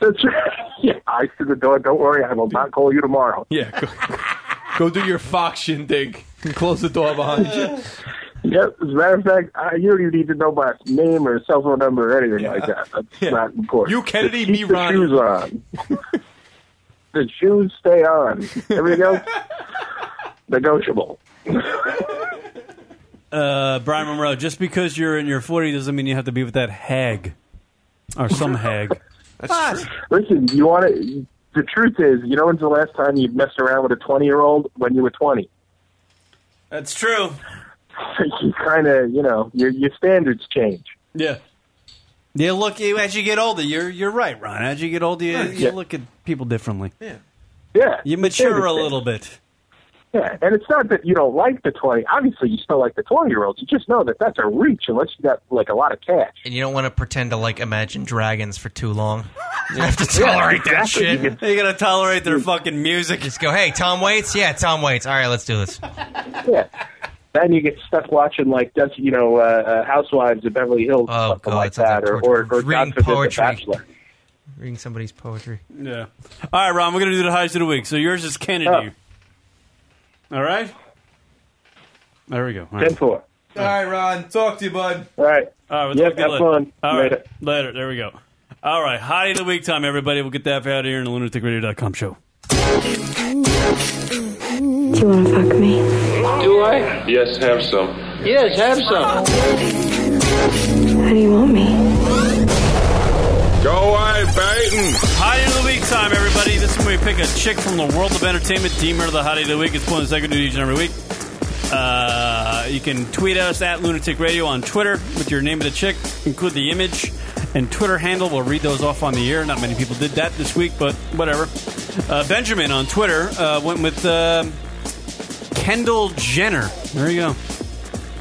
Speaker 3: That's right. Yeah, eyes to the door. Don't worry, I will not call you tomorrow.
Speaker 4: Yeah, go, go do your Fox shindig and close the door behind you.
Speaker 3: Yep. As a matter of fact, I, you don't even need to know my name or cell phone number or anything like that. That's not important.
Speaker 4: You Kennedy,
Speaker 3: Just keep the
Speaker 4: me Ronnie.
Speaker 3: shoes on. the shoes stay on. Everything else, negotiable.
Speaker 5: Uh, Brian Monroe, just because you're in your 40s doesn't mean you have to be with that hag or some hag.
Speaker 3: Listen, you want to. The truth is, you know when's the last time you messed around with a twenty-year-old when you were twenty?
Speaker 5: That's true.
Speaker 3: you kind of, you know, your your standards change.
Speaker 5: Yeah. Yeah, look, you- as you get older, you're you're right, Ron. As you get older, you, you
Speaker 3: Yeah.
Speaker 5: look at people differently.
Speaker 4: Yeah.
Speaker 3: Yeah,
Speaker 5: You mature a
Speaker 3: standards
Speaker 5: little bit.
Speaker 3: Yeah, and it's not that you don't like the twenty. Obviously, you still like the twenty-year-olds. You just know that that's a reach unless you got like a lot of cash.
Speaker 6: and you don't want to pretend to like imagine dragons for too long. You have to tolerate that
Speaker 3: exactly.
Speaker 6: shit.
Speaker 3: You
Speaker 5: You gotta tolerate their fucking music.
Speaker 6: Just go, hey, Tom Waits. Yeah, Tom Waits. All right, let's do this.
Speaker 3: Yeah. Then you get stuck watching like that's you know uh, uh, Housewives of Beverly Hills or something like that, or or, or God
Speaker 6: Reading
Speaker 3: forbid, The
Speaker 6: poetry.
Speaker 3: Bachelor.
Speaker 6: Reading somebody's poetry.
Speaker 5: Yeah. All right, Ron, we're gonna do the highs of the week. So yours is Kennedy. All right. There we go. All right.
Speaker 3: four.
Speaker 4: All right, Ron, talk to you, bud.
Speaker 3: All right.
Speaker 5: All right. Let's
Speaker 4: Yep,
Speaker 5: look at
Speaker 4: have
Speaker 5: it.
Speaker 4: fun.
Speaker 5: All right.
Speaker 4: Later.
Speaker 5: Later. There we go. All right. Hottie of the week time, everybody. We'll get that out of here in the lunaticradio.com show.
Speaker 21: Do you want to fuck me?
Speaker 24: Do I? Yes, have some.
Speaker 22: Yes, have some.
Speaker 21: How do you want me?
Speaker 2: Go away, Baton. Hottie of the Week time, everybody. This is where we pick a chick from the world of entertainment, deemer of the Hottie of the Week. It's one second each and every week. Uh, you can tweet us at Lunatic Radio on Twitter with your name of the chick, include the image and Twitter handle. We'll read those off on the air. Not many people did that this week, but whatever. Uh, Benjamin on Twitter uh, went with uh, Kendall Jenner. There you go.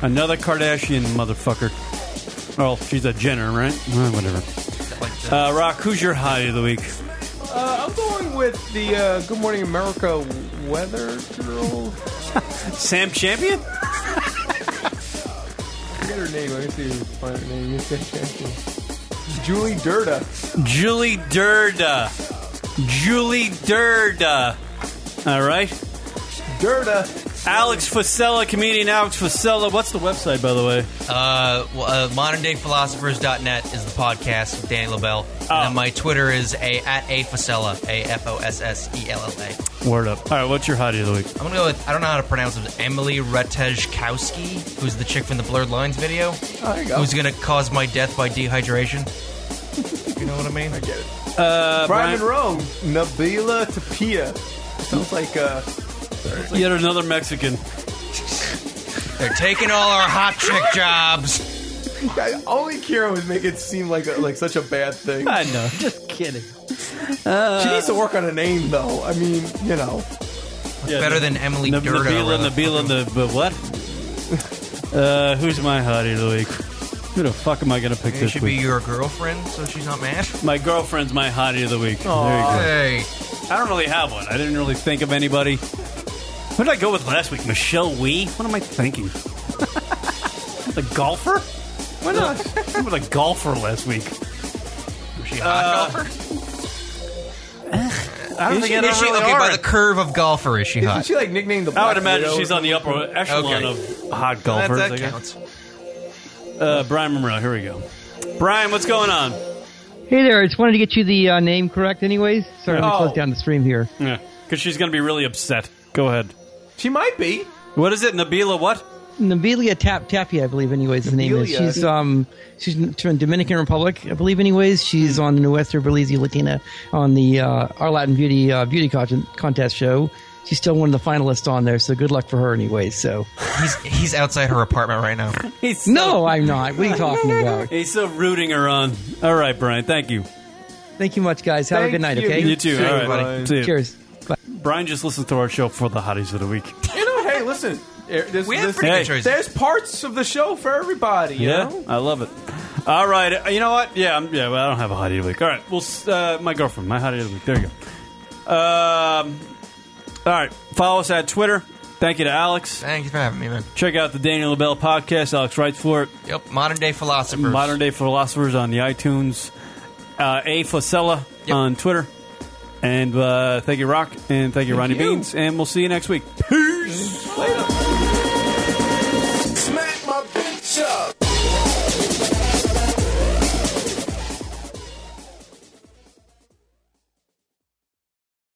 Speaker 2: Another Kardashian motherfucker. Well, she's a Jenner, right? Uh, whatever. Uh, Rock, who's your hottie of the week?
Speaker 4: Uh, I'm going with the uh, Good Morning America weather girl.
Speaker 2: Sam Champion?
Speaker 4: Forget her name. Let me see. if I can Find her name. It's fantastic. Julie Durda.
Speaker 2: Julie Durda. Julie Durda. All right.
Speaker 4: Durda.
Speaker 2: Alex Facella, comedian Alex Facella. What's the website, by the way?
Speaker 6: Uh, well, uh, moderndayphilosophers.net is the podcast with Danny LaBelle. And
Speaker 3: Oh.
Speaker 6: then my Twitter is a at a Facella, a F O S S E L L A.
Speaker 2: Word up. All right, what's your hottie of the week?
Speaker 6: I'm gonna go with I don't know how to pronounce it. Emily Ratajkowski, who's the chick from the Blurred Lines video,
Speaker 2: Oh, there you go.
Speaker 6: who's gonna cause my death by dehydration. you know what I mean? I
Speaker 4: get it.
Speaker 2: Uh,
Speaker 4: Brian,
Speaker 2: Brian-
Speaker 4: Monroe. Nabila Tapia. Sounds like uh, sounds like
Speaker 2: Yet another Mexican.
Speaker 6: They're taking all our hot chick jobs.
Speaker 4: Yeah, only Kira would make it seem like a, like such a bad thing.
Speaker 2: I know. Just
Speaker 4: kidding. she needs to work on a name, though. I mean, you know.
Speaker 6: better than Emily
Speaker 2: N-
Speaker 6: Durda or
Speaker 2: Nabila,
Speaker 6: the
Speaker 2: Nabila, the, the what? Uh, who's my hottie of the week? Who the fuck am I gonna pick
Speaker 6: Maybe it
Speaker 2: this
Speaker 6: should
Speaker 2: week?
Speaker 6: be your girlfriend, so she's not mad.
Speaker 2: My girlfriend's my hottie of the week.
Speaker 6: Aw.
Speaker 2: There you go. I don't really have one. I didn't really think of anybody. Who did I go with last week? Michelle Wee? What am I thinking? the golfer? Why not? I went with a golfer last week.
Speaker 6: Was she
Speaker 2: Uh,
Speaker 6: a hot golfer?
Speaker 2: I don't
Speaker 6: Is
Speaker 2: think
Speaker 6: she-
Speaker 2: I don't
Speaker 6: is she-
Speaker 2: really
Speaker 6: okay,
Speaker 2: are.
Speaker 6: by the curve of golfer, is she hot?
Speaker 4: She like nicknamed the.
Speaker 2: I would
Speaker 4: Black
Speaker 2: imagine
Speaker 4: Widow.
Speaker 2: she's on the upper echelon
Speaker 6: Okay.
Speaker 2: of hot
Speaker 6: That-
Speaker 2: golfers.
Speaker 6: that
Speaker 2: I guess.
Speaker 6: counts.
Speaker 2: Uh, Brian Monroe, here we go. Brian, what's going on?
Speaker 7: Hey there, I just wanted to get you the uh, name correct, anyways. Sorry, I'm going to
Speaker 2: Oh.
Speaker 7: close down the stream here.
Speaker 2: Yeah, because she's going to be really upset. Go ahead.
Speaker 4: She might be.
Speaker 2: What is it, Nabila? What?
Speaker 7: Nabilia Tap Tapia, I believe, anyways, the name is.
Speaker 2: Nabilia.
Speaker 7: She's um, she's from Dominican Republic, I believe, anyways. She's on the Nuestra Belize Latina on the uh, Our Latin Beauty uh, Beauty con- Contest show. She's still one of the finalists on there, so good luck for her, anyways. So
Speaker 6: he's he's outside her apartment right now.
Speaker 7: no, I'm not. What are you talking about?
Speaker 2: He's still rooting her on. All right, Brian. Thank you.
Speaker 7: Thank you much, guys. Have a good night. Okay,
Speaker 2: You too. All right, buddy. See ya.
Speaker 7: Cheers.
Speaker 2: Brian just listens to our show for the hotties of the week.
Speaker 4: You know, hey, listen. eh, There's,
Speaker 2: We have
Speaker 4: there's-
Speaker 2: pretty good Hey. choices.
Speaker 4: There's parts of the show for everybody. You
Speaker 2: Yeah,
Speaker 4: know?
Speaker 2: I love it. All right, uh, you know what? Yeah, I'm, yeah. Well, I don't have a hottie of the week. All right, well, s- uh, my girlfriend, my hottie of the week. There you go. Um, all right, follow us at Twitter. Thank you to Alex.
Speaker 6: Thank you for having me, man.
Speaker 2: Check out the Daniel LaBelle podcast. Alex writes for it.
Speaker 6: Yep, modern day philosophers.
Speaker 2: Modern Day Philosophers on the iTunes. Uh, A. Facella on Twitter. And uh, thank you, Rock. And thank you, Ronnie
Speaker 4: you.
Speaker 2: Beans. And we'll see you next week.
Speaker 4: Later.